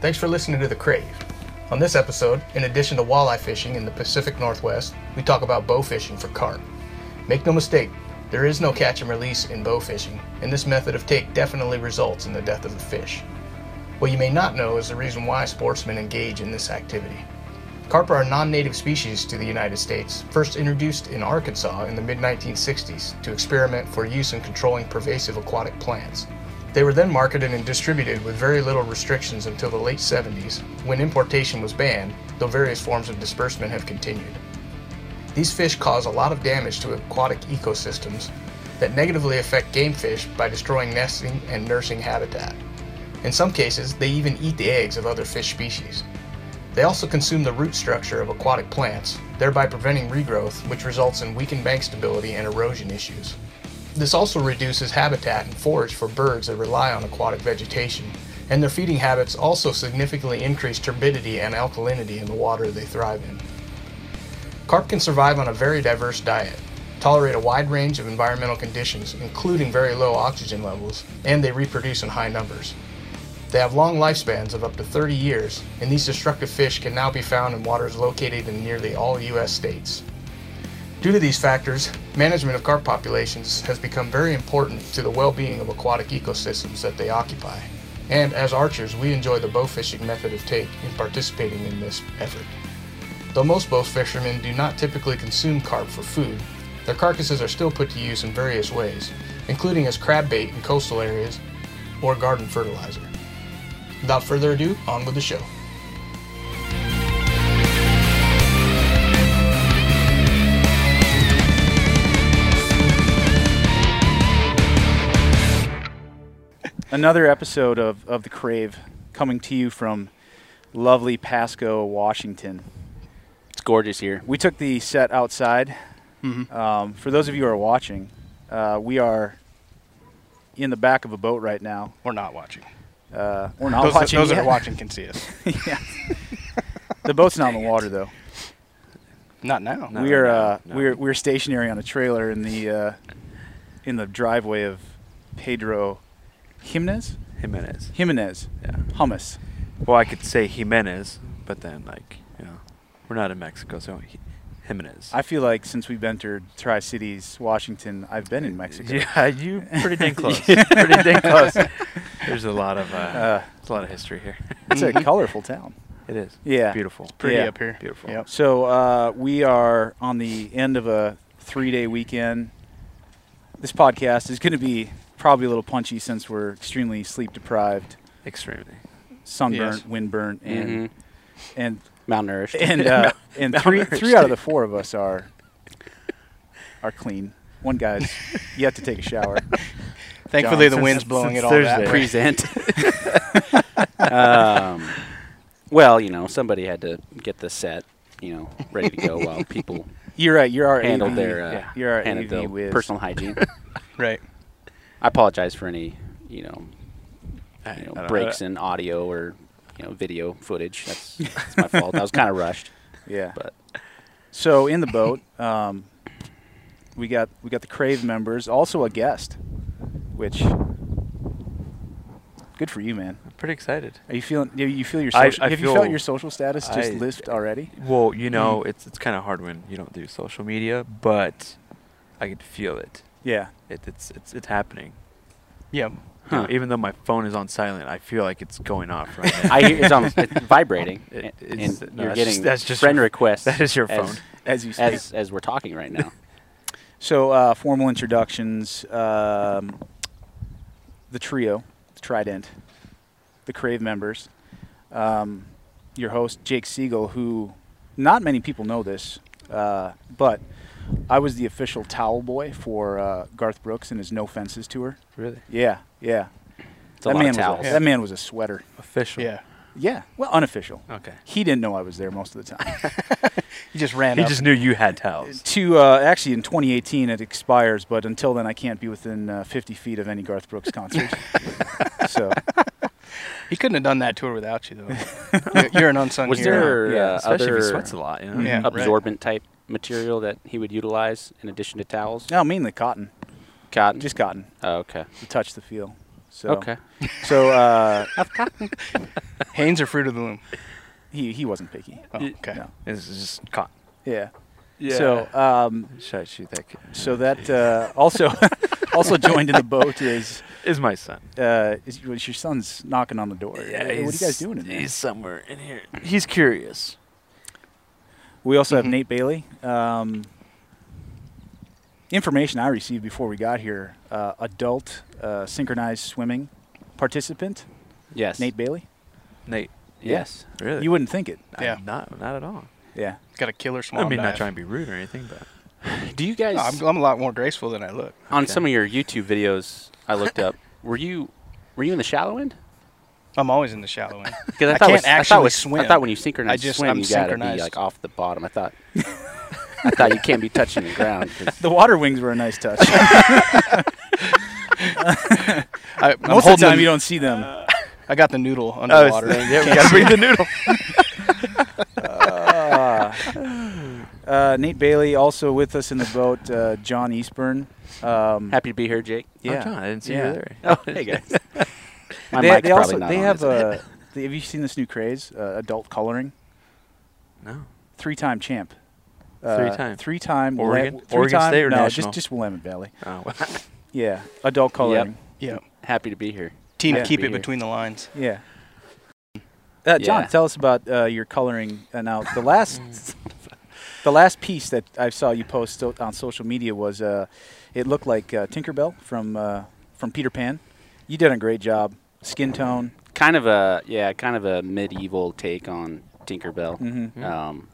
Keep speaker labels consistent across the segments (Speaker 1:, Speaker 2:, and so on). Speaker 1: Thanks for listening to The Crave. On this episode, in addition to walleye fishing in the Pacific Northwest, we talk about bow fishing for carp. Make no mistake, there is no catch and release in bow fishing, and this method of take definitely results in the death of the fish. What you may not know is the reason why sportsmen engage in this activity. Carp are a non native species to the United States, first introduced in Arkansas in the mid 1960s to experiment for use in controlling pervasive aquatic plants. They were then marketed and distributed with very little restrictions until the late 70s, when importation was banned, though various forms of disbursement have continued. These fish cause a lot of damage to aquatic ecosystems that negatively affect game fish by destroying nesting and nursing habitat. In some cases, they even eat the eggs of other fish species. They also consume the root structure of aquatic plants, thereby preventing regrowth, which results in weakened bank stability and erosion issues. This also reduces habitat and forage for birds that rely on aquatic vegetation, and their feeding habits also significantly increase turbidity and alkalinity in the water they thrive in. Carp can survive on a very diverse diet, tolerate a wide range of environmental conditions, including very low oxygen levels, and they reproduce in high numbers. They have long lifespans of up to 30 years, and these destructive fish can now be found in waters located in nearly all U.S. states. Due to these factors, management of carp populations has become very important to the well being of aquatic ecosystems that they occupy. And as archers, we enjoy the bow fishing method of take in participating in this effort. Though most bow fishermen do not typically consume carp for food, their carcasses are still put to use in various ways, including as crab bait in coastal areas or garden fertilizer. Without further ado, on with the show.
Speaker 2: another episode of, of the crave coming to you from lovely pasco washington
Speaker 3: It's gorgeous here. Mm-hmm.
Speaker 2: we took the set outside um, for those of you who are watching uh, we are in the back of a boat right now
Speaker 4: We're not watching.
Speaker 2: uh, we're not
Speaker 4: those that-
Speaker 2: watching
Speaker 4: those that
Speaker 2: yet.
Speaker 4: are watching can see us.
Speaker 2: yeah. the boat's not in the water though
Speaker 4: Not now.
Speaker 3: No,
Speaker 2: we are
Speaker 3: no,
Speaker 2: uh,
Speaker 3: no.
Speaker 2: we're we're stationary on a trailer in the uh, in the driveway of pedro jimenez
Speaker 3: Jimenez.
Speaker 2: jimenez
Speaker 3: Yeah.
Speaker 2: hummus
Speaker 3: Well, I could say Jimenez, but then like, you know, we're not in Mexico, so Ji- Jimenez.
Speaker 2: I feel like since we've entered Tri Cities, Washington, I've been in Mexico.
Speaker 3: Yeah, you pretty dang close. pretty dang close. There's a lot of uh,
Speaker 2: Uh,
Speaker 3: there's a lot of history here.
Speaker 2: It's a colorful town.
Speaker 3: it is.
Speaker 2: Yeah.
Speaker 3: Beautiful.
Speaker 4: Pretty
Speaker 2: Yeah.
Speaker 4: up here.
Speaker 3: Beautiful.
Speaker 4: Yep.
Speaker 2: So uh, we are on the end of a three day weekend. This podcast is going to be probably a little punchy since we're extremely sleep deprived,
Speaker 3: Extremely.
Speaker 2: sunburnt,
Speaker 4: Yes.
Speaker 2: windburnt, and
Speaker 5: Mm-hmm.
Speaker 2: and
Speaker 5: malnourished.
Speaker 2: and uh, and
Speaker 3: Malnourished.
Speaker 2: three three out of the four of us are are clean. One guy's yet to take a shower.
Speaker 4: Thankfully,
Speaker 2: John,
Speaker 4: the wind's
Speaker 2: since-
Speaker 4: blowing
Speaker 2: since
Speaker 4: it all
Speaker 2: Thursday.
Speaker 4: that way.
Speaker 5: present. um, well, you know, somebody had to get the set, you know, ready to go while people
Speaker 2: You're right. You're our
Speaker 5: handled
Speaker 2: AV,
Speaker 5: their uh,
Speaker 2: yeah, you're our
Speaker 5: handled
Speaker 2: AV
Speaker 5: the
Speaker 2: whiz.
Speaker 5: personal hygiene.
Speaker 4: Right.
Speaker 5: I apologize for any, you know,
Speaker 3: I-
Speaker 5: you
Speaker 3: I
Speaker 5: know
Speaker 3: don't-
Speaker 5: breaks
Speaker 3: I-
Speaker 5: in audio or you know video footage. That's, that's my fault. I was kind of rushed,
Speaker 2: Yeah.
Speaker 5: but
Speaker 2: So in the boat, um, we got we got the Crave members, also a guest, which good for you, man.
Speaker 3: I'm pretty excited.
Speaker 2: Are you feeling? Do you feel your?
Speaker 3: I-
Speaker 2: Social,
Speaker 3: I
Speaker 2: have you felt
Speaker 3: feel-
Speaker 2: your social status just
Speaker 3: I-
Speaker 2: lift already?
Speaker 3: Well, you know, it's it's kind of hard when you don't do social media, but I could feel it.
Speaker 2: Yeah.
Speaker 3: it it's it's it's happening.
Speaker 4: Yeah.
Speaker 3: You know,
Speaker 5: Huh.
Speaker 3: even though my phone is on silent, I feel like it's going off right now.
Speaker 5: I hear it's almost it's vibrating,
Speaker 3: It-
Speaker 5: and-
Speaker 3: it's-
Speaker 5: and
Speaker 3: no,
Speaker 5: you're
Speaker 3: that's
Speaker 5: getting
Speaker 3: just- that's just
Speaker 5: friend
Speaker 3: your-
Speaker 5: requests.
Speaker 3: that is your
Speaker 5: as-
Speaker 3: phone.
Speaker 2: As you say.
Speaker 5: As as we're talking right now.
Speaker 2: So uh, formal introductions. Um, the trio, the Trident, the Crave members. Um, your host Jake Siegel, who not many people know this, uh, but I was the official towel boy for uh, Garth Brooks and his No Fences tour.
Speaker 3: really
Speaker 2: Yeah, yeah.
Speaker 5: It's a lot
Speaker 2: man
Speaker 5: of
Speaker 2: was
Speaker 5: towels.
Speaker 2: A, that man was a sweater.
Speaker 3: official.
Speaker 4: Yeah.
Speaker 2: Yeah, well, unofficial.
Speaker 3: Okay.
Speaker 2: He didn't know I was there most of the time.
Speaker 4: You just ran
Speaker 3: He
Speaker 4: up.
Speaker 3: just knew you had towels.
Speaker 2: to uh, actually in 2018 it expires, but until then I can't be within uh, 50 feet of any Garth Brooks concert. so
Speaker 4: he couldn't have done that tour without you, though. You're- You're an unsung
Speaker 5: Was
Speaker 4: hero.
Speaker 5: there
Speaker 3: Yeah,
Speaker 5: uh,
Speaker 3: especially
Speaker 5: other
Speaker 3: if he sweats a lot. You know?
Speaker 4: Yeah. right.
Speaker 5: absorbent type material that he would utilize in addition to towels?
Speaker 2: no, mainly cotton,
Speaker 5: Cotton.
Speaker 2: just cotton
Speaker 5: oh, okay.
Speaker 2: to touch the feel. So
Speaker 5: Okay.
Speaker 2: So uh,
Speaker 1: Haynes or Fruit of the Loom?
Speaker 2: he he wasn't picky.
Speaker 1: Oh,
Speaker 3: Y-
Speaker 1: okay.
Speaker 2: No.
Speaker 3: It's just caught.
Speaker 2: Yeah. So um,
Speaker 3: should I shoot that kid?
Speaker 2: so that uh, also also joined in the boat is
Speaker 3: is my son.
Speaker 2: uh, is was your son's knocking on the door. Hey, what are you guys
Speaker 3: he's-
Speaker 2: doing in there?
Speaker 3: He's somewhere in here. He's curious.
Speaker 2: We also
Speaker 3: Mm-hmm.
Speaker 2: have
Speaker 1: Mhm.
Speaker 2: Nate Bailey. Um, information I received before we got here: uh, adult uh, synchronized swimming participant
Speaker 5: Yes.
Speaker 2: Nate Bailey.
Speaker 3: Nate.
Speaker 5: Yes.
Speaker 3: Really?
Speaker 2: You wouldn't think it.
Speaker 3: I-
Speaker 1: Yeah.
Speaker 3: Not not at all.
Speaker 2: Yeah.
Speaker 1: Got a killer small
Speaker 3: I mean, not
Speaker 1: dive.
Speaker 3: trying to be rude or anything, but
Speaker 5: Do you guys
Speaker 1: No, I'm, I'm a lot more graceful than I look.
Speaker 5: on
Speaker 3: okay.
Speaker 5: some of your YouTube videos I looked up? Were you were you in the shallow end?
Speaker 1: I'm always in the shallow end.
Speaker 5: Because
Speaker 1: I can't
Speaker 5: I thought,
Speaker 1: actually
Speaker 5: was, I
Speaker 1: swim.
Speaker 5: thought when you synchronize
Speaker 1: I just-
Speaker 5: swim,
Speaker 1: I'm
Speaker 5: you gotta be
Speaker 1: synchronized.
Speaker 5: like off the bottom. I thought. I thought you can't be touching the ground. 'cause-
Speaker 2: The water wings were a nice touch.
Speaker 1: I, I'm
Speaker 2: Most
Speaker 1: holding
Speaker 2: of the time,
Speaker 1: the-
Speaker 2: you don't Oh, see them.
Speaker 1: I got the noodle underwater.
Speaker 3: yeah, we gotta bring the noodle.
Speaker 2: Uh, Nate Bailey also with us in the boat. Uh, John Eastburn. Um,
Speaker 5: Happy to be here, Jake.
Speaker 3: Yeah. Oh, John, I didn't see
Speaker 2: Yeah.
Speaker 3: you there.
Speaker 5: Oh, hey guys. My
Speaker 2: they,
Speaker 5: mic's
Speaker 2: they
Speaker 5: probably
Speaker 2: also
Speaker 5: not
Speaker 2: they
Speaker 5: on,
Speaker 2: have
Speaker 5: is it?
Speaker 2: a. they- have you seen this new craze? Uh, adult coloring.
Speaker 3: No.
Speaker 2: Three-time champ. Uh,
Speaker 3: Three-time.
Speaker 2: Three-time.
Speaker 3: Oregon?
Speaker 2: three
Speaker 3: Oregon
Speaker 2: time,
Speaker 3: State or
Speaker 2: no,
Speaker 3: national?
Speaker 2: just just Willamette Valley.
Speaker 3: Oh, well.
Speaker 2: Yeah, adult coloring.
Speaker 1: Yeah.
Speaker 5: Happy to be here.
Speaker 1: Team,
Speaker 2: Yeah.
Speaker 1: keep
Speaker 5: Be
Speaker 1: it
Speaker 5: here.
Speaker 1: between the lines.
Speaker 2: Yeah. Uh, John,
Speaker 5: Yeah.
Speaker 2: tell us about uh, your coloring. Uh, now, the last, the last piece that I saw you post so- on social media was, uh, it looked like uh, Tinkerbell from uh, from Peter Pan. You did a great job. Skin tone.
Speaker 5: Kind of a yeah, kind of a medieval take on Tinkerbell.
Speaker 2: Mhm.
Speaker 3: Mm-hmm.
Speaker 5: Um,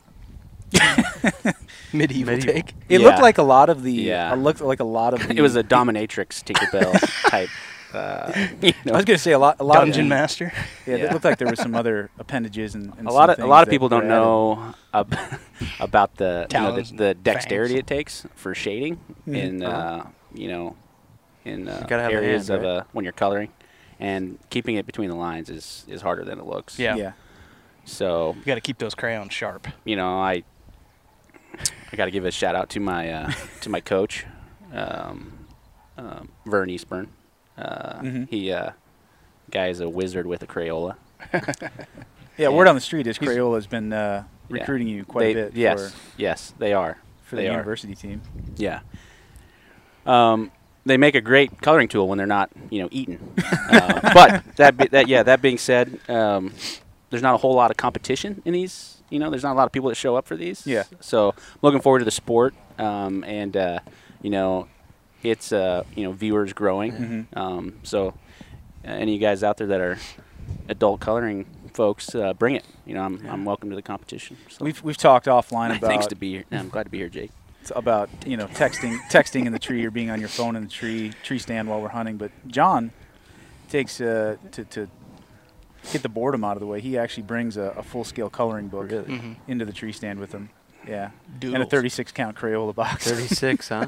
Speaker 1: Medieval,
Speaker 3: Medieval.
Speaker 1: take.
Speaker 2: It
Speaker 5: Yeah.
Speaker 2: looked like a lot of the.
Speaker 5: Yeah.
Speaker 2: It looked like a lot of. The,
Speaker 5: it was a dominatrix Tinkerbell type. Uh,
Speaker 2: I
Speaker 5: you
Speaker 2: was
Speaker 5: know,
Speaker 2: gonna say a lot. A lot
Speaker 1: Dungeon
Speaker 2: of,
Speaker 1: master.
Speaker 2: Yeah,
Speaker 5: Yeah.
Speaker 2: it looked like there was some other appendages and. and
Speaker 5: a
Speaker 2: some
Speaker 5: lot of a
Speaker 2: things
Speaker 5: lot of
Speaker 2: that
Speaker 5: people don't
Speaker 2: were added.
Speaker 5: know ab- about the, you know,
Speaker 1: Talons
Speaker 5: the
Speaker 1: and
Speaker 5: the dexterity
Speaker 1: fangs.
Speaker 5: it takes for shading
Speaker 2: Mhm.
Speaker 5: in
Speaker 3: Uh-huh.
Speaker 5: uh, you know in uh,
Speaker 3: gotta have the
Speaker 5: areas
Speaker 3: hand,
Speaker 5: of
Speaker 3: right?
Speaker 5: uh, when you're coloring and keeping it between the lines is is harder than it looks.
Speaker 1: Yeah.
Speaker 2: Yeah.
Speaker 5: So
Speaker 1: You got to keep those crayons sharp.
Speaker 5: you know, I I got to give a shout out to my uh, to my coach, um, um, Vern Eastburn. Uh,
Speaker 2: Mhm.
Speaker 5: He uh, guy is a wizard with a Crayola.
Speaker 2: Yeah, word on the street is Crayola's been uh,
Speaker 5: Yeah.
Speaker 2: recruiting you quite
Speaker 5: They-
Speaker 2: a bit
Speaker 5: Yes,
Speaker 2: for,
Speaker 5: yes, they are.
Speaker 2: for the
Speaker 5: they are.
Speaker 2: university team.
Speaker 5: Yeah. Um, they make a great coloring tool when they're not, you know, eaten. uh, but that, be, that, yeah. That being said, um, there's not a whole lot of competition in these. You know, there's not a lot of people that show up for these.
Speaker 2: Yeah.
Speaker 5: So I'm looking forward to the sport, um, and uh, you know, it's uh, you know viewers growing.
Speaker 2: Mhm.
Speaker 5: Um, so uh, any of you guys out there that are adult coloring folks, uh, bring it. You know, I'm, I'm welcome to the competition. So
Speaker 2: We've we've talked offline about
Speaker 5: thanks to be here. I'm glad to be here, Jake.
Speaker 2: about you know texting texting in the tree or being on your phone in the tree tree stand while we're hunting. But John takes uh, to to get the boredom out of the way. He actually brings a, a full scale coloring book
Speaker 3: Really?
Speaker 1: Mhm.
Speaker 2: into the tree stand with him. Yeah, and a
Speaker 1: Doodles.
Speaker 2: 36 count Crayola box.
Speaker 3: 36, huh?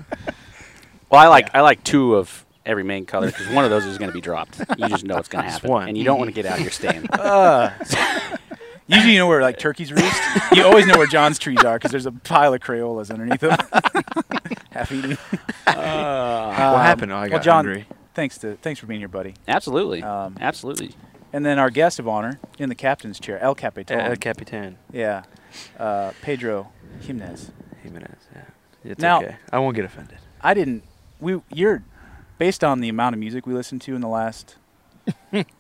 Speaker 5: Well, I like
Speaker 1: Yeah.
Speaker 5: I like two of every main color because one of those is going to be dropped. You just know it's going to
Speaker 3: Just
Speaker 5: happen,
Speaker 3: one.
Speaker 5: and you don't want to get out of your stand.
Speaker 2: Usually, you know where like turkeys roost. you always know where John's trees are because there's a pile of Crayolas underneath them, half eaten.
Speaker 3: what happened? Oh, I got
Speaker 2: Um, well, John,
Speaker 3: hungry.
Speaker 2: thanks to thanks for being here, buddy.
Speaker 5: Absolutely,
Speaker 2: Um,
Speaker 5: absolutely.
Speaker 2: And then our guest of honor in the captain's chair, El Capitan.
Speaker 3: El Uh, Capitan
Speaker 2: Yeah. Uh, Pedro Jimenez.
Speaker 3: Jimenez. Yeah. It's
Speaker 2: Now-
Speaker 3: okay. I won't get offended.
Speaker 2: I didn't. We you're based on the amount of music we listened to in the last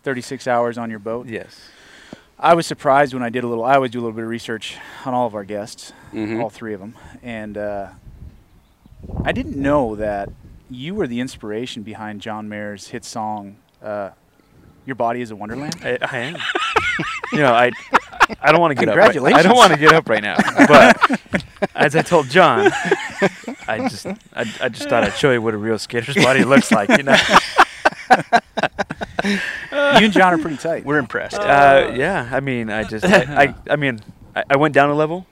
Speaker 2: 36 hours on your boat.
Speaker 3: Yes.
Speaker 2: I was surprised when I did a little. I always do a little bit of research on all of our guests,
Speaker 5: Mhm.
Speaker 2: all three of them, and uh, I didn't know that you were the inspiration behind John Mayer's hit song. Uh, your body is a wonderland.
Speaker 3: I, I am. you know, I I don't want to get up. Right, I
Speaker 2: Congratulations.
Speaker 3: don't want to get up right now. But as I told John, I just I, I just thought I'd show you what a real skater's body looks like. You know.
Speaker 2: you and John are pretty tight.
Speaker 1: We're impressed.
Speaker 3: Uh, yeah. I mean, I just I I, I mean I, I went down a level.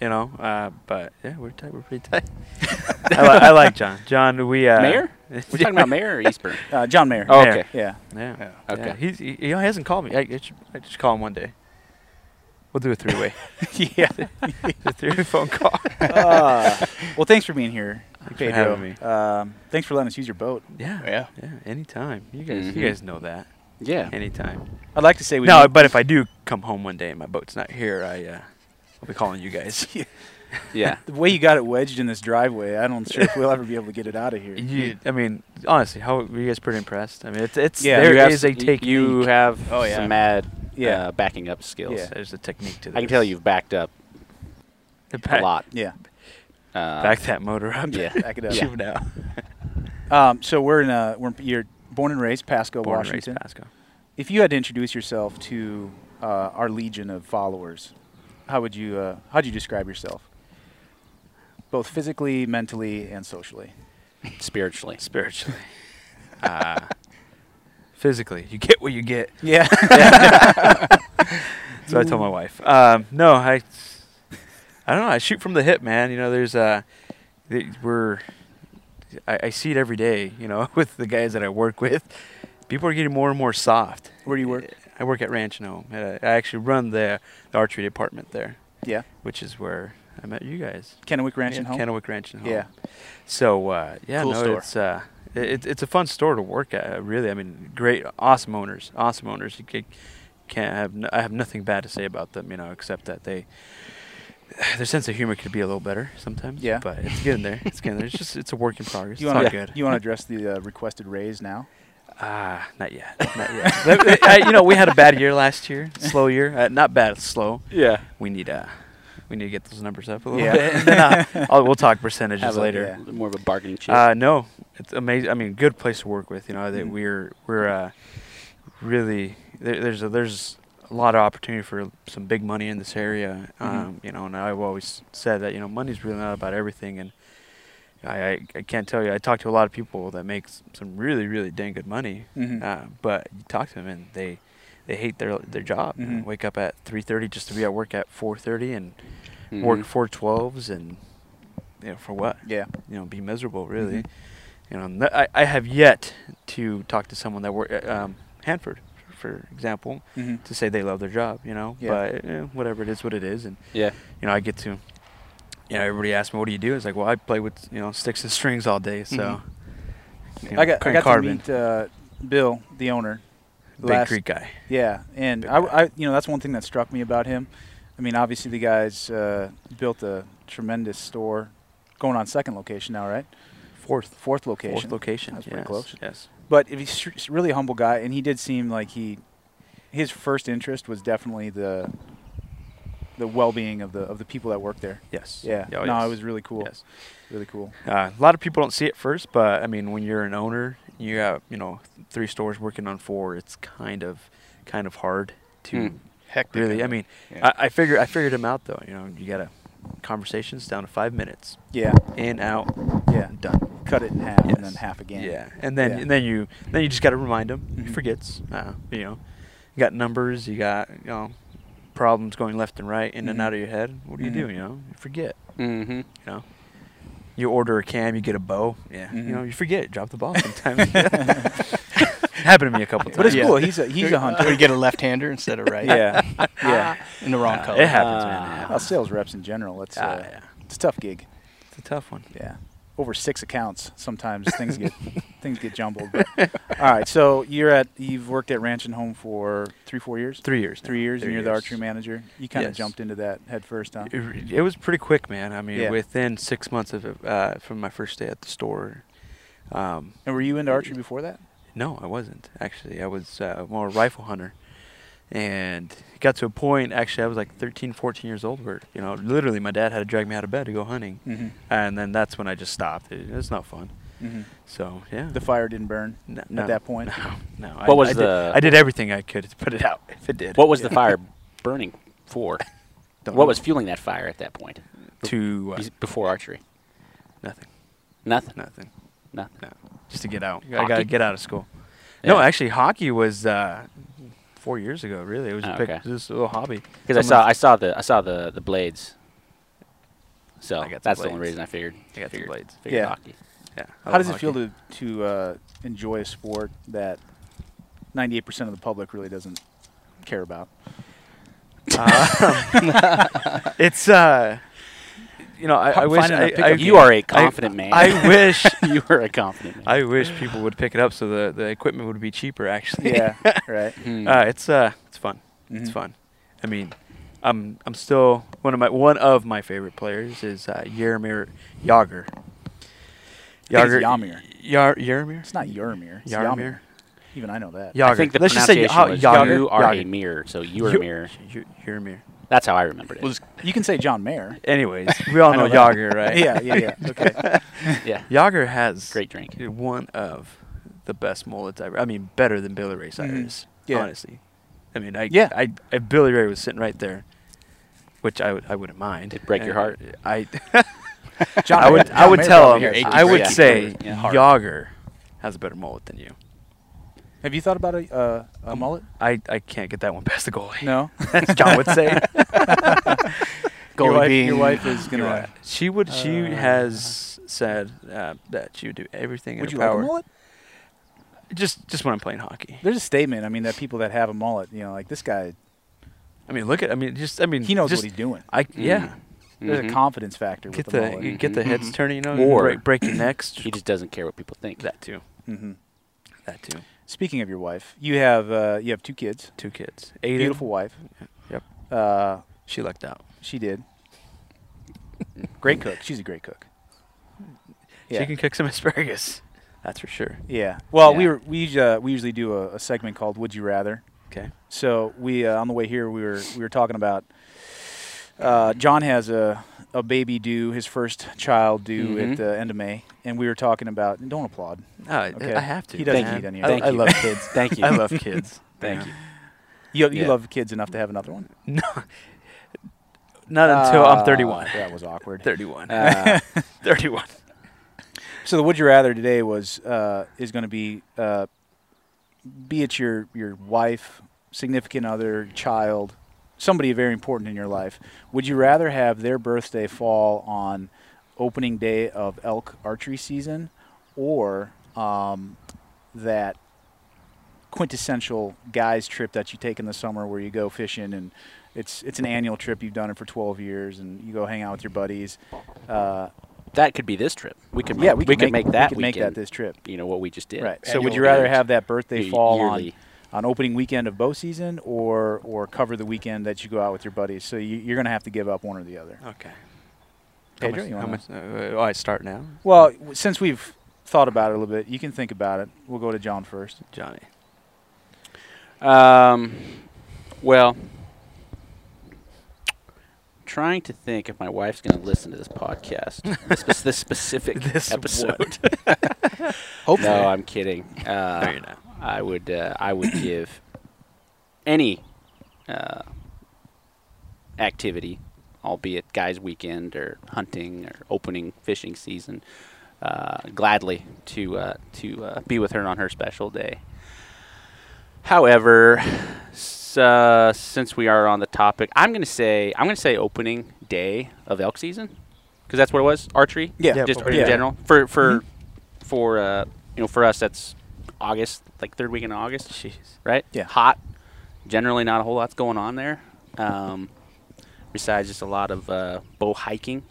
Speaker 3: You know, uh, but yeah, we're tight. We're pretty tight. I, li- I like John. John, we uh,
Speaker 5: Mayor? We're talking about Mayor or Eastburn.
Speaker 2: uh, John Mayer.
Speaker 5: Oh,
Speaker 3: Mayor.
Speaker 5: okay.
Speaker 2: Yeah.
Speaker 3: Yeah.
Speaker 1: Yeah.
Speaker 5: Okay.
Speaker 3: Yeah. He's, he, he hasn't called me. I, I, should, I should call him one day. We'll do a three-way.
Speaker 2: yeah.
Speaker 3: a three-way phone call.
Speaker 2: Uh, well, thanks for being here,
Speaker 3: for
Speaker 2: Pedro.
Speaker 3: having me.
Speaker 2: Um, thanks for letting us use your boat.
Speaker 3: Yeah. Mm-hmm.
Speaker 1: Yeah.
Speaker 3: Yeah. Anytime. You guys.
Speaker 5: Mhm.
Speaker 3: You guys know that.
Speaker 5: Yeah.
Speaker 3: Anytime.
Speaker 2: I'd like to say we
Speaker 3: No,
Speaker 2: need-
Speaker 3: but if I do come home one day and my boat's not here, I uh, I'll be calling you guys.
Speaker 5: Yeah.
Speaker 2: the way you got it wedged in this driveway, I don't sure if we'll ever be able to get it out of here.
Speaker 3: You, I mean, honestly, how were you guys pretty impressed? I mean, it's it's
Speaker 2: Yeah,
Speaker 3: there
Speaker 5: you have
Speaker 3: is
Speaker 5: s-
Speaker 3: a technique.
Speaker 5: You have
Speaker 1: Oh, yeah.
Speaker 5: some mad
Speaker 2: Yeah.
Speaker 5: uh, backing up skills.
Speaker 2: Yeah.
Speaker 3: There's a technique to this.
Speaker 5: I can tell you've backed up
Speaker 3: The
Speaker 5: a
Speaker 3: back-
Speaker 5: lot.
Speaker 2: Yeah,
Speaker 5: Uh,
Speaker 3: Back that motor up.
Speaker 5: Yeah.
Speaker 2: back it up.
Speaker 3: Shoot it out.
Speaker 2: Um, so we're in a we're you're born and raised Pasco,
Speaker 3: Born and raised
Speaker 2: Washington.
Speaker 3: Pasco.
Speaker 2: If you had to introduce yourself to uh, our legion of followers, how would you uh, how'd you describe yourself? Both physically, mentally, and socially.
Speaker 5: spiritually.
Speaker 3: Spiritually. uh, physically, you get what you get.
Speaker 2: Yeah.
Speaker 3: So I told my wife. Um, no, I, I don't know. I shoot from the hip, man. You know, there's uh, th- we're, I, I see it every day. You know, with the guys that I work with, people are getting more and more soft.
Speaker 2: Where do you work?
Speaker 3: I work at Ranch Nome. and I I actually run the, the archery department there,
Speaker 2: Yeah.
Speaker 3: which is where I met you guys.
Speaker 2: Kennewick Ranch and Home.
Speaker 3: Kennewick Ranch and Home.
Speaker 2: Yeah.
Speaker 3: So uh, yeah,
Speaker 1: Cool
Speaker 3: no,
Speaker 1: store.
Speaker 3: it's uh, it, it's a fun store to work at. uh, Really, I mean, great, awesome owners, awesome owners. You could, can't have no, I have nothing bad to say about them, you know, except that they their sense of humor could be a little better sometimes.
Speaker 2: Yeah.
Speaker 3: But it's getting there. It's getting there. It's just it's a work in progress.
Speaker 2: You
Speaker 3: it's
Speaker 2: want
Speaker 3: all
Speaker 2: to
Speaker 3: good.
Speaker 2: you want to address the uh, requested raise now?
Speaker 3: Ah, not yet. Not yet. But, uh, I- you know, we had a bad year last year. Slow year. Uh, not bad. Slow.
Speaker 5: Yeah.
Speaker 3: We need uh, we need to get those numbers up a little
Speaker 2: Yeah.
Speaker 3: bit, and then uh, I'll, we'll talk percentages
Speaker 5: Have a-
Speaker 3: later.
Speaker 5: yeah, more of a bargaining chip.
Speaker 3: Uh, no, it's amazing. I mean, good place to work with. You know that
Speaker 2: Mhm.
Speaker 3: we're we're uh, really there, there's a, there's a lot of opportunity for some big money in this area.
Speaker 2: Mhm.
Speaker 3: Um, you know, and I've always said that you know money's really not about everything, and I, I I can't tell you. I talk to a lot of people that make s- some really really dang good money,
Speaker 2: Mhm.
Speaker 3: uh, but you talk to them and they they hate their their job. You know,
Speaker 2: Mhm.
Speaker 3: wake up at three thirty just to be at work at four thirty and
Speaker 5: Mhm.
Speaker 3: work four twelves and you know for what?
Speaker 2: Yeah.
Speaker 3: you know, be miserable really.
Speaker 2: Mhm.
Speaker 3: You know, n- I, I have yet to talk to someone that work at um, Hanford, for example,
Speaker 2: hmm
Speaker 3: to say they love their job. You know,
Speaker 2: Yeah.
Speaker 3: but eh, whatever it is, what it is, and
Speaker 5: Yeah.
Speaker 3: you know, I get to. You know, everybody asks me, "What do you do?" It's like, well, I play with you know sticks and strings all day. So,
Speaker 1: Mhm.
Speaker 3: you know,
Speaker 2: Mm-hmm. I got I
Speaker 3: Craig
Speaker 2: got
Speaker 3: Carbon,
Speaker 2: to meet uh, Bill, the owner.
Speaker 3: Big
Speaker 2: last-
Speaker 3: Creek guy.
Speaker 2: Yeah, and
Speaker 3: Big
Speaker 2: I,
Speaker 3: guy.
Speaker 2: I- you know, that's one thing that struck me about him. I mean, obviously the guy's uh, built a tremendous store, going on second location now, right? Fourth, fourth location.
Speaker 3: Fourth location.
Speaker 2: That's pretty
Speaker 3: yes,
Speaker 2: close.
Speaker 3: Yes.
Speaker 2: But if he's tr- he's a really humble guy, and he did seem like he, his first interest was definitely the, the well-being of the of the people that work there.
Speaker 3: Yes.
Speaker 2: Yeah.
Speaker 3: Oh,
Speaker 2: no,
Speaker 3: yes.
Speaker 2: it was really cool.
Speaker 3: Yes.
Speaker 2: Really cool.
Speaker 3: Uh, a lot of people don't see it first, but I mean, when you're an owner, you have you know three stores working on four. It's kind of kind of hard to
Speaker 5: Hmm.
Speaker 1: Hectic.
Speaker 3: really. I mean,
Speaker 1: Yeah.
Speaker 3: I, I figure I figured him out though. You know, you gotta conversations down to five minutes,
Speaker 2: Yeah.
Speaker 3: in out,
Speaker 2: Yeah.
Speaker 3: done.
Speaker 2: Cut it in half
Speaker 3: Yes.
Speaker 2: and then half again.
Speaker 3: Yeah, and then
Speaker 2: Yeah.
Speaker 3: and then you then you just gotta remind him. He
Speaker 2: Mhm.
Speaker 3: forgets. Uh, you know, you got numbers. You got you know problems going left and right, in and
Speaker 2: Mhm.
Speaker 3: out of your head. What do
Speaker 2: Mhm.
Speaker 3: you do? You know, you forget.
Speaker 5: Mm-hmm.
Speaker 3: You know, you order a cam, you get a bow. Yeah.
Speaker 2: Mhm.
Speaker 3: You know, you forget, drop the ball sometimes. Happened to me a couple times.
Speaker 2: But it's
Speaker 1: Yeah.
Speaker 2: cool. He's a he's a
Speaker 1: Or
Speaker 3: uh,
Speaker 2: hunter.
Speaker 1: you get a left-hander instead of right.
Speaker 2: yeah. Yeah.
Speaker 1: In the wrong
Speaker 3: Uh,
Speaker 1: color.
Speaker 3: It happens, man.
Speaker 5: Ah.
Speaker 3: Yeah.
Speaker 2: Well, sales reps in general, it's, uh,
Speaker 3: Ah, yeah.
Speaker 2: it's a tough gig.
Speaker 3: It's a tough one.
Speaker 2: Yeah, over six accounts. Sometimes things get things get jumbled. But. All right, so you're at you've worked at Ranch and Home for three four years.
Speaker 3: Three years. now.
Speaker 2: Three years, and you're the
Speaker 3: years.
Speaker 2: archery manager. You kind of
Speaker 3: Yes.
Speaker 2: jumped into that head first, huh?
Speaker 3: It, re- it was pretty quick, man. I mean,
Speaker 2: Yeah.
Speaker 3: within six months of uh, from my first day at the store. Um,
Speaker 2: And were you into archery before that?
Speaker 3: No, I wasn't actually. I was uh, more a rifle hunter, and it got to a point. Actually, I was like 13, 14 years old. Where you know, literally, my dad had to drag me out of bed to go hunting,
Speaker 2: Mm-hmm.
Speaker 3: and then that's when I just stopped. It, it's not fun.
Speaker 2: hmm
Speaker 3: So yeah.
Speaker 2: The fire didn't burn.
Speaker 3: Mm-hmm. No,
Speaker 2: at that point?
Speaker 3: No, no. I-
Speaker 5: What was
Speaker 3: I did-
Speaker 5: the-
Speaker 3: I did everything I could to put it out. If it did.
Speaker 5: What was the fire burning for?
Speaker 3: Don't
Speaker 5: what
Speaker 3: know.
Speaker 5: was fueling that fire at that point?
Speaker 3: to uh,
Speaker 5: Bes- Before archery.
Speaker 3: nothing?
Speaker 5: Nothing.
Speaker 3: Nothing.
Speaker 5: Nothing.
Speaker 3: No. Just to get out. I
Speaker 5: Hockey?
Speaker 3: gotta get out of school. No,
Speaker 5: Yeah.
Speaker 3: actually, hockey was uh, four years ago. Really, it was
Speaker 5: Oh,
Speaker 3: a pic-
Speaker 5: okay.
Speaker 3: just a little hobby.
Speaker 5: Because I
Speaker 3: Someone-
Speaker 5: saw I saw the I saw the the blades. So
Speaker 3: I got the
Speaker 5: that's the only
Speaker 3: blades.
Speaker 5: reason I figured.
Speaker 3: I got the
Speaker 5: figured,
Speaker 3: blades.
Speaker 5: Figured
Speaker 2: Yeah.
Speaker 5: hockey.
Speaker 3: Yeah. I
Speaker 2: How
Speaker 3: love
Speaker 2: does it feel
Speaker 3: hockey.
Speaker 2: to to uh, enjoy a sport that 98% of the public really doesn't care about?
Speaker 3: Um, it's uh, you know, I, I
Speaker 2: Finding
Speaker 3: wish
Speaker 2: a
Speaker 3: I,
Speaker 2: pickup
Speaker 3: I-
Speaker 2: game.
Speaker 5: You are a confident man.
Speaker 3: I wish
Speaker 5: you are a confident man.
Speaker 3: I wish people would pick it up so the, the equipment would be cheaper. Actually,
Speaker 2: yeah, right.
Speaker 5: Hmm.
Speaker 3: uh, it's uh, it's fun.
Speaker 5: Mm-hmm.
Speaker 3: It's
Speaker 2: Mhm.
Speaker 3: fun. I mean, I'm I'm still one of my one of my favorite players is uh, Yermir Yager.
Speaker 2: I think it's Yamir.
Speaker 3: Yar Yermir.
Speaker 2: It's not Yarmir. It's
Speaker 3: Yarmir?
Speaker 2: Yamir. Even I know that.
Speaker 3: Yager.
Speaker 5: I think the
Speaker 3: Let's just say
Speaker 5: pronunciation
Speaker 3: Yager.
Speaker 5: was
Speaker 3: Yager.
Speaker 5: you are a
Speaker 3: Yager.
Speaker 5: mirror, so you are
Speaker 3: You-
Speaker 5: a mirror.
Speaker 3: Y- Yermir.
Speaker 5: That's how I remembered it.
Speaker 1: We'll just
Speaker 2: You can say John Mayer.
Speaker 3: Anyways, we all
Speaker 2: I
Speaker 3: know,
Speaker 2: know that.
Speaker 3: Yager, Oh, right?
Speaker 2: Yeah, yeah, yeah. Okay.
Speaker 5: yeah,
Speaker 3: Yager has
Speaker 5: great drink.
Speaker 3: one of the best mullets ever. I mean, better than Billy Ray Cyrus.
Speaker 2: Mm-hmm. Yeah.
Speaker 3: Honestly, I mean, I,
Speaker 2: Yeah.
Speaker 3: I, if Billy Ray was sitting right there, which I would, I wouldn't mind.
Speaker 5: It'd break your heart.
Speaker 3: I,
Speaker 2: John
Speaker 3: I would,
Speaker 2: Mayer-
Speaker 3: I
Speaker 2: John
Speaker 3: would
Speaker 2: Mayer
Speaker 3: tell
Speaker 2: probably
Speaker 3: him.
Speaker 2: has
Speaker 1: your
Speaker 2: the
Speaker 3: I would
Speaker 2: best.
Speaker 5: Yeah.
Speaker 3: say
Speaker 5: Yeah.
Speaker 3: Yager
Speaker 5: Heart.
Speaker 3: has a better mullet than you.
Speaker 2: Have you thought about a uh, a mullet?
Speaker 3: I, I can't get that one past the goalie.
Speaker 2: No.
Speaker 3: That's John would say.
Speaker 2: your,
Speaker 1: Goalie
Speaker 2: wife,
Speaker 1: being-
Speaker 2: your wife is gonna.
Speaker 3: Right. She would. she
Speaker 2: Uh,
Speaker 3: has said uh, that she would do everything
Speaker 2: Would
Speaker 3: in
Speaker 2: you
Speaker 3: her
Speaker 2: like a
Speaker 3: power.
Speaker 2: mullet?
Speaker 3: just, just when I'm playing hockey.
Speaker 2: There's a statement. I mean, that people that have a mullet, you know, like this guy,
Speaker 3: I mean, look at. I mean, just. I mean,
Speaker 2: he knows
Speaker 3: Mm, just,
Speaker 2: what he's doing.
Speaker 3: I yeah.
Speaker 2: There's
Speaker 5: Mhm.
Speaker 2: a confidence factor
Speaker 3: Get
Speaker 2: Mm-hmm. with the, Mm-hmm.
Speaker 3: the,
Speaker 2: mullet.
Speaker 3: you get the heads turning. You know,
Speaker 5: Or-
Speaker 3: break, break your necks.
Speaker 5: He just doesn't care what people think.
Speaker 3: that too.
Speaker 2: hmm
Speaker 3: That too.
Speaker 2: Speaking of your wife, you have uh, you have two kids.
Speaker 3: Two kids. Aiden.
Speaker 2: Beautiful wife.
Speaker 3: Yep.
Speaker 2: Uh,
Speaker 3: She lucked out.
Speaker 2: she did. Great cook. She's a great cook. Yeah.
Speaker 3: She can cook some asparagus. That's for sure.
Speaker 2: Yeah. Well, we
Speaker 5: Yeah.
Speaker 2: were, we uh, we usually do a, a segment called "Would You Rather."
Speaker 3: Okay.
Speaker 2: So we uh, on the way here we were we were talking about uh, John has a a baby due his first child due
Speaker 5: Mhm.
Speaker 3: Mm-hmm.
Speaker 2: at the end of May, and we were talking about don't applaud.
Speaker 3: No, I-
Speaker 2: Okay.
Speaker 3: I have to.
Speaker 2: He doesn't
Speaker 3: man.
Speaker 2: need any
Speaker 3: I,
Speaker 2: of
Speaker 3: I
Speaker 2: that.
Speaker 3: love kids.
Speaker 5: Thank you.
Speaker 3: I love kids.
Speaker 5: Thank
Speaker 3: Yeah.
Speaker 2: You, you
Speaker 5: Yeah.
Speaker 2: love kids enough to have another one.
Speaker 3: No. Not until
Speaker 2: Ah,
Speaker 3: I'm 31.
Speaker 2: That was awkward.
Speaker 3: 31.
Speaker 2: Uh,
Speaker 3: 31.
Speaker 2: So the would you rather today was uh, is going to be uh, be it your your wife, significant other, child, somebody very important in your life. Would you rather have their birthday fall on opening day of elk archery season, or um, that quintessential guys trip that you take in the summer where you go fishing and it's it's an annual trip you've done it for 12 years and you go hang out with your buddies. Uh,
Speaker 5: That could be this trip. We could. Make,
Speaker 2: yeah, we could,
Speaker 5: could make, that.
Speaker 2: we could make that
Speaker 5: weekend,
Speaker 2: this trip.
Speaker 5: You know what we just did.
Speaker 2: Right. So
Speaker 1: Annual
Speaker 2: would you rather
Speaker 5: dues.
Speaker 2: have that birthday
Speaker 5: Ye-
Speaker 2: fall
Speaker 5: yearly.
Speaker 2: on on opening weekend of bow season or or cover the weekend that you go out with your buddies? So you, you're going to have to give up one or the other.
Speaker 3: Okay.
Speaker 2: Pedro,
Speaker 3: how
Speaker 2: you
Speaker 3: much? How
Speaker 2: wanna-
Speaker 3: much uh, oh, I start now.
Speaker 2: Well, w- since we've thought about it a little bit, you can think about it. We'll go to John first.
Speaker 3: Johnny.
Speaker 5: Um, well, trying to think if my wife's going to listen to this podcast, this, spec- this specific
Speaker 3: This
Speaker 5: episode.
Speaker 1: hopefully.
Speaker 5: no, I'm kidding. Uh,
Speaker 3: no, you're not.
Speaker 5: I would uh, I would give any uh, activity, albeit guys' weekend or hunting or opening fishing season, uh, gladly to uh, to uh, be with her on her special day. However, s- uh, since we are on the topic, I'm gonna say I'm gonna say opening day of elk season because that's what it was archery.
Speaker 2: Yeah. Yeah, Mm-hmm.
Speaker 5: just
Speaker 2: opening
Speaker 5: in
Speaker 2: day.
Speaker 5: general for for for uh, you know for us that's August, like third weekend in August
Speaker 3: Jeez.
Speaker 5: right?
Speaker 2: Yeah.
Speaker 5: Hot. Generally, not a whole lot's going on there. Um, besides just a lot of uh, bow hiking,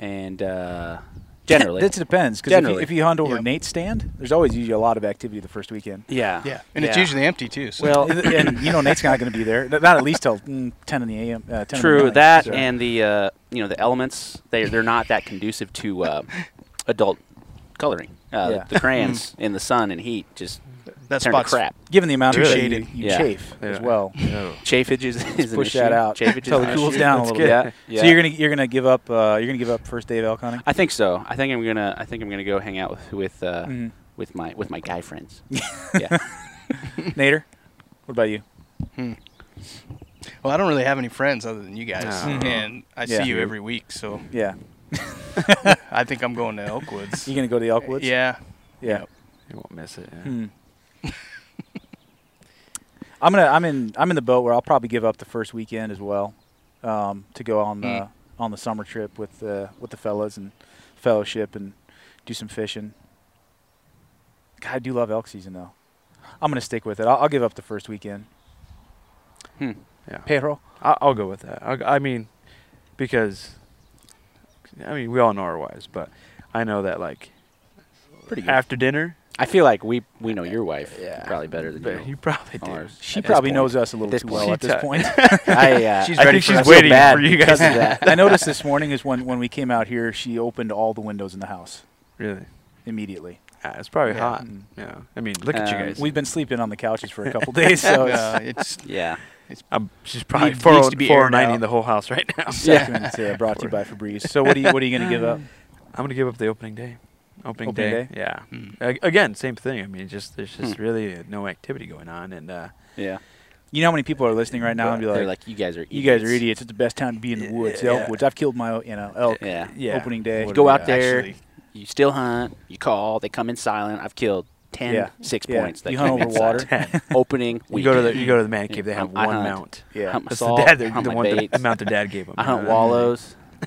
Speaker 5: and uh, generally,
Speaker 2: it depends because if, you-
Speaker 5: Generally.
Speaker 2: if you hunt over
Speaker 1: Yep.
Speaker 2: Nate's stand, there's always usually a lot of activity the first weekend.
Speaker 5: yeah,
Speaker 1: yeah, and it's usually empty too. So.
Speaker 5: well,
Speaker 2: and and, you know Nate's not going to be there. Th- Not at least till mm, 10 in the a.m. Uh, 10 in the
Speaker 5: true
Speaker 2: night,
Speaker 5: that,
Speaker 2: so-
Speaker 5: and the uh, you know the elements they they're not that conducive to uh, adult coloring. Uh,
Speaker 2: Yeah.
Speaker 5: The crayons in the sun and heat just
Speaker 1: that
Speaker 5: turn to
Speaker 1: spot's
Speaker 5: crap.
Speaker 2: given the amount of
Speaker 1: Really?
Speaker 2: shade you,
Speaker 1: Shaded.
Speaker 2: you
Speaker 5: Yeah.
Speaker 2: chafe as
Speaker 3: Yeah.
Speaker 2: well.
Speaker 3: No.
Speaker 5: Chafage is, is an
Speaker 2: push
Speaker 5: issue.
Speaker 2: that out
Speaker 5: Chafage
Speaker 2: until
Speaker 5: is
Speaker 2: it
Speaker 5: an
Speaker 2: cools
Speaker 5: issue.
Speaker 2: down a
Speaker 3: That's
Speaker 2: little
Speaker 3: good.
Speaker 2: bit.
Speaker 5: Yeah.
Speaker 2: So you're gonna you're gonna give up uh, you're gonna give up first day of elk hunting.
Speaker 5: I think so. I think I'm gonna. I think I'm gonna go hang out with with uh,
Speaker 3: Mm-hmm.
Speaker 2: Mhm.
Speaker 5: with my with my guy friends. yeah.
Speaker 2: Nader, what about you?
Speaker 1: Well, I don't really have any friends other than you guys,
Speaker 3: No. Mhm.
Speaker 1: and I
Speaker 2: Yeah.
Speaker 1: see you every week. So
Speaker 2: Yeah,
Speaker 1: I think I'm going to Elkwoods.
Speaker 2: you gonna go to the elk woods?
Speaker 1: Yeah.
Speaker 2: yeah.
Speaker 3: You won't miss it. yeah.
Speaker 2: Hmm. I'm gonna I'm in I'm in the boat where I'll probably give up the first weekend as well um, to go on the
Speaker 1: Mm.
Speaker 5: Hmm.
Speaker 2: on the summer trip with uh, with the fellas and fellowship and do some fishing. God, I do love elk season though. I'm gonna stick with it. I'll, I'll give up the first weekend.
Speaker 5: Hmm.
Speaker 3: Yeah.
Speaker 2: Pedro,
Speaker 3: I'll, I'll go with that. I'll, g- I mean, because I mean, we all know our wives, but I know that like
Speaker 5: Pretty good.
Speaker 3: after dinner,
Speaker 5: I feel like we we know your wife
Speaker 3: Yeah.
Speaker 5: probably better than
Speaker 3: but
Speaker 5: you.
Speaker 3: you probably do.
Speaker 5: Ours.
Speaker 2: She
Speaker 5: At this
Speaker 2: probably
Speaker 5: point.
Speaker 2: knows us a
Speaker 5: At
Speaker 2: little
Speaker 5: this
Speaker 2: too
Speaker 5: point.
Speaker 2: well at this point.
Speaker 5: I, uh,
Speaker 3: She's
Speaker 5: I
Speaker 3: ready
Speaker 5: think
Speaker 3: for
Speaker 5: I
Speaker 3: us.
Speaker 5: feel
Speaker 3: waiting
Speaker 5: bad
Speaker 3: for you guys.
Speaker 5: because of that.
Speaker 2: I noticed this morning is when, when we came out here, she opened all the windows in the house
Speaker 3: Really,
Speaker 2: immediately.
Speaker 3: yeah, it's probably
Speaker 2: Yeah.
Speaker 3: hot.
Speaker 2: Mm.
Speaker 3: Yeah, I mean, look at you
Speaker 5: Um,
Speaker 3: guys.
Speaker 2: We've been sleeping on the couches for a couple days, so Oh, it's
Speaker 1: uh, it's
Speaker 5: Yeah.
Speaker 3: I'm, she's probably
Speaker 1: needs- needs
Speaker 3: 40
Speaker 1: to be aired
Speaker 3: 490
Speaker 1: out.
Speaker 3: the whole house right now.
Speaker 2: segment uh, brought to you by Febreze. So what are you what are you going to give up?
Speaker 3: I'm gonna give up the opening day. Opening,
Speaker 2: Opening
Speaker 3: day,
Speaker 2: day?
Speaker 3: yeah.
Speaker 1: Hmm.
Speaker 3: A- again, same thing. I mean, just there's just
Speaker 5: Hmm.
Speaker 3: really uh, no activity going on, and uh,
Speaker 5: Yeah.
Speaker 2: You know how many people are listening right now and be
Speaker 5: They're
Speaker 2: like,
Speaker 5: like, you guys are
Speaker 2: "You guys are idiots. It's the best time to be in the woods.
Speaker 3: Yeah.
Speaker 2: Elk woods. I've killed my you know elk.
Speaker 5: Yeah.
Speaker 3: yeah.
Speaker 2: Opening day.
Speaker 3: What
Speaker 5: Go
Speaker 3: do we
Speaker 5: out
Speaker 3: got?
Speaker 5: there.
Speaker 3: Actually,
Speaker 5: You still hunt. You call. They come in silent. I've killed 10
Speaker 2: Yeah.
Speaker 5: six
Speaker 2: Yeah.
Speaker 5: points. That
Speaker 2: You hunt
Speaker 5: came
Speaker 2: over
Speaker 5: in
Speaker 2: water.
Speaker 5: silent. Opening.
Speaker 3: you go to the
Speaker 5: weekend.
Speaker 3: you go to the man cave. They have
Speaker 5: Um, I
Speaker 3: one
Speaker 5: hunt.
Speaker 3: mount.
Speaker 2: Yeah.
Speaker 5: Hunt my
Speaker 3: That's the
Speaker 5: salt.
Speaker 3: dad. The,
Speaker 5: hunt
Speaker 3: the
Speaker 5: my
Speaker 3: one that,
Speaker 5: baits.
Speaker 3: the mount their dad gave him.
Speaker 5: I hunt wallows.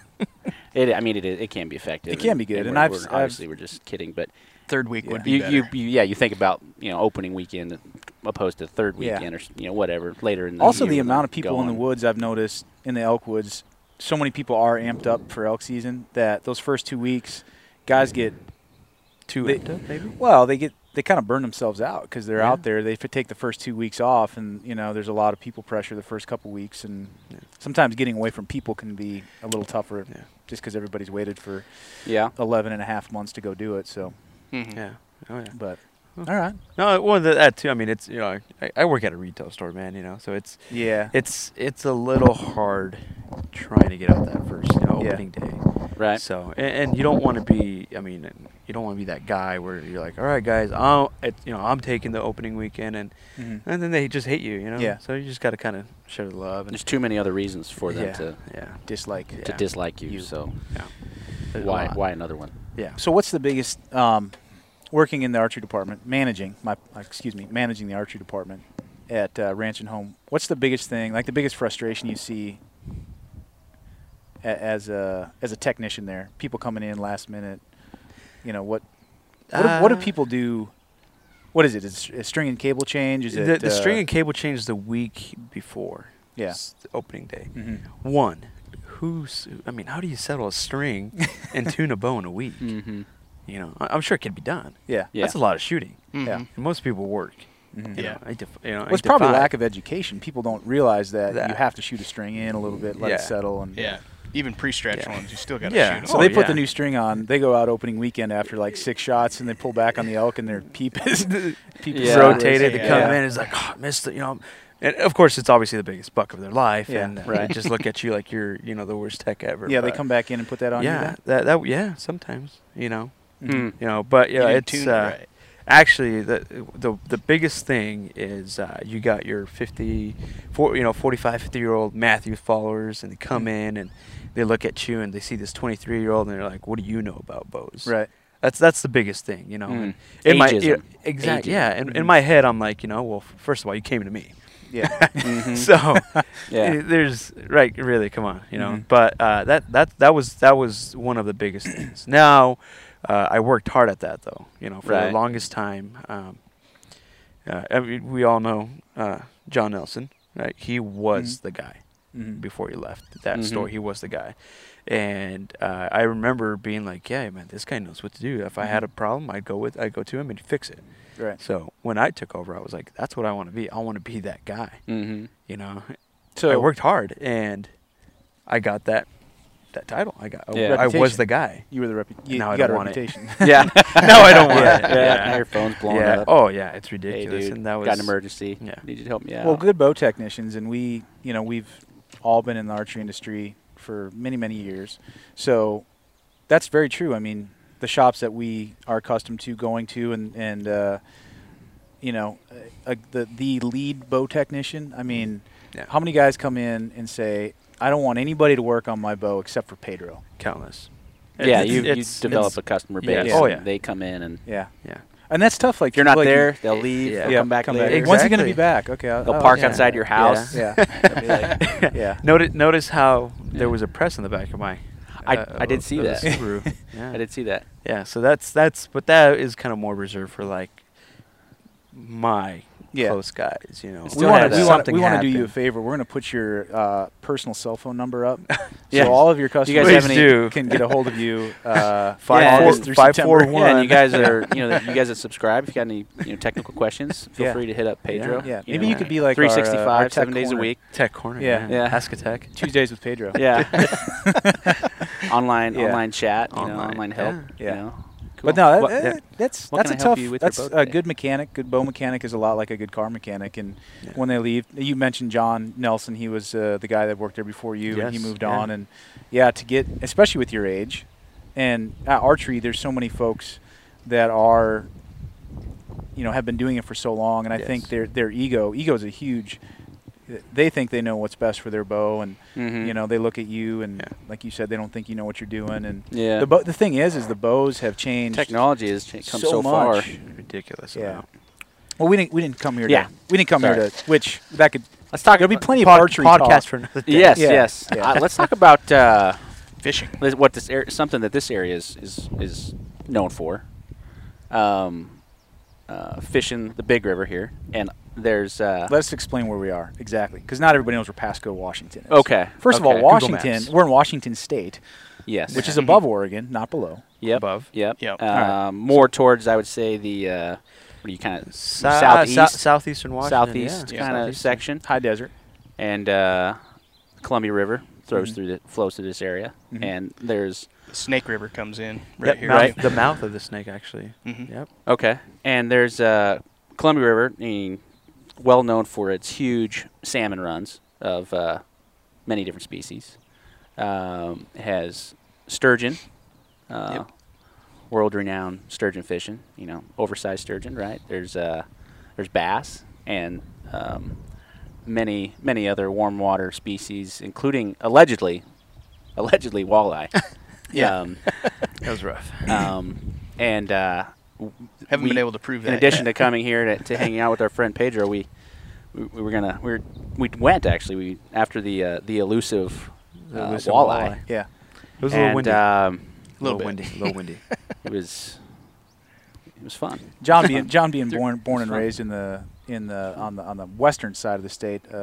Speaker 5: It, I mean, it is. It can be effective.
Speaker 2: It can be good, and
Speaker 5: we're,
Speaker 2: I've-
Speaker 5: we're,
Speaker 2: I've-
Speaker 5: obviously we're just kidding, but
Speaker 1: third week
Speaker 2: Yeah.
Speaker 1: would be
Speaker 5: you,
Speaker 1: better.
Speaker 5: you, you, yeah, you think about you know opening weekend opposed to third
Speaker 2: Yeah.
Speaker 5: weekend or s- you know whatever later in the
Speaker 2: Also,
Speaker 5: year
Speaker 2: the
Speaker 5: when
Speaker 2: amount
Speaker 5: I'm
Speaker 2: of people in the
Speaker 5: going.
Speaker 2: woods I've noticed in the elk woods, so many people are amped up for elk season that those first two weeks, guys get
Speaker 3: Two
Speaker 2: They-
Speaker 3: empty, maybe.
Speaker 2: well, they get they kind of burn themselves out because they're
Speaker 3: Yeah.
Speaker 2: out there. They f- take the first two weeks off, and you know there's a lot of people pressure the first couple weeks, and
Speaker 3: Yeah.
Speaker 2: sometimes getting away from people can be a little tougher
Speaker 3: Yeah.
Speaker 2: just because everybody's waited for
Speaker 5: Yeah,
Speaker 2: 11 and a half months to go do it. So,
Speaker 1: Mhm.
Speaker 3: Yeah. Oh yeah.
Speaker 2: but
Speaker 3: Huh.
Speaker 2: all right,
Speaker 3: No, well that, that too. I mean, it's you know, I, I work at a retail store, man. You know, so it's
Speaker 2: yeah,
Speaker 3: it's it's a little hard trying to get out that first you know,
Speaker 2: Yeah.
Speaker 3: opening day.
Speaker 5: right.
Speaker 3: So and, and you don't want to be. I mean, you don't want to be that guy where you're like, all right, guys, I'm it, you know I'm taking the opening weekend, and
Speaker 5: Hmm.
Speaker 2: Mhm.
Speaker 3: and then they just hate you, you know.
Speaker 2: Yeah.
Speaker 3: So you just got to kind of share the love and
Speaker 5: There's too many other reasons for them
Speaker 3: yeah,
Speaker 5: to
Speaker 3: yeah,
Speaker 2: dislike.
Speaker 5: to
Speaker 3: Yeah.
Speaker 5: dislike you.
Speaker 2: You.
Speaker 5: So
Speaker 3: yeah. There's a
Speaker 5: why
Speaker 3: lot.
Speaker 5: why another one?
Speaker 3: Yeah.
Speaker 2: So, what's the biggest um, working in the archery department, managing my excuse me, managing the archery department at uh, Ranch and Home? What's the biggest thing, like the biggest frustration you see a- as a as a technician there? People coming in last minute. You know what? What, do, what do
Speaker 3: Uh,
Speaker 2: people do? What is it? Is it string and cable change? Is
Speaker 3: the,
Speaker 2: it
Speaker 3: the string
Speaker 2: uh,
Speaker 3: and cable changed the week before.
Speaker 2: Yeah.
Speaker 3: s- the opening day.
Speaker 2: Mhm.
Speaker 3: One, who's? I mean, how do you settle a string and tune a bow in a week?
Speaker 5: Mm-hmm.
Speaker 3: You know, I, I'm sure it could be done.
Speaker 2: Yeah.
Speaker 5: Yeah.
Speaker 3: That's a lot of shooting.
Speaker 1: Mhm.
Speaker 2: Yeah.
Speaker 3: And most people work.
Speaker 2: Mhm.
Speaker 3: You
Speaker 1: Yeah.
Speaker 3: know, I def- you know, Mm-hmm. I
Speaker 2: Well, it's probably
Speaker 3: defy-
Speaker 2: lack of education. People don't realize that,
Speaker 3: That.
Speaker 2: you have to shoot a string in a little bit, let
Speaker 3: Yeah.
Speaker 2: it settle, and
Speaker 1: Yeah. Even pre-stretch
Speaker 3: Yeah.
Speaker 1: ones, you still got to
Speaker 3: Yeah.
Speaker 1: shoot 'em.
Speaker 2: So
Speaker 3: Oh,
Speaker 2: they put
Speaker 3: yeah.
Speaker 2: the new string on. They go out opening weekend after like six shots, and they pull back on the elk, and their peep is peep is
Speaker 5: Yeah.
Speaker 3: rotated. They
Speaker 1: Yeah.
Speaker 3: come
Speaker 2: Yeah.
Speaker 3: in, it's like, oh, missed it, you know. And of course, it's obviously the biggest buck of their life,
Speaker 2: Yeah.
Speaker 3: and uh,
Speaker 5: Right.
Speaker 3: they just look at you like you're, you know, the worst tech ever.
Speaker 2: Yeah, they
Speaker 3: but-
Speaker 2: come back in and put that on.
Speaker 3: Yeah, that that yeah, sometimes you know,
Speaker 2: you
Speaker 5: Hmm.
Speaker 3: you know, but yeah,
Speaker 1: You didn't
Speaker 3: it's
Speaker 1: tune it
Speaker 3: uh,
Speaker 1: right.
Speaker 3: actually the the the biggest thing is uh, you got your 50 four, you know 45 50 year old Matthew followers and they come
Speaker 1: Mm-hmm.
Speaker 3: in and they look at you and they see this 23 year old and they're like what do you know about bows
Speaker 2: Right.
Speaker 3: that's that's the biggest thing you know
Speaker 5: Mm.
Speaker 3: and in my
Speaker 5: Ageism.
Speaker 3: yeah, exactly
Speaker 5: Ageism.
Speaker 3: yeah in, in
Speaker 1: Mm-hmm.
Speaker 2: Mhm.
Speaker 3: my head I'm like you know well f- first of all you came to me
Speaker 2: Yeah.
Speaker 3: so
Speaker 5: Mm-hmm. Yeah. Mm-hmm.
Speaker 3: it- there's right really come on you know
Speaker 2: Mhm.
Speaker 3: but uh, that that that was that was one of the biggest things now uh, I worked hard at that though you know for the
Speaker 5: Right.
Speaker 3: longest time um, uh, I mean, we all know uh, John Nelson right he was
Speaker 5: Mm-hmm.
Speaker 2: Mhm.
Speaker 3: the guy
Speaker 2: Mhm.
Speaker 3: before he left that
Speaker 5: Mhm.
Speaker 3: store he was the guy and uh, I remember being like yeah man this guy knows what to do if I
Speaker 5: Mm-hmm.
Speaker 3: had a problem I'd go with I'd go to him and he'd fix it
Speaker 2: Right.
Speaker 3: so when I took over I was like that's what I want to be I want to be that guy
Speaker 5: Mm-hmm.
Speaker 3: you know
Speaker 2: So
Speaker 3: I worked hard and I got that that title. I got
Speaker 5: Yeah.
Speaker 3: I was
Speaker 2: Reputation.
Speaker 3: the guy.
Speaker 2: You were the repu- you,
Speaker 3: Now I
Speaker 2: you got
Speaker 3: don't
Speaker 2: a
Speaker 3: want it.
Speaker 2: reputation.
Speaker 5: Yeah.
Speaker 3: No, I don't want
Speaker 5: yeah.
Speaker 3: it.
Speaker 5: Yeah.
Speaker 3: Yeah.
Speaker 5: Now your phone's blown
Speaker 3: yeah.
Speaker 5: up.
Speaker 3: Oh yeah, it's
Speaker 5: hey,
Speaker 3: ridiculous.
Speaker 5: dude.
Speaker 3: and that was
Speaker 5: got an emergency.
Speaker 3: Yeah.
Speaker 5: Need you to help me out.
Speaker 2: Well, good bow technicians, and we, you know, we've all been in the archery industry for many, many years. So that's very true. I mean, the shops that we are accustomed to going to, and and uh, you know, uh, the the lead bow technician. I
Speaker 5: Mm-hmm.
Speaker 2: mean,
Speaker 3: Yeah.
Speaker 2: how many guys come in and say, "I don't want anybody to work on my bow except for Pedro."
Speaker 3: countless.
Speaker 5: yeah,
Speaker 3: It's-
Speaker 5: you, you
Speaker 3: it's-
Speaker 5: develop a
Speaker 3: it's-
Speaker 5: customer
Speaker 3: yeah.
Speaker 5: base.
Speaker 2: Oh,
Speaker 5: and
Speaker 3: yeah.
Speaker 5: They come in and
Speaker 2: Yeah,
Speaker 3: yeah.
Speaker 2: and that's tough. Like
Speaker 5: if you're not
Speaker 2: like you-
Speaker 5: there, they'll leave.
Speaker 3: yeah.
Speaker 5: They'll
Speaker 2: yeah,
Speaker 5: come back later.
Speaker 2: Like, When's he going to
Speaker 3: Exactly.
Speaker 2: be back? Okay, I'll,
Speaker 5: They'll
Speaker 2: I'll-
Speaker 5: park
Speaker 2: yeah.
Speaker 5: outside your house.
Speaker 2: Yeah.
Speaker 5: They'll be like,
Speaker 2: yeah.
Speaker 3: Notice notice how there
Speaker 5: Yeah.
Speaker 3: was a press in the back of my. uh,
Speaker 5: I- I did see
Speaker 3: of the
Speaker 5: that.
Speaker 3: Subaru. yeah.
Speaker 5: I did see that.
Speaker 3: Yeah. So that's that's but that is kind of more reserved for like my
Speaker 2: Yeah.
Speaker 3: close guys. You know,
Speaker 5: It's
Speaker 2: We
Speaker 5: Still
Speaker 2: want
Speaker 5: had
Speaker 2: to we
Speaker 5: that.
Speaker 2: want
Speaker 3: Something
Speaker 2: we want to do you a
Speaker 3: happen.
Speaker 2: favor. We're going to put your uh, personal cell phone number up,
Speaker 5: Yeah.
Speaker 2: so all of your
Speaker 5: you guys
Speaker 2: customers
Speaker 5: have
Speaker 3: Please
Speaker 5: any-
Speaker 3: do.
Speaker 2: can get a hold of you. Uh,
Speaker 5: Five
Speaker 2: yeah,
Speaker 5: four-
Speaker 2: August through
Speaker 3: five
Speaker 2: September.
Speaker 3: four
Speaker 5: Yeah, and
Speaker 3: one.
Speaker 5: you guys are, you know, you guys that subscribe. If you got any, you know, technical questions, feel
Speaker 2: Yeah.
Speaker 5: free to hit up Pedro.
Speaker 2: Yeah,
Speaker 5: You
Speaker 2: maybe
Speaker 5: know,
Speaker 2: you could be like our, uh,
Speaker 5: 365,
Speaker 2: our tech
Speaker 5: seven days
Speaker 2: corner.
Speaker 5: a week.
Speaker 3: Tech Corner.
Speaker 2: Yeah.
Speaker 3: yeah.
Speaker 5: Yeah.
Speaker 3: Ask a Tech.
Speaker 2: Tuesdays with Pedro.
Speaker 5: Yeah, online,
Speaker 2: Yeah.
Speaker 5: online chat, you know,
Speaker 3: Online,
Speaker 5: online help.
Speaker 3: yeah.
Speaker 5: you
Speaker 2: Yeah.
Speaker 5: know.
Speaker 2: But
Speaker 5: Cool.
Speaker 2: no, that,
Speaker 5: What-
Speaker 2: that-
Speaker 3: yeah.
Speaker 2: that's
Speaker 5: What
Speaker 2: that's a
Speaker 5: can I help
Speaker 2: tough.
Speaker 5: you with your
Speaker 2: that's
Speaker 5: boat
Speaker 2: a
Speaker 5: today?
Speaker 2: good mechanic. Good bow mechanic is a lot like a good car mechanic. And
Speaker 3: Yeah.
Speaker 2: when they leave, you mentioned John Nelson. He was uh, the guy that worked there before you, and he
Speaker 3: Yes,
Speaker 2: moved
Speaker 3: yeah.
Speaker 2: on. And yeah, to get especially with your age, and at archery, there's so many folks that are, you know, have been doing it for so long, and I think
Speaker 3: Yes.
Speaker 2: their their ego ego is a huge. They think they know what's best for their bow, and
Speaker 5: Mhm.
Speaker 2: you know they look at you, and
Speaker 3: Yeah.
Speaker 2: like you said, they don't think you know what you're doing. And
Speaker 5: Yeah.
Speaker 2: the bo- the thing is, is the bows have changed
Speaker 5: technology has cha- come so,
Speaker 2: so
Speaker 5: far.
Speaker 2: much.
Speaker 3: Ridiculous.
Speaker 2: Yeah.
Speaker 3: amount.
Speaker 2: Well, we didn't we didn't come here.
Speaker 5: Yeah.
Speaker 2: to, we didn't come here
Speaker 5: Sorry.
Speaker 2: to which that could.
Speaker 5: Let's talk.
Speaker 2: There'll be plenty of
Speaker 3: Pod-
Speaker 2: archery
Speaker 3: podcast
Speaker 2: talk.
Speaker 3: for another day.
Speaker 5: Yes,
Speaker 2: Yeah.
Speaker 5: yes.
Speaker 2: Yeah.
Speaker 5: Uh, let's talk about uh,
Speaker 1: Oh, Fishing.
Speaker 5: li- what this ar- something that this area is is, is known for. Um, uh, fishing the Big River here, and there's uh,
Speaker 2: Let us explain where we are exactly, because not everybody knows where Pasco, Washington is.
Speaker 5: Okay.
Speaker 2: First of all,
Speaker 5: Okay.
Speaker 3: Google
Speaker 2: Washington.
Speaker 3: Maps.
Speaker 2: We're in Washington State,
Speaker 5: yes,
Speaker 2: which is above Oregon, not below.
Speaker 5: yep,
Speaker 3: above.
Speaker 5: Yep.
Speaker 1: Yep.
Speaker 5: Um,
Speaker 2: All right.
Speaker 5: More towards, I would say, the uh, what do you kind of
Speaker 3: Sou-
Speaker 5: southeast,
Speaker 3: uh, sou- southeastern Washington.
Speaker 5: southeast
Speaker 3: yeah.
Speaker 5: kind of
Speaker 3: Southeastern.
Speaker 5: section,
Speaker 2: High desert.
Speaker 5: and uh, Columbia River throws
Speaker 2: Mhm.
Speaker 5: through the flows through this area,
Speaker 2: Mhm.
Speaker 5: and there's
Speaker 1: The Snake River comes in right
Speaker 3: Yep,
Speaker 1: here.
Speaker 3: mouth-
Speaker 5: Right.
Speaker 3: The mouth of the snake, actually.
Speaker 5: Mm-hmm.
Speaker 1: Mhm.
Speaker 3: Yep.
Speaker 5: okay, and there's uh, Columbia River, being well known for its huge salmon runs of uh, many different species. Um, it has sturgeon, uh,
Speaker 1: Yep.
Speaker 5: world-renowned sturgeon fishing. You know, oversized sturgeon, right? There's uh, there's bass and um, many many other warm water species, including allegedly allegedly walleye.
Speaker 1: Yeah.
Speaker 5: Um,
Speaker 3: That was rough.
Speaker 5: um, and uh, w-
Speaker 1: Haven't been
Speaker 5: we-
Speaker 1: able to prove that.
Speaker 5: in addition to coming here to, to hanging out with our friend Pedro, we we, we were gonna we were, we went actually we after the uh, the elusive,
Speaker 3: The
Speaker 5: uh,
Speaker 3: elusive
Speaker 5: walleye.
Speaker 3: walleye.
Speaker 2: Yeah.
Speaker 3: It was a little
Speaker 5: and
Speaker 3: windy.
Speaker 5: um,
Speaker 3: a little
Speaker 1: bit.
Speaker 3: windy. A little windy.
Speaker 5: it was it was fun.
Speaker 2: John being John being
Speaker 5: They're-
Speaker 2: born born and
Speaker 5: fun.
Speaker 2: raised in the in the on the on the western side of the state. Uh,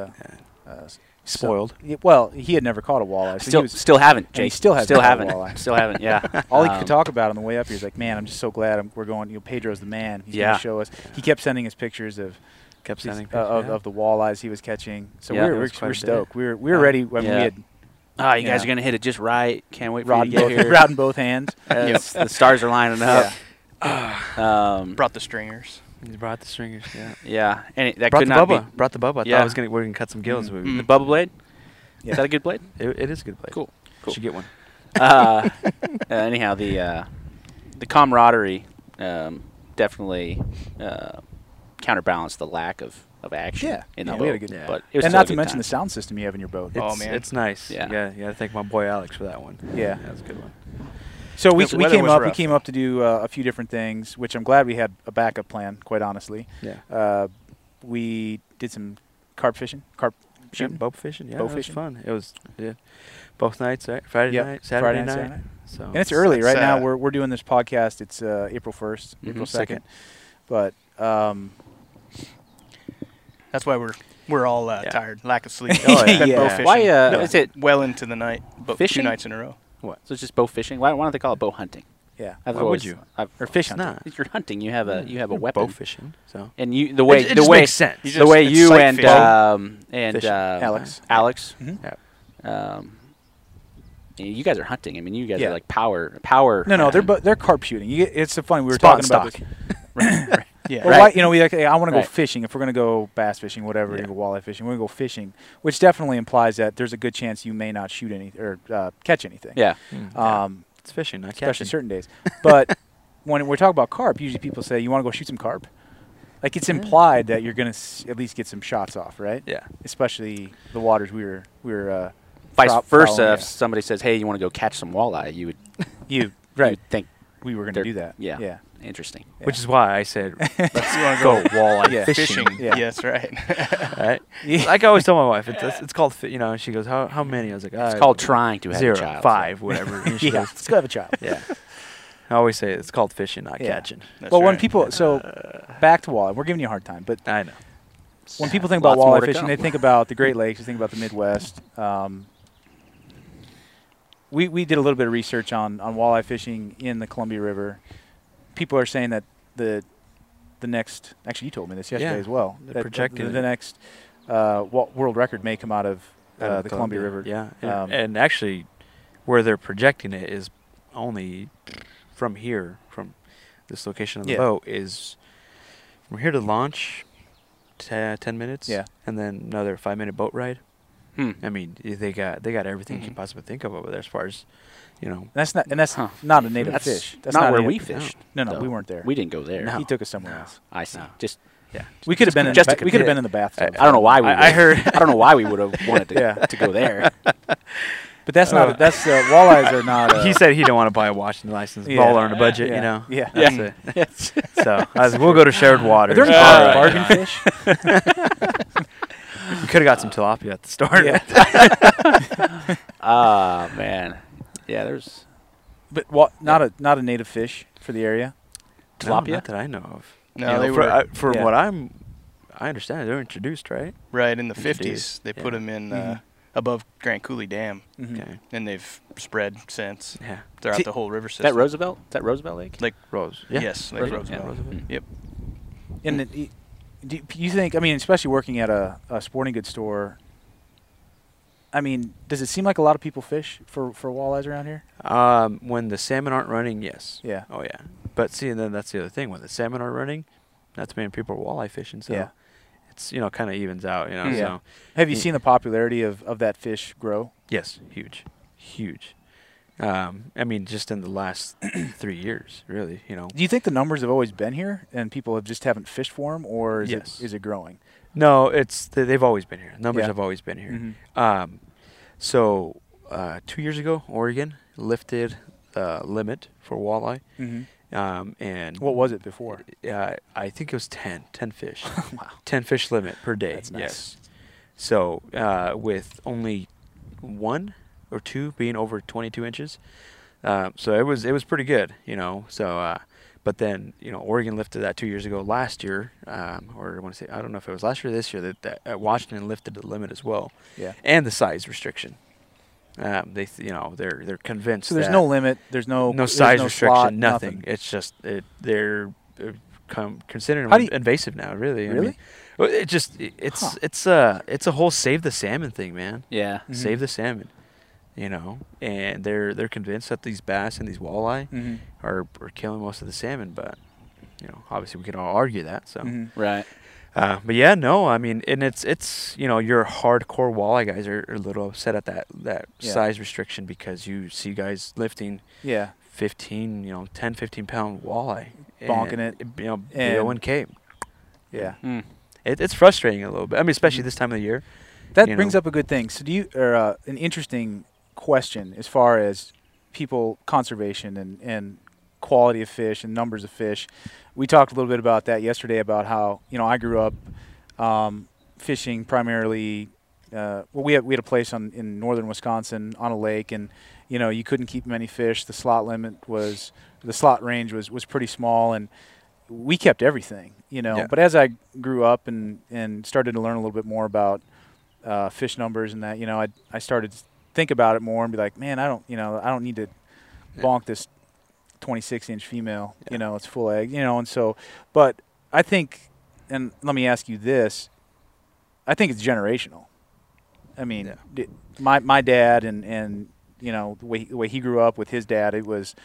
Speaker 2: uh, s- so-
Speaker 3: Spoiled.
Speaker 2: yeah, well, he had never caught a walleye. So
Speaker 5: Still
Speaker 2: he was,
Speaker 5: still haven't.
Speaker 2: and he
Speaker 5: Jake.
Speaker 2: still hasn't
Speaker 5: still
Speaker 2: caught a
Speaker 5: haven't.
Speaker 2: walleye.
Speaker 5: Still haven't. Yeah.
Speaker 2: All he could
Speaker 5: Um,
Speaker 2: talk about on the way up here is like, man, I'm just so glad I'm, we're going. You know, Pedro's the man. He's
Speaker 5: Yeah.
Speaker 2: gonna show us. He kept sending us pictures of
Speaker 3: Kept
Speaker 2: these-
Speaker 3: sending
Speaker 2: uh, of,
Speaker 3: pictures, yeah.
Speaker 2: of the walleyes he was catching. So
Speaker 5: Yeah.
Speaker 2: we
Speaker 5: It
Speaker 2: were, we
Speaker 3: was
Speaker 2: were,
Speaker 3: quite a bit.
Speaker 2: stoked. We were, we were
Speaker 3: Yeah.
Speaker 2: ready. I mean,
Speaker 5: Yeah.
Speaker 2: we had
Speaker 5: Oh, you guys
Speaker 2: Yeah.
Speaker 5: are gonna hit it just right. Can't wait for
Speaker 2: rod in
Speaker 5: you to
Speaker 2: both,
Speaker 5: get here.
Speaker 2: rod in both hands.
Speaker 5: As The stars are lining up. Um,
Speaker 1: brought the stringers.
Speaker 3: He brought the stringers. Yeah.
Speaker 5: yeah, and it, that
Speaker 3: brought
Speaker 5: could
Speaker 3: the
Speaker 5: not
Speaker 3: bubba.
Speaker 5: be
Speaker 3: Brought the bubba. I thought
Speaker 5: Yeah.
Speaker 3: I was gonna. We are gonna cut some gills. but we-
Speaker 5: the bubble blade.
Speaker 2: Yeah.
Speaker 5: Is that a good blade?
Speaker 3: It, it is a good play.
Speaker 5: Cool. Cool.
Speaker 3: Should get one.
Speaker 5: uh, uh, anyhow, the uh, the camaraderie um, definitely uh, counterbalanced the lack of, of action.
Speaker 2: Yeah.
Speaker 5: in the
Speaker 2: Yeah, we had a
Speaker 5: boat,
Speaker 2: good-
Speaker 3: Yeah.
Speaker 5: but it was
Speaker 2: and
Speaker 5: still a
Speaker 2: not to
Speaker 5: good
Speaker 2: mention
Speaker 5: time.
Speaker 2: the sound system you have in your boat.
Speaker 3: It's,
Speaker 1: man.
Speaker 3: it's nice.
Speaker 5: Oh, Yeah.
Speaker 3: yeah. Yeah. Thank my boy Alex for that one.
Speaker 2: Yeah.
Speaker 3: That was a good one.
Speaker 2: So we,
Speaker 1: Because the
Speaker 2: we
Speaker 1: weather
Speaker 2: came
Speaker 1: was
Speaker 2: up. We
Speaker 1: rough.
Speaker 2: came up to do uh, a few different things, which I'm glad we had a backup plan. Quite honestly,
Speaker 3: Yeah.
Speaker 2: uh, we did some carp fishing, carp
Speaker 3: Yeah,
Speaker 2: shooting,
Speaker 3: boat fishing. Yeah,
Speaker 2: Boat
Speaker 3: it
Speaker 2: fishing.
Speaker 3: was fun. It was yeah, both nights, right? Friday
Speaker 2: Yep,
Speaker 3: night, Saturday
Speaker 2: Friday and
Speaker 3: night.
Speaker 2: Saturday.
Speaker 3: So
Speaker 2: and it's early right
Speaker 1: it's,
Speaker 2: now.
Speaker 1: uh,
Speaker 2: We're we're doing this podcast. It's uh, April 1st April
Speaker 5: Mhm.
Speaker 2: second, but um,
Speaker 1: That's why we're we're all uh,
Speaker 3: Yeah.
Speaker 1: tired. Lack of sleep.
Speaker 2: Oh, yeah.
Speaker 1: Been bow
Speaker 2: Yeah.
Speaker 1: fishing
Speaker 5: Why uh,
Speaker 2: No.
Speaker 5: is it?
Speaker 1: well into the night, but
Speaker 5: Fishing?
Speaker 1: two nights in a row.
Speaker 3: What?
Speaker 5: So it's just bow fishing. Why, why don't they call it bow hunting?
Speaker 2: yeah,
Speaker 5: I've
Speaker 3: Why would
Speaker 5: always-
Speaker 3: you?
Speaker 5: I've,
Speaker 2: or fish
Speaker 3: It's
Speaker 2: hunting.
Speaker 3: not.
Speaker 5: you're hunting. You have a you have a
Speaker 3: You're
Speaker 5: weapon.
Speaker 3: Bow fishing. So
Speaker 5: And you the way
Speaker 3: it, it
Speaker 5: the
Speaker 3: just
Speaker 5: way
Speaker 3: makes sense.
Speaker 1: You
Speaker 5: the way
Speaker 1: it's
Speaker 5: you
Speaker 1: sight
Speaker 5: and
Speaker 1: fishing.
Speaker 5: um, and
Speaker 3: Fishing.
Speaker 5: um,
Speaker 2: Alex.
Speaker 5: Alex
Speaker 2: Mhm.
Speaker 3: Yeah.
Speaker 5: um, you guys are hunting. I mean, you guys
Speaker 2: Mm-hmm. Yeah.
Speaker 5: are like power power.
Speaker 2: No, no, they're
Speaker 5: hunting.
Speaker 2: bo- they're carp shooting. You, it's so funny. We were
Speaker 5: Spot
Speaker 2: talking about
Speaker 5: stock.
Speaker 2: this.
Speaker 1: Yeah.
Speaker 2: Well,
Speaker 5: Right.
Speaker 2: why, you know, we like, hey, I want to
Speaker 5: Right.
Speaker 2: go fishing. If we're going to go bass fishing, whatever,
Speaker 3: Yeah.
Speaker 2: you go walleye fishing, we're going to go fishing, which definitely implies that there's a good chance you may not shoot any or uh, catch anything.
Speaker 5: Yeah.
Speaker 3: Mm, yeah.
Speaker 2: Um,
Speaker 3: it's fishing, not
Speaker 2: especially
Speaker 3: catching.
Speaker 2: certain days. But when we're talking about carp, usually people say, "You want to go shoot some carp?" Like it's
Speaker 5: Mm-hmm.
Speaker 2: implied that you're going to s- at least get some shots off, right?
Speaker 3: Yeah.
Speaker 2: Especially the waters we were we were. Uh,
Speaker 5: Vice
Speaker 2: fro-
Speaker 5: versa,
Speaker 2: following.
Speaker 5: if somebody says, "Hey, you want to go catch some walleye?" You would
Speaker 2: you right.
Speaker 5: you'd think
Speaker 2: We were going to
Speaker 5: they're-
Speaker 2: do that.
Speaker 5: Yeah.
Speaker 2: Yeah.
Speaker 5: Interesting.
Speaker 3: Which is why I said
Speaker 1: Let's you wanna
Speaker 3: go
Speaker 1: go
Speaker 3: walleye
Speaker 2: Yeah.
Speaker 3: fishing.
Speaker 1: fishing.
Speaker 2: Yeah.
Speaker 1: Yes, right.
Speaker 3: Right? Like I always tell my wife, it's, it's, it's called, fi- you know, and she goes, how, how many? I was like,
Speaker 5: It's
Speaker 3: "Uh,
Speaker 5: called trying to have
Speaker 3: zero,
Speaker 5: a child.
Speaker 3: five, whatever. And she
Speaker 2: yeah.
Speaker 3: goes,
Speaker 2: Let's go have a child.
Speaker 3: yeah. I always say it's called fishing, not
Speaker 2: Yeah.
Speaker 3: catching.
Speaker 1: That's
Speaker 2: well, when
Speaker 1: right.
Speaker 2: Uh, people so back to walleye, we're giving you a hard time, but
Speaker 3: I know.
Speaker 2: When people think about
Speaker 5: Lots more
Speaker 2: walleye
Speaker 5: to
Speaker 2: fishing,
Speaker 5: come.
Speaker 2: they think about the Great Lakes, they think about the Midwest. Um, we, we did a little bit of research on, on walleye fishing in the Columbia River. People are saying that the the next actually you told me this yesterday
Speaker 3: Yeah,
Speaker 2: as well.
Speaker 3: they're
Speaker 2: that the-
Speaker 3: projecting
Speaker 2: the,
Speaker 3: it.
Speaker 2: the next uh, wo- world record may come out of uh,
Speaker 3: out of
Speaker 2: the Columbia, River.
Speaker 3: Yeah, and,
Speaker 2: Um,
Speaker 3: and actually, where they're projecting it is only from here, from this location of the
Speaker 2: Yeah.
Speaker 3: boat is from here to launch, te- ten minutes.
Speaker 2: Yeah.
Speaker 3: and then another five minute boat ride.
Speaker 5: Hmm.
Speaker 3: I mean, y- they got they got everything you
Speaker 2: Mm-hmm.
Speaker 1: Mhm.
Speaker 3: could possibly think of over there as far as, you know,
Speaker 2: And that's not and that's
Speaker 5: Huh.
Speaker 2: not a native
Speaker 5: That's
Speaker 2: fish. That's
Speaker 5: not
Speaker 2: a
Speaker 5: where
Speaker 2: native
Speaker 5: we
Speaker 2: fish.
Speaker 5: fished,
Speaker 2: No, no,
Speaker 5: though.
Speaker 2: we weren't there.
Speaker 5: We didn't go there.
Speaker 3: No.
Speaker 2: He took us somewhere
Speaker 3: No.
Speaker 2: else.
Speaker 5: I see.
Speaker 3: No.
Speaker 5: Just
Speaker 3: yeah.
Speaker 2: We could have been in
Speaker 5: just
Speaker 2: the
Speaker 5: to
Speaker 2: ba- we could have
Speaker 3: compare.
Speaker 2: been in the bathtub.
Speaker 5: I don't know why we.
Speaker 3: I-
Speaker 5: would
Speaker 3: I heard-
Speaker 5: I don't know why we would have wanted to,
Speaker 2: Yeah.
Speaker 5: to go there.
Speaker 2: But that's not a- that's uh, walleyes are not. Uh,
Speaker 3: he said he don't want to buy a Washington license
Speaker 2: Yeah.
Speaker 3: baller on a budget,
Speaker 2: Yeah.
Speaker 3: you know.
Speaker 2: Yeah.
Speaker 3: That's
Speaker 5: Yeah.
Speaker 3: it. so I was, we'll go to shared water.
Speaker 2: Are there any bar-
Speaker 5: Uh,
Speaker 2: bargain fish?
Speaker 3: You could have got some tilapia at the store.
Speaker 2: Yeah.
Speaker 5: Ah man, yeah. There's
Speaker 2: But wa- not a not a native fish for the area.
Speaker 3: No,
Speaker 5: Tilapia?
Speaker 3: not that I know of.
Speaker 1: No,
Speaker 3: You know,
Speaker 1: they
Speaker 3: for, uh,
Speaker 1: were
Speaker 3: I, from
Speaker 2: yeah.
Speaker 3: what I'm, I understand they're introduced, right?
Speaker 1: right in the
Speaker 3: Introduced,
Speaker 1: fifties. They put 'em
Speaker 3: yeah.
Speaker 1: put them in
Speaker 2: Mhm.
Speaker 1: uh, above Grand Coulee Dam,
Speaker 2: Mhm.
Speaker 3: Okay.
Speaker 1: and they've spread since
Speaker 3: Yeah.
Speaker 1: throughout
Speaker 5: Ti-
Speaker 1: the whole river
Speaker 5: is
Speaker 1: system.
Speaker 5: that Roosevelt. Is that Roosevelt Lake.
Speaker 1: Like
Speaker 3: Rose. Yeah.
Speaker 1: yes, like
Speaker 3: Roosevelt,
Speaker 1: Roosevelt.
Speaker 5: yeah. Mm.
Speaker 1: Yep.
Speaker 2: And it, y- do you think? I mean, especially working at a, a sporting goods store. I mean, does it seem like a lot of people fish for for walleyes around here?
Speaker 3: Um, when the salmon aren't running, yes.
Speaker 2: Yeah.
Speaker 3: Oh yeah. But see, and then that's the other thing. When the salmon aren't running, not too many people are walleye fishing. So
Speaker 2: Yeah.
Speaker 3: it's you know kind of evens out. You know.
Speaker 2: Yeah.
Speaker 3: So
Speaker 2: Have you
Speaker 3: Yeah.
Speaker 2: seen the popularity of, of that fish grow?
Speaker 3: yes, huge, huge. Um, I mean, just in the last three years, really. You know.
Speaker 2: Do you think the numbers have always been here and people have just haven't fished for them, or is
Speaker 3: Yes.
Speaker 2: it is it growing?
Speaker 3: No, it's th- they've always been here. Numbers
Speaker 2: Yeah.
Speaker 3: have always been here. Um, so uh, two years ago, Oregon lifted the limit for walleye,
Speaker 2: hmm
Speaker 3: um, and
Speaker 2: What was it before?
Speaker 3: uh, I think it was 10, 10 fish,
Speaker 2: wow.
Speaker 3: ten fish limit per day.
Speaker 2: That's nice.
Speaker 3: Yes. So uh, with only one or two being over twenty-two inches, um, so it was it was pretty good, you know. So. Uh, but then, you know, Oregon lifted that two years ago. Last year, um, or I want to say, I don't know if it was last year or this year, that, that uh, Washington lifted the limit as well
Speaker 2: Yeah.
Speaker 3: and the size restriction. Um, they, th- you know, they're they're convinced.
Speaker 2: So there's
Speaker 3: that
Speaker 2: no limit. There's no
Speaker 3: no
Speaker 2: there's
Speaker 3: size
Speaker 2: no
Speaker 3: restriction,
Speaker 2: slot,
Speaker 3: nothing. It's just it, they're uh, com- considering
Speaker 2: How
Speaker 3: them
Speaker 2: do you-
Speaker 3: invasive now. Really, I mean,
Speaker 2: Really?
Speaker 3: well, it just it- it's
Speaker 2: Huh.
Speaker 3: it's a it's a whole save the salmon thing, man.
Speaker 5: Yeah.
Speaker 2: Mhm.
Speaker 3: Save the salmon, you know. And they're they're convinced that these bass and these walleye
Speaker 2: Mhm.
Speaker 3: are are killing most of the salmon, but you know, obviously we can all argue that. So.
Speaker 2: Mhm.
Speaker 5: Right.
Speaker 3: Uh, but yeah, no, I mean, and it's it's you know your hardcore walleye guys are, are a little upset at that that
Speaker 2: Yeah.
Speaker 3: size restriction because you see guys lifting
Speaker 2: Yeah.
Speaker 3: 15, you know, 10, 15 pound walleye,
Speaker 2: Bonking
Speaker 3: and,
Speaker 2: it.
Speaker 3: you know,
Speaker 2: And-
Speaker 3: BO and K.
Speaker 2: Yeah.
Speaker 5: Mm.
Speaker 3: It, it's frustrating a little bit. I mean, especially
Speaker 2: Mm.
Speaker 3: this time of the year.
Speaker 2: That
Speaker 3: you
Speaker 2: brings
Speaker 3: know?
Speaker 2: up a good thing. So, do you or uh, an interesting question as far as people conservation and and quality of fish and numbers of fish? We talked a little bit about that yesterday about how you know I grew up um, fishing primarily. Uh, well, we had we had a place on in northern Wisconsin on a lake, and you know you couldn't keep many fish. The slot limit was the slot range was was pretty small, and we kept everything. You know,
Speaker 3: Yeah.
Speaker 2: but as I grew up and and started to learn a little bit more about uh, fish numbers and that, you know, I I started to think about it more and be like, man, I don't, you know, I don't need to bonk this 26 inch female. You know, it's full egg. You know, and so, but I think, and let me ask you this, I think it's generational. I mean,
Speaker 3: Yeah.
Speaker 2: d- my my dad and and you know the way the way he grew up with his dad, it was.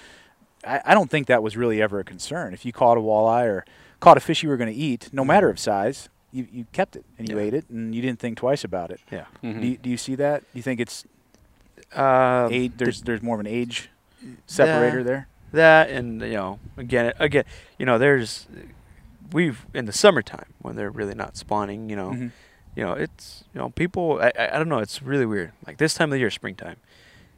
Speaker 2: I, I don't think that was really ever a concern. If you caught a walleye or caught a fish you were going to eat, no matter of size, you, you kept it and you
Speaker 3: Mm-hmm. Yeah.
Speaker 2: ate it and you didn't think twice about it.
Speaker 3: Yeah.
Speaker 2: Do, you, do you see that? Do you think it's
Speaker 3: Um,
Speaker 2: age? There's there's more of an age separator there.
Speaker 3: that and you know again again you know there's we've in the summertime when they're really not spawning you know
Speaker 2: Mhm.
Speaker 3: you know it's you know people I, I I don't know it's really weird like this time of the year springtime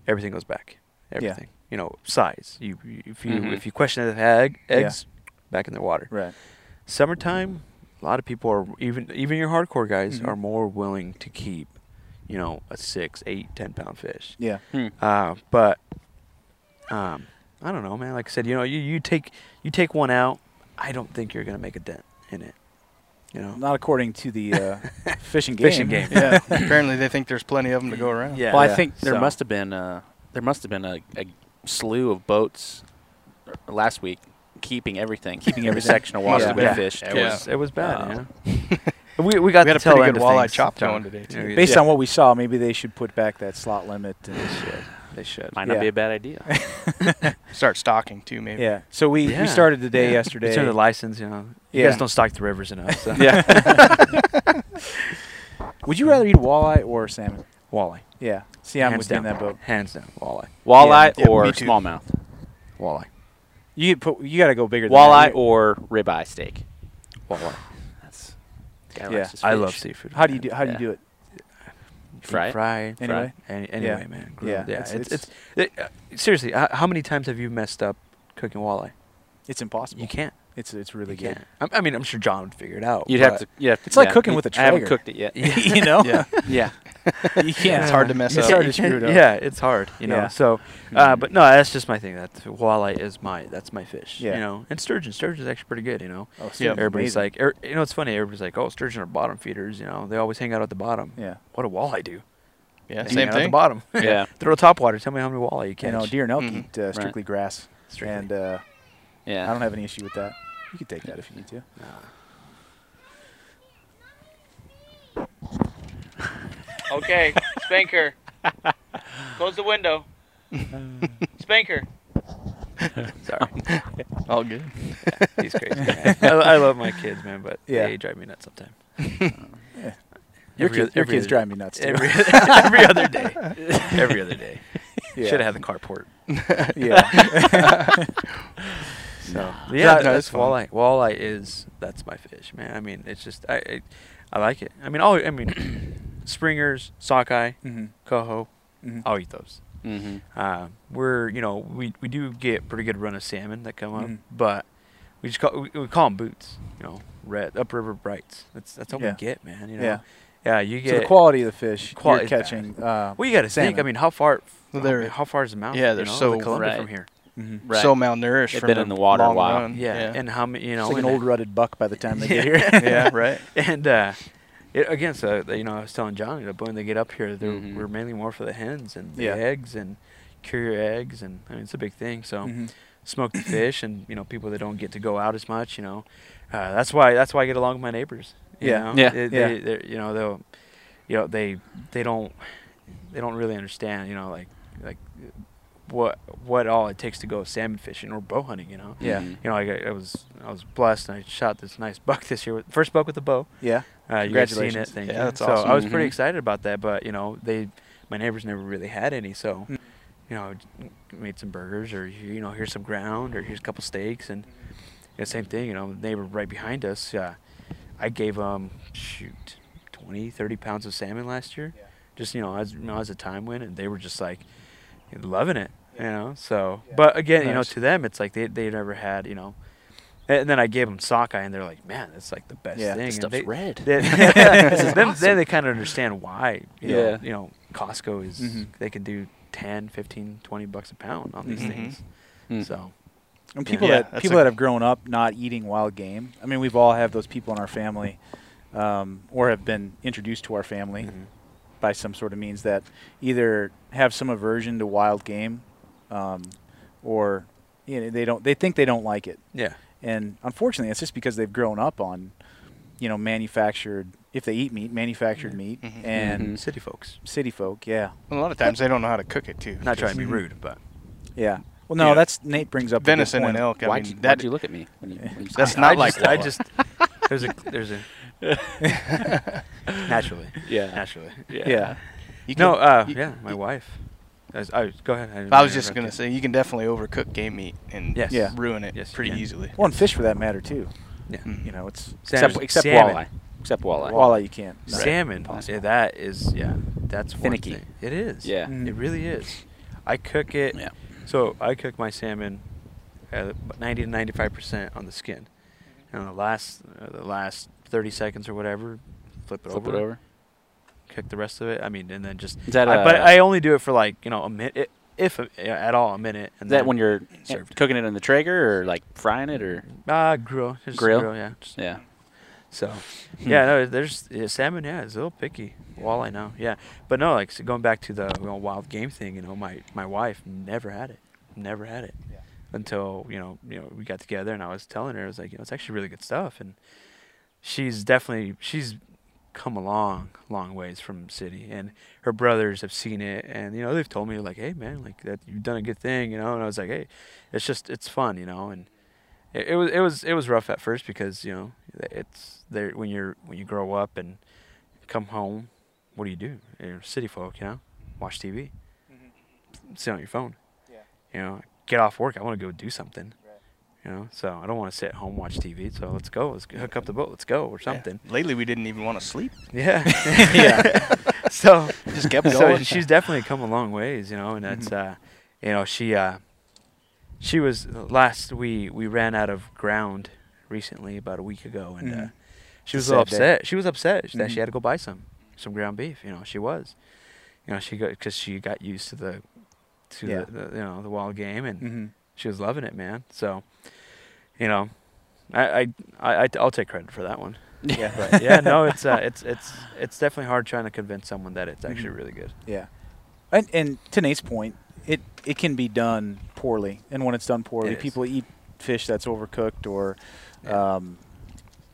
Speaker 3: everything goes back everything you know size you, you if you
Speaker 5: Mhm.
Speaker 3: if you question if it had egg,
Speaker 2: Mm-hmm. Yeah.
Speaker 3: eggs back in the water
Speaker 2: Right.
Speaker 3: summertime a lot of people are even even your hardcore guys
Speaker 2: Mhm.
Speaker 3: are more willing to keep you know a six eight ten pound fish
Speaker 2: Yeah.
Speaker 5: Hmm.
Speaker 3: uh, but um, I don't know, man. Like I said, you know, you, you take you take one out. I don't think you're gonna make a dent in it. You know.
Speaker 2: Not according to the uh, fishing game.
Speaker 3: Fishing game.
Speaker 2: Yeah.
Speaker 1: Apparently, they think there's plenty of them to go around.
Speaker 3: Yeah.
Speaker 5: well, I
Speaker 3: yeah,
Speaker 5: think there
Speaker 3: so.
Speaker 5: must have been uh, there must have been a, a slew of boats last week keeping everything, keeping every
Speaker 2: everything.
Speaker 5: section of water
Speaker 1: Must
Speaker 5: that
Speaker 1: have
Speaker 5: we
Speaker 1: been.
Speaker 5: fished.
Speaker 3: It
Speaker 1: Yeah.
Speaker 3: was it was bad.
Speaker 5: Um,
Speaker 3: you know? we we got
Speaker 1: We had
Speaker 3: the
Speaker 1: a
Speaker 3: tail
Speaker 1: pretty
Speaker 3: end
Speaker 1: good
Speaker 3: of
Speaker 1: walleye
Speaker 3: things,
Speaker 1: chop
Speaker 3: so,
Speaker 1: going today,
Speaker 3: you know,
Speaker 1: too.
Speaker 3: we-
Speaker 2: Based
Speaker 1: Yeah.
Speaker 2: on what we saw, maybe they should put back that slot limit. And
Speaker 3: they should.
Speaker 5: Might
Speaker 2: Yeah.
Speaker 5: not be a bad idea.
Speaker 1: Start stalking too, maybe.
Speaker 2: yeah. So we,
Speaker 3: Yeah.
Speaker 2: we started the day
Speaker 3: Yeah.
Speaker 2: yesterday.
Speaker 3: It's in the license, you know. You
Speaker 2: Yeah.
Speaker 3: guys don't stock the rivers enough. So.
Speaker 2: yeah. Would you rather eat walleye or salmon?
Speaker 3: Walleye.
Speaker 2: Yeah. See, I'm
Speaker 3: Hands
Speaker 2: within
Speaker 3: down.
Speaker 2: that boat.
Speaker 3: Hands down. Walleye.
Speaker 5: Walleye
Speaker 1: Yeah, me
Speaker 5: or
Speaker 1: too.
Speaker 5: smallmouth.
Speaker 3: Walleye.
Speaker 2: You put, you got to go bigger.
Speaker 5: Walleye
Speaker 2: than that.
Speaker 5: or ribeye steak.
Speaker 3: Walleye.
Speaker 5: That's guy
Speaker 2: Yeah.
Speaker 5: likes his
Speaker 3: I
Speaker 5: fish.
Speaker 3: love seafood.
Speaker 2: How do you do? How do
Speaker 5: Yeah.
Speaker 2: you do it?
Speaker 3: Deep
Speaker 5: Fry it?
Speaker 3: Fry.
Speaker 2: Anyway?
Speaker 3: fry. Any, anyway, man. Grilled.
Speaker 2: Yeah,
Speaker 3: Yeah. It's,
Speaker 2: it's-
Speaker 3: it's, it- uh, seriously. h- How many times have you messed up cooking walleye?
Speaker 2: It's impossible.
Speaker 3: You can't.
Speaker 2: It's it's really
Speaker 3: you
Speaker 2: good.
Speaker 3: can't. I, I mean, I'm sure John would figure it out.
Speaker 5: You'd have
Speaker 3: but-
Speaker 5: to. You'd have to
Speaker 2: It's like
Speaker 5: yeah,
Speaker 2: cooking
Speaker 5: you-
Speaker 2: with a
Speaker 5: I haven't
Speaker 2: Traeger.
Speaker 5: cooked it yet.
Speaker 2: you know?
Speaker 1: Yeah.
Speaker 5: yeah.
Speaker 2: Oh, you can't.
Speaker 1: It's hard to mess
Speaker 2: You
Speaker 1: up.
Speaker 2: start to
Speaker 3: You
Speaker 2: screw
Speaker 3: can't-
Speaker 2: it up.
Speaker 3: Yeah, it's hard, you know.
Speaker 2: Yeah. Mm-hmm.
Speaker 3: So, uh, but no, that's just my thing. That walleye is my that's my fish.
Speaker 2: Yeah.
Speaker 3: You know, and sturgeon, sturgeon's actually pretty good. You know,
Speaker 2: Oh,
Speaker 1: Yeah.
Speaker 2: Steve's
Speaker 3: everybody's
Speaker 2: amazing.
Speaker 3: like, er, you know, it's funny. Everybody's like, oh, sturgeon are bottom feeders. You know, they always hang out at the bottom.
Speaker 2: yeah.
Speaker 3: What do walleye do?
Speaker 1: Yeah,
Speaker 3: They hang
Speaker 1: same
Speaker 3: out At the
Speaker 1: thing.
Speaker 3: bottom.
Speaker 5: Yeah.
Speaker 3: They're a top water. Tell me how many walleye you
Speaker 2: You
Speaker 3: catch. Mm-hmm.
Speaker 2: know, deer and elk
Speaker 1: Mhm.
Speaker 2: eat uh, strictly grass,
Speaker 3: Strictly.
Speaker 2: and uh,
Speaker 5: Yeah.
Speaker 2: I don't have any issue with that. You can take that if you need to.
Speaker 6: Okay, spank her. Close the window. Spank her.
Speaker 3: Sorry,
Speaker 1: All good.
Speaker 3: he's crazy. man. I, I love my kids, man, but
Speaker 2: Yeah.
Speaker 3: they drive me nuts sometimes.
Speaker 2: Your,
Speaker 3: Every
Speaker 2: kid,
Speaker 3: oth-
Speaker 2: your
Speaker 3: every
Speaker 2: kids
Speaker 3: other-
Speaker 2: drive me nuts. Too.
Speaker 3: Every, every other day. Every other day.
Speaker 2: yeah.
Speaker 3: Should have had the carport.
Speaker 2: Yeah.
Speaker 3: So yeah,
Speaker 1: no,
Speaker 3: that's
Speaker 1: it's fun.
Speaker 3: walleye. Walleye is that's my fish, man. I mean, it's just I, I, I like it. I mean, all I mean, springers, sockeye,
Speaker 2: Mhm.
Speaker 3: coho,
Speaker 2: Mhm.
Speaker 3: I'll eat those.
Speaker 5: Mm-hmm.
Speaker 3: Uh, we're you know we we do get pretty good run of salmon that come up,
Speaker 2: Mhm.
Speaker 3: but we just call we, we call them boots. You know, red upriver brights. That's that's all
Speaker 2: Yeah.
Speaker 3: we get, man. You know,
Speaker 2: Yeah.
Speaker 3: yeah, yeah you
Speaker 2: So
Speaker 3: get.
Speaker 2: the quality of the fish you're
Speaker 3: Quality's bad.
Speaker 2: catching. Uh,
Speaker 3: well, you got to think. I
Speaker 2: salmon.
Speaker 3: mean, how far?
Speaker 1: Well,
Speaker 3: How,
Speaker 1: they're-
Speaker 3: how far is the mountain?
Speaker 1: yeah,
Speaker 3: you
Speaker 1: they're
Speaker 3: know,
Speaker 1: so-
Speaker 3: the Columbia
Speaker 5: Right.
Speaker 3: from here.
Speaker 2: mhm.
Speaker 5: Right.
Speaker 1: So malnourished.
Speaker 5: They've
Speaker 1: from
Speaker 5: been in the water a
Speaker 1: long
Speaker 5: while.
Speaker 1: run.
Speaker 3: Yeah. and how many? You know,
Speaker 2: it's like an
Speaker 3: and-
Speaker 2: old rutted buck by the time they get here.
Speaker 3: Yeah.
Speaker 1: yeah, right.
Speaker 3: And uh, it, again, so you know, I was telling Johnny that when they get up here, they're,
Speaker 5: Mhm.
Speaker 3: we're mainly more for the hens and the
Speaker 2: Yeah.
Speaker 3: eggs and cure your eggs, and I mean it's a big thing. So
Speaker 2: Mhm.
Speaker 3: smoke the fish, and you know, people that don't get to go out as much, you know, uh, that's why that's why I get along with my neighbors. You
Speaker 2: Yeah.
Speaker 3: know?
Speaker 5: Yeah.
Speaker 3: They,
Speaker 2: Yeah.
Speaker 3: They, they're- you know, they'll, you know, they they don't they don't really understand. You know, like like what what all it takes to go salmon fishing or bow hunting. You know.
Speaker 2: Yeah.
Speaker 3: You know, I, got- I was I was blessed, and I shot this nice buck this year. With, first buck with a bow.
Speaker 2: Yeah.
Speaker 3: Uh, you guys seen it?
Speaker 2: Congratulations.
Speaker 3: Thank
Speaker 1: Yeah,
Speaker 3: you.
Speaker 1: that's
Speaker 3: so
Speaker 1: awesome.
Speaker 3: I was pretty
Speaker 5: Mhm.
Speaker 3: excited about that, but you know, they, my neighbors never really had any, so
Speaker 2: Mm.
Speaker 3: you know, made some burgers or you know, here's some ground or here's a couple steaks and you know, same thing. You know, the neighbor right behind us, uh, I gave him shoot 20, 30 pounds of salmon last year, just you know, as you know, as the time went, and they were just like loving it, you know. So, but again, you know,
Speaker 2: Nice.
Speaker 3: to them, it's like they they never had, you know. And then I gave them sockeye, and they're like, "Man, that's like the best
Speaker 2: Yeah.
Speaker 3: thing."
Speaker 5: This
Speaker 3: And
Speaker 5: stuff's
Speaker 3: they-
Speaker 5: red.
Speaker 3: then, then, then they kind of understand why. You know,
Speaker 5: Yeah.
Speaker 3: you know, Costco is
Speaker 2: Mhm.
Speaker 3: they can do 10, 15, 20 bucks a pound on these
Speaker 1: Mhm.
Speaker 3: things.
Speaker 5: Mm.
Speaker 3: So
Speaker 2: And people
Speaker 1: Yeah,
Speaker 2: that
Speaker 1: that's
Speaker 2: people
Speaker 1: a-
Speaker 2: that have grown up not eating wild game. I mean, we've all have those people in our family, um, or have been introduced to our family
Speaker 1: Mm-hmm.
Speaker 2: by some sort of means that either have some aversion to wild game, um, or you know they don't they think they don't like it,
Speaker 3: yeah,
Speaker 2: and unfortunately, it's just because they've grown up on, you know, manufactured if they eat meat, manufactured meat,
Speaker 1: Mhm.
Speaker 2: and
Speaker 5: Mhm.
Speaker 3: city folks.
Speaker 2: city folk, yeah,
Speaker 1: A lot of times they don't know how to cook it too.
Speaker 3: Not trying to be
Speaker 2: Mhm.
Speaker 3: rude, but
Speaker 2: yeah. Well, no,
Speaker 1: Yeah.
Speaker 2: that's Nate brings up a good
Speaker 1: venison and
Speaker 2: point.
Speaker 1: elk. I
Speaker 5: Why'd,
Speaker 1: mean,
Speaker 5: you,
Speaker 1: that
Speaker 5: why'd you look at me? When you, when you said
Speaker 1: That's
Speaker 5: that?
Speaker 1: not
Speaker 3: I
Speaker 1: like
Speaker 3: just, I
Speaker 1: Wawa.
Speaker 3: just there's a there's a naturally
Speaker 5: Yeah.
Speaker 3: naturally.
Speaker 2: Yeah,
Speaker 1: you
Speaker 3: No,
Speaker 1: can-
Speaker 3: uh,
Speaker 1: you-
Speaker 3: yeah, my wife. I was, I was- go ahead. didn't
Speaker 1: I was
Speaker 3: mean to
Speaker 1: just
Speaker 3: interrupt
Speaker 1: gonna
Speaker 3: you.
Speaker 1: say you can definitely overcook game meat and
Speaker 3: Yes.
Speaker 2: Yeah.
Speaker 1: ruin it
Speaker 3: Yes, you
Speaker 1: pretty
Speaker 3: can.
Speaker 1: easily.
Speaker 2: well, and fish for that matter too.
Speaker 3: Yeah.
Speaker 1: Mm.
Speaker 2: You know, it's
Speaker 5: Except,
Speaker 3: Salmon-
Speaker 5: except
Speaker 3: salmon.
Speaker 5: walleye. Except walleye.
Speaker 2: walleye you can't. No.
Speaker 3: Salmon,
Speaker 5: Impossible.
Speaker 3: yeah, that is yeah, that's one
Speaker 5: Finicky.
Speaker 3: thing. It is.
Speaker 5: Yeah.
Speaker 2: Mm.
Speaker 3: it really is. I cook it.
Speaker 5: Yeah.
Speaker 3: So I cook my salmon at about 90 to 95 percent on the skin, and the last uh, the last 30 seconds or whatever, flip it
Speaker 5: Flip
Speaker 3: over,
Speaker 5: it over.
Speaker 3: cook the rest of it. I mean, and then just.
Speaker 5: Is that,
Speaker 3: I- but
Speaker 5: uh,
Speaker 3: I only do it for like you know a minute, if uh, at all, a minute. And
Speaker 5: Is that
Speaker 3: then-
Speaker 5: when you're
Speaker 3: served.
Speaker 5: cooking it in the Traeger or like frying it or
Speaker 3: Ah, grill, just
Speaker 5: Grill?
Speaker 3: grill, yeah, just
Speaker 5: yeah?
Speaker 3: So, yeah, no, there's yeah, salmon. Yeah, it's a little picky. Walleye now, yeah, but no, like so going back to the you know, wild game thing. You know, my my wife never had it, never had it, until you know you know we got together and I was telling her I was like you know it's actually really good stuff and she's definitely she's come a long long ways from city and her brothers have seen it and you know they've told me like hey man like that you've done a good thing you know and I was like hey it's just it's fun you know and it, it was it was it was rough at first because you know it's there when you're when you grow up and come home what do you do you're city folk you know watch tv sit on your phone
Speaker 1: Yeah.
Speaker 3: you know get off work i want to go do something you know so i don't want to sit at home watch tv so let's go let's hook up the boat let's go or something
Speaker 1: Lately, we didn't even want to sleep.
Speaker 3: yeah yeah so
Speaker 1: Just kept
Speaker 3: so
Speaker 1: going.
Speaker 3: she's definitely come a long ways, you know, and that's
Speaker 2: Mm-hmm.
Speaker 3: uh, you know she uh, she was uh, last we we ran out of ground recently about a week ago, and uh,
Speaker 2: Mhm.
Speaker 3: she was
Speaker 2: a
Speaker 3: a little
Speaker 2: sad day.
Speaker 3: upset. She was upset that
Speaker 2: Mhm.
Speaker 3: she had to go buy some some ground beef. You know, she was, you know, she got because she got used to the to
Speaker 2: Yeah.
Speaker 3: the, the you know the wild game, and
Speaker 2: Mm-hmm.
Speaker 3: she was loving it, man. So, you know, I I I I'll take credit for that one.
Speaker 5: Yeah.
Speaker 3: But yeah, no, it's uh, it's it's it's definitely hard trying to convince someone that it's actually
Speaker 2: Mhm.
Speaker 3: really good.
Speaker 2: Yeah, and and to Nate's point, it it can be done poorly, and when it's done poorly,
Speaker 3: It is.
Speaker 2: people eat fish that's overcooked or,
Speaker 3: Yeah.
Speaker 2: um,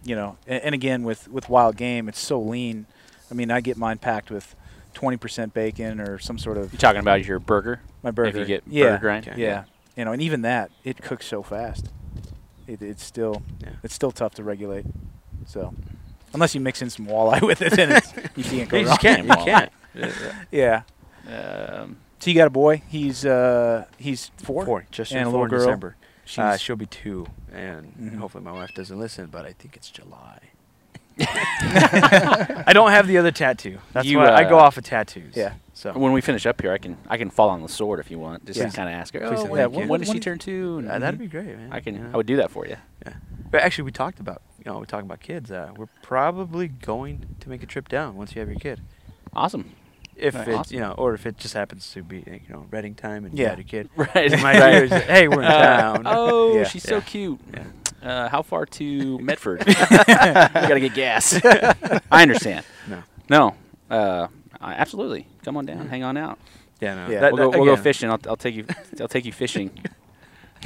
Speaker 2: you know, and, and again with with wild game, it's so lean. I mean, I get mine packed with twenty percent bacon or some sort of
Speaker 5: You're talking about your burger.
Speaker 2: my burger.
Speaker 5: If you get
Speaker 2: yeah,
Speaker 5: burger grind.
Speaker 3: Okay.
Speaker 2: yeah, you know, and even that it cooks so fast, it, it's still
Speaker 3: Yeah.
Speaker 2: it's still tough to regulate. So. Unless you mix in some walleye with it, then it's, you can't go
Speaker 3: You
Speaker 2: wrong.
Speaker 3: just can't. You
Speaker 5: Well,
Speaker 3: can't.
Speaker 2: Yeah,
Speaker 5: Um,
Speaker 2: so you got a boy. He's uh he's four.
Speaker 3: Four. Just
Speaker 2: And
Speaker 3: and
Speaker 2: a
Speaker 3: four
Speaker 2: little
Speaker 3: in
Speaker 2: girl.
Speaker 3: December.
Speaker 2: She's,
Speaker 3: Uh, she'll be two, and
Speaker 2: Mhm.
Speaker 3: hopefully my wife doesn't listen. But I think it's July. I don't have the other tattoo. That's
Speaker 5: You,
Speaker 3: why I go
Speaker 5: uh,
Speaker 3: off of tattoos.
Speaker 2: yeah.
Speaker 3: So
Speaker 5: when we finish up here, I can I can fall on the sword if you want. Just
Speaker 2: Yeah.
Speaker 5: kind of ask her.
Speaker 3: Please
Speaker 5: Oh,
Speaker 3: don't.
Speaker 5: when,
Speaker 3: Yeah,
Speaker 5: when,
Speaker 3: when-
Speaker 5: when does
Speaker 2: when
Speaker 5: she
Speaker 2: do-
Speaker 5: turn two? And
Speaker 3: uh, that'd
Speaker 2: Mm-hmm.
Speaker 3: be great, man.
Speaker 5: I can.
Speaker 3: you know?
Speaker 5: I would do that for you.
Speaker 3: Yeah. But actually, we talked about you know we're talking about kids. Uh, we're probably going to make a trip down once you have your kid,
Speaker 5: Awesome.
Speaker 3: if
Speaker 5: Nice.
Speaker 3: it
Speaker 5: Awesome.
Speaker 3: you know, or if it just happens to be you know Reading time and you
Speaker 2: Yeah.
Speaker 3: had your kid.
Speaker 5: Right.
Speaker 3: It might be,
Speaker 5: right.
Speaker 3: it's like, hey, we're in
Speaker 5: Uh,
Speaker 3: town.
Speaker 5: oh,
Speaker 2: Yeah.
Speaker 5: she's
Speaker 3: Yeah.
Speaker 5: so cute.
Speaker 3: Yeah.
Speaker 5: Uh, how far to Medford? we gotta get gas. I understand.
Speaker 3: No.
Speaker 5: No. Uh, I- absolutely. Come on down. Hang on out.
Speaker 3: Yeah. No.
Speaker 2: Yeah.
Speaker 3: That-
Speaker 5: we'll
Speaker 3: that-
Speaker 5: go, we'll go
Speaker 3: again,
Speaker 5: fishing. I'll, I'll take you. I'll take you fishing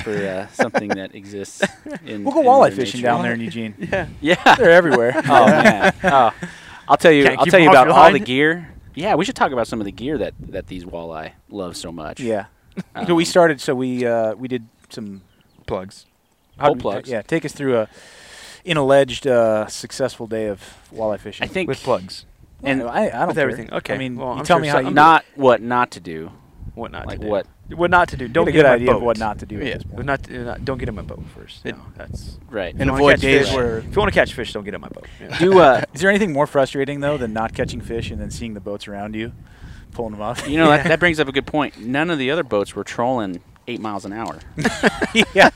Speaker 5: for uh, something that exists. In,
Speaker 2: We'll go
Speaker 5: in
Speaker 2: walleye
Speaker 5: Mother
Speaker 2: fishing
Speaker 5: Nature.
Speaker 2: down there in Eugene.
Speaker 5: Yeah.
Speaker 2: They're everywhere.
Speaker 5: Oh man. Oh. I'll tell you.
Speaker 3: Can't
Speaker 5: I'll
Speaker 3: keep
Speaker 5: tell you
Speaker 3: 'em off
Speaker 5: about
Speaker 3: your
Speaker 5: all
Speaker 3: line.
Speaker 5: the gear. Yeah, we should talk about some of the gear that that these walleye love so much.
Speaker 2: yeah.
Speaker 5: Um,
Speaker 2: so we started. So we uh, we did some
Speaker 3: plugs.
Speaker 2: how
Speaker 5: Hole
Speaker 2: do we-
Speaker 5: plugs.
Speaker 2: Yeah, take us through a an alleged uh, successful day of walleye fishing.
Speaker 5: I think
Speaker 3: with plugs.
Speaker 2: Well,
Speaker 5: and-
Speaker 2: I, I don't
Speaker 3: with
Speaker 2: care.
Speaker 3: everything. Okay,
Speaker 2: I mean,
Speaker 3: well,
Speaker 2: you
Speaker 3: I'm
Speaker 2: tell
Speaker 3: sure
Speaker 2: me how
Speaker 3: some-
Speaker 2: you
Speaker 5: not what not to do.
Speaker 3: What not
Speaker 5: Like
Speaker 3: to do.
Speaker 5: what?
Speaker 3: What not to do.
Speaker 2: get
Speaker 3: Don't
Speaker 2: a
Speaker 3: get
Speaker 2: good
Speaker 3: in my
Speaker 2: idea of
Speaker 3: boat.
Speaker 2: what not to do. At
Speaker 1: Yeah.
Speaker 2: this point.
Speaker 3: But not, uh, not- don't get in my boat first.
Speaker 1: It-
Speaker 3: no, that's
Speaker 5: Right.
Speaker 1: And
Speaker 3: If you wanna
Speaker 1: avoid
Speaker 3: catch
Speaker 1: days
Speaker 3: fish-
Speaker 1: where-
Speaker 3: if you want to catch fish, don't get in my boat. Yeah.
Speaker 5: Do uh,
Speaker 2: Is there anything more frustrating though than not catching fish and then seeing the boats around you, pulling them off?
Speaker 5: you know that, that brings up a good point. None of the other boats were trolling eight miles an hour.
Speaker 2: yeah.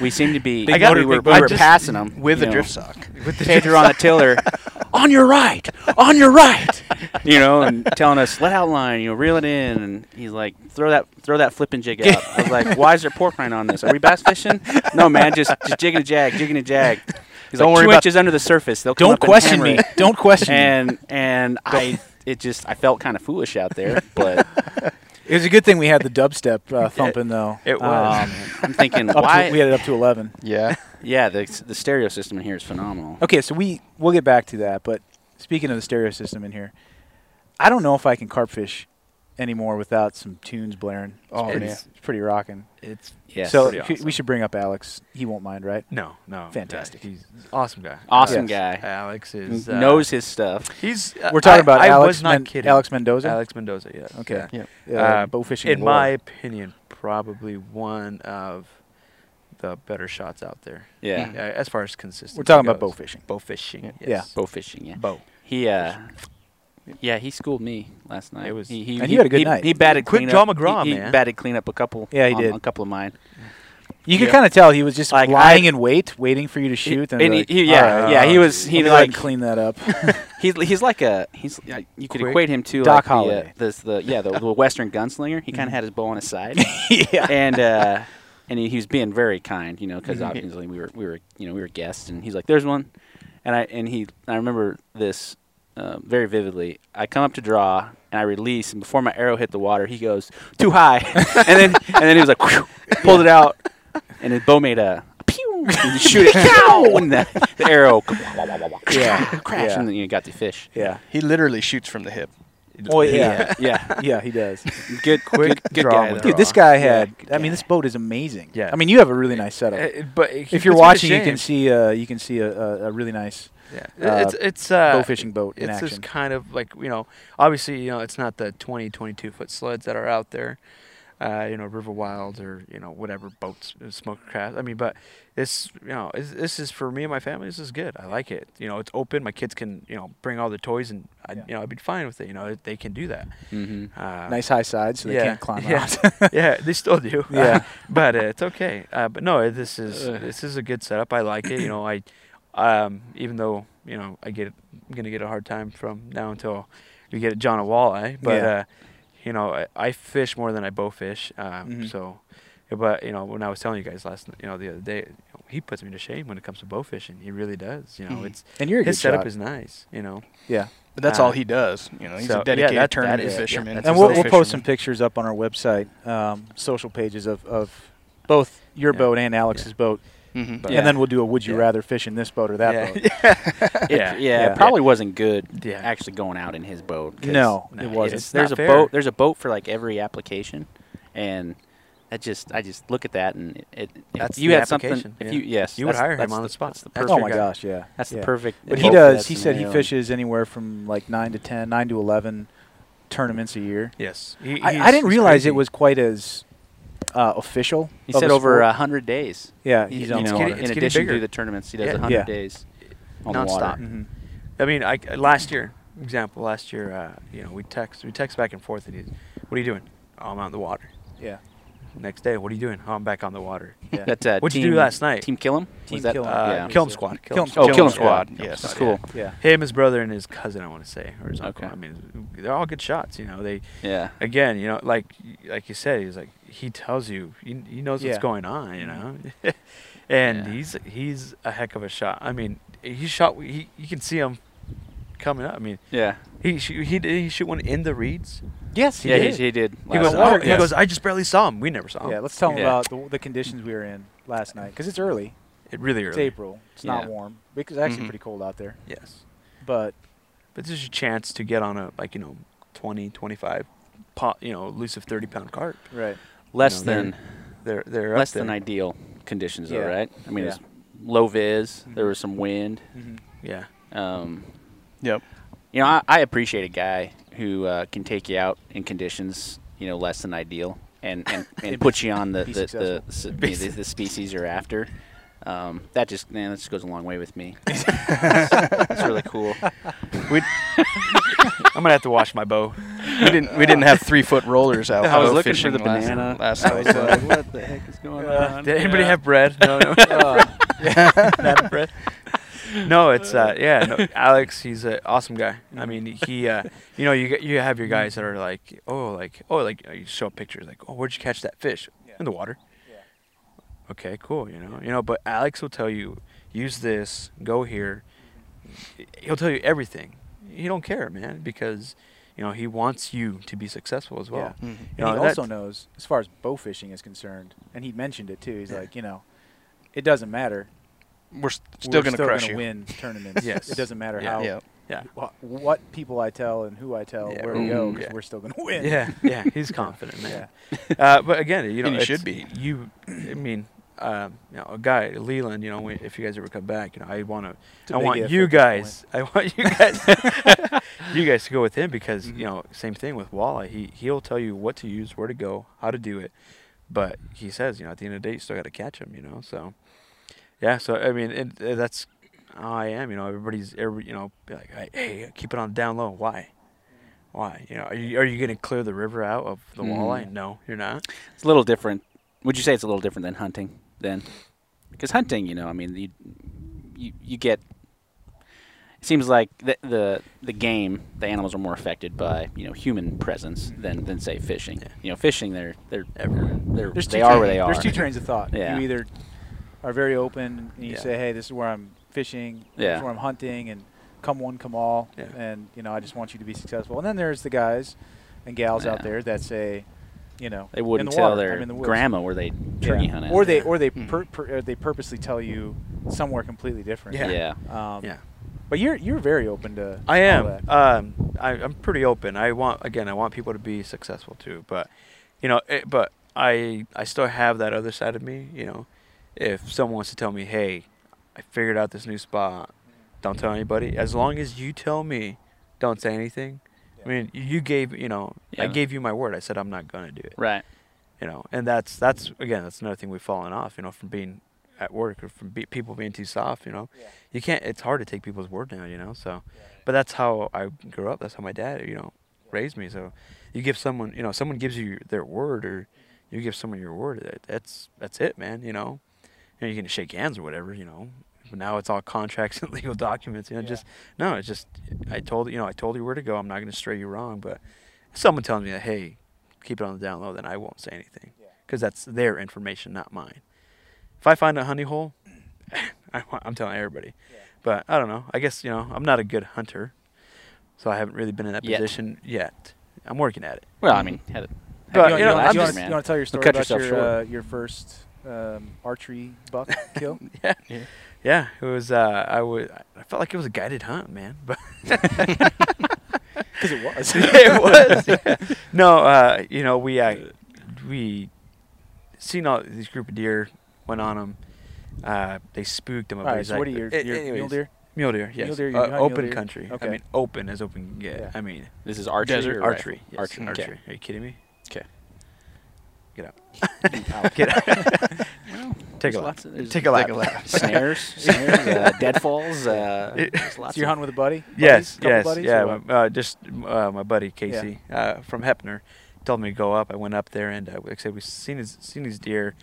Speaker 5: We seem to be.
Speaker 1: Big motor,
Speaker 5: we were,
Speaker 1: big
Speaker 5: we
Speaker 1: motor.
Speaker 5: were
Speaker 1: I just-
Speaker 5: passing them
Speaker 1: with
Speaker 5: you
Speaker 1: a
Speaker 5: know.
Speaker 1: drift sock.
Speaker 3: With the
Speaker 5: Pedro on the tiller, on your right, on your right, you know, and telling us let out line, you know, reel it in, and he's like, throw that, throw that flipping jig out. I was like, why is there pork rind on this? Are we bass fishing? No, man, just just jigging a jag, jigging a jag. He's
Speaker 1: Don't
Speaker 5: like
Speaker 1: worry
Speaker 5: two
Speaker 1: about-
Speaker 5: inches under the surface. They'll come
Speaker 2: Don't
Speaker 5: up and
Speaker 2: question
Speaker 5: hammer
Speaker 2: me.
Speaker 5: it."
Speaker 2: Don't question me.
Speaker 5: And and I, it just I felt kind of foolish out there, but
Speaker 2: It was a good thing we had the dubstep uh, thumping though.
Speaker 3: it was.
Speaker 2: Um,
Speaker 5: I'm thinking
Speaker 2: up to-
Speaker 5: why?
Speaker 2: we had it up to eleven.
Speaker 1: Yeah.
Speaker 5: yeah, the the stereo system in here is phenomenal.
Speaker 2: Okay, so we we'll get back to that. But speaking of the stereo system in here, I don't know if I can carp fish anymore without some tunes blaring.
Speaker 1: Oh,
Speaker 2: it's,
Speaker 1: man.
Speaker 2: it's pretty rocking.
Speaker 3: It's
Speaker 5: Yes.
Speaker 2: so
Speaker 3: pretty
Speaker 2: if we-
Speaker 3: awesome.
Speaker 2: we should bring up Alex. He won't mind, right?
Speaker 3: no, no.
Speaker 2: Fantastic.
Speaker 3: Yeah, he's an awesome guy.
Speaker 5: awesome
Speaker 3: Alex-
Speaker 5: guy,
Speaker 3: Alex is uh,
Speaker 5: knows his stuff.
Speaker 3: He's. uh,
Speaker 2: We're talking
Speaker 3: I-
Speaker 2: about
Speaker 3: I
Speaker 2: Alex,
Speaker 3: was not
Speaker 2: Men-
Speaker 3: kidding.
Speaker 2: Alex Mendoza.
Speaker 3: Alex Mendoza. Yes.
Speaker 2: Okay.
Speaker 3: Yeah.
Speaker 2: Uh,
Speaker 3: Uh,
Speaker 2: bow fishing.
Speaker 3: In
Speaker 2: lore.
Speaker 3: my opinion, probably one of the better shots out there.
Speaker 5: Yeah.
Speaker 3: Uh, as far as consistency.
Speaker 2: we're talking about bow
Speaker 3: goes.
Speaker 2: fishing.
Speaker 3: Bow fishing.
Speaker 1: Yeah.
Speaker 2: Yeah.
Speaker 3: Yes.
Speaker 5: Bow fishing, yeah.
Speaker 3: Bow.
Speaker 5: He uh yeah, he schooled me last night.
Speaker 3: It was-
Speaker 5: he, he,
Speaker 2: And you had a good
Speaker 5: he-
Speaker 2: night.
Speaker 5: He batted
Speaker 3: Quick
Speaker 5: clean
Speaker 3: draw
Speaker 5: up.
Speaker 3: McGraw,
Speaker 5: he, he
Speaker 3: man.
Speaker 5: batted clean up a couple.
Speaker 2: Yeah, he
Speaker 5: on-
Speaker 2: did.
Speaker 5: on a couple of mine.
Speaker 2: You
Speaker 3: Yeah.
Speaker 2: could kind of tell he was just
Speaker 5: Like,
Speaker 2: lying
Speaker 5: I-
Speaker 2: in wait, waiting for you to shoot. and
Speaker 5: and
Speaker 2: be
Speaker 5: he-
Speaker 2: like,
Speaker 5: he-
Speaker 2: "All
Speaker 5: yeah,
Speaker 2: right,
Speaker 5: yeah, he was
Speaker 2: I'll
Speaker 5: he
Speaker 2: be glad to
Speaker 5: like
Speaker 2: clean that up.
Speaker 5: he's he's like a he's like, you could
Speaker 3: Quick.
Speaker 5: equate him to
Speaker 2: Doc Mm-hmm.
Speaker 5: like the, uh,
Speaker 2: Holliday.
Speaker 5: this the yeah the, the western gunslinger. He kind of had his bow on his side,
Speaker 2: yeah.
Speaker 5: and uh, and he, he was being very kind, you know, because
Speaker 2: Mhm.
Speaker 5: obviously we were we were you know we were guests, and he's like, "There's one," and I and he I remember this uh, very vividly. I come up to draw and I release, and before my arrow hit the water, he goes too high, and then and then he was like "Whew," pulled it out, and his bow made a. pew, and you shoot it, pow, and the, the arrow, yeah, crash,
Speaker 2: Yeah.
Speaker 5: and then you got the fish.
Speaker 2: Yeah.
Speaker 1: He literally shoots from the hip.
Speaker 2: Oh yeah.
Speaker 5: yeah,
Speaker 2: yeah, he does.
Speaker 5: good, quick, good, good
Speaker 3: draw
Speaker 5: guy.
Speaker 3: with
Speaker 5: though.
Speaker 2: Dude, this guy had. I mean, this boat is amazing.
Speaker 3: Yeah.
Speaker 2: I mean, you have a really nice setup.
Speaker 3: Uh, but he
Speaker 2: if you're
Speaker 3: puts me
Speaker 2: watching,
Speaker 3: to
Speaker 2: you can
Speaker 3: shame.
Speaker 2: see. Uh, you can see a, a, a really nice.
Speaker 3: Yeah.
Speaker 2: uh,
Speaker 3: it's it's uh,
Speaker 2: bow fishing boat in
Speaker 3: It's this
Speaker 2: action.
Speaker 3: kind of like you know, obviously you know it's not the 20, 22 foot sleds that are out there, uh, you know, River Wilds or you know whatever boats, uh, smoke craft. I mean, but this you know is, this is for me and my family. This is good. I like it. You know, it's open. My kids can you know bring all their toys and I,
Speaker 2: Yeah.
Speaker 3: you know I'd be fine with it. You know, they can do that.
Speaker 5: Mm-hmm.
Speaker 3: Uh,
Speaker 2: nice high side, so they
Speaker 3: yeah,
Speaker 2: can't climb
Speaker 3: yeah.
Speaker 2: out.
Speaker 3: yeah, they still do.
Speaker 2: Yeah.
Speaker 3: but uh, it's okay. Uh, but no, this is
Speaker 5: Ugh.
Speaker 3: this is a good setup. I like it. You know, I um, even though you know I get I'm gonna get a hard time from now until we get John a walleye. But
Speaker 2: Yeah.
Speaker 3: uh, you know, I, I fish more than I bow fish. Um,
Speaker 2: Mhm.
Speaker 3: So, but you know, when I was telling you guys last, n- you know, the other day, you know, he puts me to shame when it comes to bow fishing. He really does. You know,
Speaker 1: Mhm.
Speaker 3: it's
Speaker 2: and you're a
Speaker 3: his
Speaker 2: good
Speaker 3: setup
Speaker 2: shot.
Speaker 3: is nice. You know,
Speaker 2: yeah.
Speaker 1: But that's
Speaker 3: Uh,
Speaker 1: all he does. You know, he's
Speaker 3: so- yeah,
Speaker 1: a dedicated
Speaker 3: that- that
Speaker 1: tournament
Speaker 3: is- yeah,
Speaker 1: fisherman.
Speaker 3: that's
Speaker 2: and
Speaker 3: his
Speaker 2: we'll,
Speaker 3: boat
Speaker 2: we'll post some
Speaker 1: Fisherman.
Speaker 2: pictures up on our website, um, social pages of, of both your
Speaker 3: Yeah.
Speaker 2: boat and Alex's boat,
Speaker 1: Mhm.
Speaker 3: But-
Speaker 2: and then we'll do a would you
Speaker 3: Yeah.
Speaker 2: rather fish in this boat or that
Speaker 3: yeah.
Speaker 2: boat.
Speaker 5: yeah, yeah,
Speaker 2: yeah.
Speaker 5: It probably wasn't good.
Speaker 3: Yeah.
Speaker 5: actually going out in his boat. 'cause
Speaker 2: No,
Speaker 3: No,
Speaker 2: it
Speaker 3: it's-
Speaker 2: wasn't.
Speaker 5: there's
Speaker 3: not
Speaker 5: a
Speaker 3: fair.
Speaker 5: boat. There's a boat for like every application, and that just I just look at that and it. it if
Speaker 3: That's
Speaker 5: you
Speaker 3: the
Speaker 5: had something.
Speaker 3: application,
Speaker 5: If
Speaker 3: yeah.
Speaker 5: you yes,
Speaker 3: You would
Speaker 5: that's-
Speaker 3: hire him
Speaker 5: that's
Speaker 3: on the spot.
Speaker 5: That's the
Speaker 3: That's
Speaker 5: perfect.
Speaker 2: oh my
Speaker 3: guy.
Speaker 2: gosh, yeah,
Speaker 5: That's the
Speaker 2: yeah.
Speaker 5: perfect.
Speaker 2: But
Speaker 5: boat
Speaker 2: he
Speaker 5: for
Speaker 2: does.
Speaker 5: that
Speaker 2: He said he
Speaker 5: scenario.
Speaker 2: fishes anywhere from like nine to ten, nine to eleven tournaments a year.
Speaker 3: Yes. He,
Speaker 2: I, I
Speaker 3: he's-
Speaker 2: didn't
Speaker 3: he's
Speaker 2: realize
Speaker 3: crazy.
Speaker 2: it was quite as uh, official.
Speaker 5: He
Speaker 2: of
Speaker 5: said
Speaker 2: a
Speaker 5: over uh,
Speaker 2: sport.
Speaker 5: a hundred days.
Speaker 2: yeah,
Speaker 5: He-
Speaker 2: he's
Speaker 5: you
Speaker 2: on
Speaker 5: know,
Speaker 2: the
Speaker 3: getting-
Speaker 2: water.
Speaker 3: it's
Speaker 5: in addition
Speaker 3: bigger.
Speaker 5: to the tournaments, he does
Speaker 3: Yeah.
Speaker 5: a hundred
Speaker 2: Yeah.
Speaker 5: days on the
Speaker 3: Nonstop.
Speaker 5: water.
Speaker 2: Mhm.
Speaker 3: I mean, I last year, example, last year, uh, you know, we text, we text back and forth, and he's, "What are you doing? Oh, I'm out in the water."
Speaker 2: Yeah,
Speaker 3: Next day, "What are you doing? Oh, I'm back on the water."
Speaker 2: yeah.
Speaker 5: That uh,
Speaker 3: What'd you
Speaker 5: team-
Speaker 3: do last night?
Speaker 5: Team Kill 'em?
Speaker 2: Team
Speaker 5: Was that-
Speaker 2: Kill 'em.
Speaker 3: Uh,
Speaker 5: yeah.
Speaker 3: Kill 'em squad.
Speaker 2: Kill 'em
Speaker 5: Oh, Kill 'em
Speaker 2: Yeah.
Speaker 5: Squad.
Speaker 1: Yeah.
Speaker 5: Yes, that's
Speaker 1: That's
Speaker 5: cool.
Speaker 2: Yeah.
Speaker 3: Him, his brother, and his cousin. I want to say, or his uncle.
Speaker 5: Okay.
Speaker 3: I mean, they're all good shots. You know, they
Speaker 5: Yeah.
Speaker 3: again, you know, like like you said, he's like he tells you, he, he knows
Speaker 2: Yeah. Mm-hmm.
Speaker 3: what's going on, you know, and
Speaker 5: Yeah.
Speaker 3: he's he's a heck of a shot. I mean, he shot. He you can see him coming up. I mean,
Speaker 5: Yeah.
Speaker 3: he sh- he did he shoot one in the reeds.
Speaker 2: Yes,
Speaker 5: yeah, he, he did.
Speaker 3: He
Speaker 5: last
Speaker 3: goes,
Speaker 5: night.
Speaker 3: "Oh," he goes, I just barely saw him. We never saw him.
Speaker 2: Yeah, let's tell him
Speaker 5: Oh, Yeah.
Speaker 2: about the, the conditions we were in last night because it's early.
Speaker 3: It really
Speaker 2: It's
Speaker 3: early.
Speaker 2: April. It's not
Speaker 5: Yeah. Mm-hmm.
Speaker 2: warm. It's actually
Speaker 1: Mhm.
Speaker 2: pretty cold out there.
Speaker 3: Yes.
Speaker 2: But
Speaker 3: But this is your chance to get on a, like, you know, 20, 25, pot, you know, elusive 30 pound carp.
Speaker 2: right,
Speaker 5: less
Speaker 3: You know, they're-
Speaker 5: than
Speaker 3: They're, they're
Speaker 5: less
Speaker 3: up there.
Speaker 5: than ideal conditions, though,
Speaker 2: Yeah.
Speaker 5: right? I mean, it's
Speaker 2: Yeah.
Speaker 5: low vis. There was some wind.
Speaker 2: Mm-hmm.
Speaker 3: Yeah.
Speaker 5: Um,
Speaker 1: Yep.
Speaker 5: you know, I, I appreciate a guy who uh, can take you out in conditions you know less than ideal and and, and put you on the
Speaker 2: Be
Speaker 5: the, the,
Speaker 2: successful.
Speaker 5: the, the, the species you're after. Um, that just man, that just goes a long way with me. That's really cool.
Speaker 3: I'm going to have to wash my bow.
Speaker 1: we didn't we didn't have three foot rollers out.
Speaker 5: I was
Speaker 1: bow
Speaker 5: looking for
Speaker 1: fishing
Speaker 5: the
Speaker 1: last,
Speaker 5: banana.
Speaker 1: Last
Speaker 5: I was
Speaker 1: night.
Speaker 2: uh,
Speaker 5: like, uh, what the heck is going on?
Speaker 3: Did anybody have bread? No, no.
Speaker 2: Oh.
Speaker 3: Not bread. No, it's uh, yeah. No, Alex, he's an awesome guy.
Speaker 2: Mm.
Speaker 3: I mean, he, uh, you know, you get- you have your guys that are like, oh, like, oh, like uh, you show pictures, like, oh, where'd you catch that fish?
Speaker 2: Yeah.
Speaker 3: In the water.
Speaker 2: Yeah.
Speaker 3: Okay, cool. You know, you know, but Alex will tell you, use this, go here. He'll tell you everything. He don't care, man, because you know he wants you to be successful as well.
Speaker 2: Yeah.
Speaker 1: Mhm.
Speaker 3: You
Speaker 2: and he
Speaker 3: know, that-
Speaker 2: also knows as far as bow fishing is concerned, and he mentioned it too. He's like, you know, it doesn't matter.
Speaker 1: We're s- still
Speaker 2: We're
Speaker 1: gonna
Speaker 2: still
Speaker 1: crush
Speaker 2: gonna
Speaker 1: you.
Speaker 2: win tournaments.
Speaker 3: Yes.
Speaker 2: it doesn't matter
Speaker 3: Yeah.
Speaker 2: how
Speaker 1: Yeah.
Speaker 3: Yeah.
Speaker 2: wha- what people I tell and who I tell
Speaker 3: Yeah,
Speaker 2: where we go
Speaker 5: mm,
Speaker 2: because
Speaker 3: yeah.
Speaker 2: we're still gonna win.
Speaker 3: Yeah, yeah, he's confident,
Speaker 2: yeah,
Speaker 3: man. Uh, but again, you know,
Speaker 1: And you
Speaker 3: it's-
Speaker 1: should be.
Speaker 3: You, I mean, um, you know, a guy Leland. You know, when- if you guys ever come back, you know, I want
Speaker 2: a
Speaker 3: to, I
Speaker 2: big
Speaker 3: want
Speaker 2: if
Speaker 3: you
Speaker 2: at this
Speaker 3: guys, I want you guys, you guys to go with him because
Speaker 2: Mm-hmm.
Speaker 3: you know, same thing with Walleye. He he'll tell you what to use, where to go, how to do it, but he says, you know, at the end of the day, you still got to catch him. You know, so yeah. So I mean, it, uh, that's how I am. You know, everybody's every you know, be like, hey, hey, keep it on down low. Why? Why? You know, are you are you going to clear the river out of the
Speaker 5: Mhm.
Speaker 3: walleye? No, you're not.
Speaker 5: It's a little different. Would you say it's a little different than hunting then? Because hunting, you know, I mean, you you, you get. It seems like the, the the game, the animals are more affected by you know human presence than, than say fishing.
Speaker 3: Yeah.
Speaker 5: You know, fishing they're they're
Speaker 3: Everywhere.
Speaker 5: they're
Speaker 2: There's
Speaker 5: they
Speaker 2: two
Speaker 5: are
Speaker 2: train-
Speaker 5: where they are.
Speaker 2: There's two trains of thought.
Speaker 5: Yeah.
Speaker 2: You either are very open and you
Speaker 3: Yeah.
Speaker 2: say, "Hey, this is where I'm fishing,
Speaker 5: Yeah.
Speaker 2: for them hunting, and come one, come all.
Speaker 3: Yeah.
Speaker 2: And you know, I just want you to be successful. And then there's the guys and gals out
Speaker 5: Yeah.
Speaker 2: there that say, you know,
Speaker 5: They wouldn't
Speaker 2: in the
Speaker 5: tell
Speaker 2: water,
Speaker 5: their
Speaker 2: I'm in the woods.
Speaker 5: grandma where they
Speaker 2: Yeah.
Speaker 5: turkey hunt Hmm. at.
Speaker 2: or they
Speaker 3: Yeah.
Speaker 2: or they
Speaker 1: Mhm.
Speaker 2: pur- pur- or they purposely tell you somewhere completely different.
Speaker 3: Yeah.
Speaker 5: yeah.
Speaker 2: Um,
Speaker 3: Yeah.
Speaker 2: But you're you're very open to.
Speaker 3: I
Speaker 2: all
Speaker 3: am.
Speaker 2: that.
Speaker 3: Um, I, I'm pretty open. I want again. I want people to be successful too. But you know, it, but I I still have that other side of me. You know, if someone wants to tell me, hey, I figured out this new spot, don't tell anybody. As long as you tell me, don't say anything. I mean, you- you gave you know, I
Speaker 5: Yeah.
Speaker 3: gave you my word. I said I'm not gonna do it.
Speaker 5: Right.
Speaker 3: You know, and that's that's again that's another thing we've fallen off. You know, from being at work or from be- people being too soft. You know, you can't. It's hard to take people's word now. You know, so. But that's how I grew up. That's how my dad, you know, raised me. So you give someone, you know, someone gives you their word, or you give someone your word. that- That's that's it, man. You know, you, know, you can shake hands or whatever, you know. But now it's all contracts and legal documents. You know, just no. It's just I told you know I told you where to go. I'm not going to stray you wrong. But if someone tells me that hey, keep it on the down low, then I won't say anything because that's their information, not mine. If I find a honey hole, I, wa- I'm telling everybody. But I don't know. I guess you know I'm not a good hunter, so I haven't really been in that
Speaker 5: Yet.
Speaker 3: position yet. I'm working at it.
Speaker 5: Well, I mean, had it. had it
Speaker 3: But, you
Speaker 5: been
Speaker 3: know,
Speaker 5: last
Speaker 3: I'm
Speaker 5: year,
Speaker 3: just-
Speaker 5: man.
Speaker 2: Mm-hmm. You want to tell your
Speaker 5: Don't
Speaker 2: story
Speaker 5: cut
Speaker 2: about
Speaker 5: yourself
Speaker 2: your
Speaker 5: short.
Speaker 2: uh, your first um, archery buck kill?
Speaker 3: Yeah, it was. Uh, I was. I felt like it was a guided hunt, man. But
Speaker 2: Because it was.
Speaker 3: it was. yeah. No, uh, you know, we uh, we seen all these group of deer went on them. Uh, they spooked them.
Speaker 2: All right. So what are your, your mule deer?
Speaker 3: Mule deer. Yes.
Speaker 2: Mule deer, you
Speaker 3: Uh,
Speaker 2: hunt mule
Speaker 3: open
Speaker 2: deer?
Speaker 3: country.
Speaker 2: Okay.
Speaker 3: I mean, open as open can get.
Speaker 2: Yeah.
Speaker 3: I mean,
Speaker 5: This is archery.
Speaker 1: Desert
Speaker 5: or
Speaker 3: archery.
Speaker 5: rifle?
Speaker 3: Yes.
Speaker 5: Archery. okay.
Speaker 3: Archery. Are you kidding me?
Speaker 5: 'Kay.
Speaker 3: Get out. Get out. Take
Speaker 5: There's
Speaker 3: a lap.
Speaker 5: lots of- there's-
Speaker 3: Take a lap.
Speaker 5: Snares, snares, uh, deadfalls. Uh,
Speaker 3: It-
Speaker 5: there's lots
Speaker 2: So you're
Speaker 5: of-
Speaker 2: hunting with a buddy? Buddies?
Speaker 3: Yes,
Speaker 2: Couple
Speaker 3: yes,
Speaker 2: buddies or
Speaker 3: yeah.
Speaker 2: what?
Speaker 3: my- Uh, just uh, my buddy Casey uh, from Hepner told me to go up. I went up there and uh, like I said, we seen his seen these deer,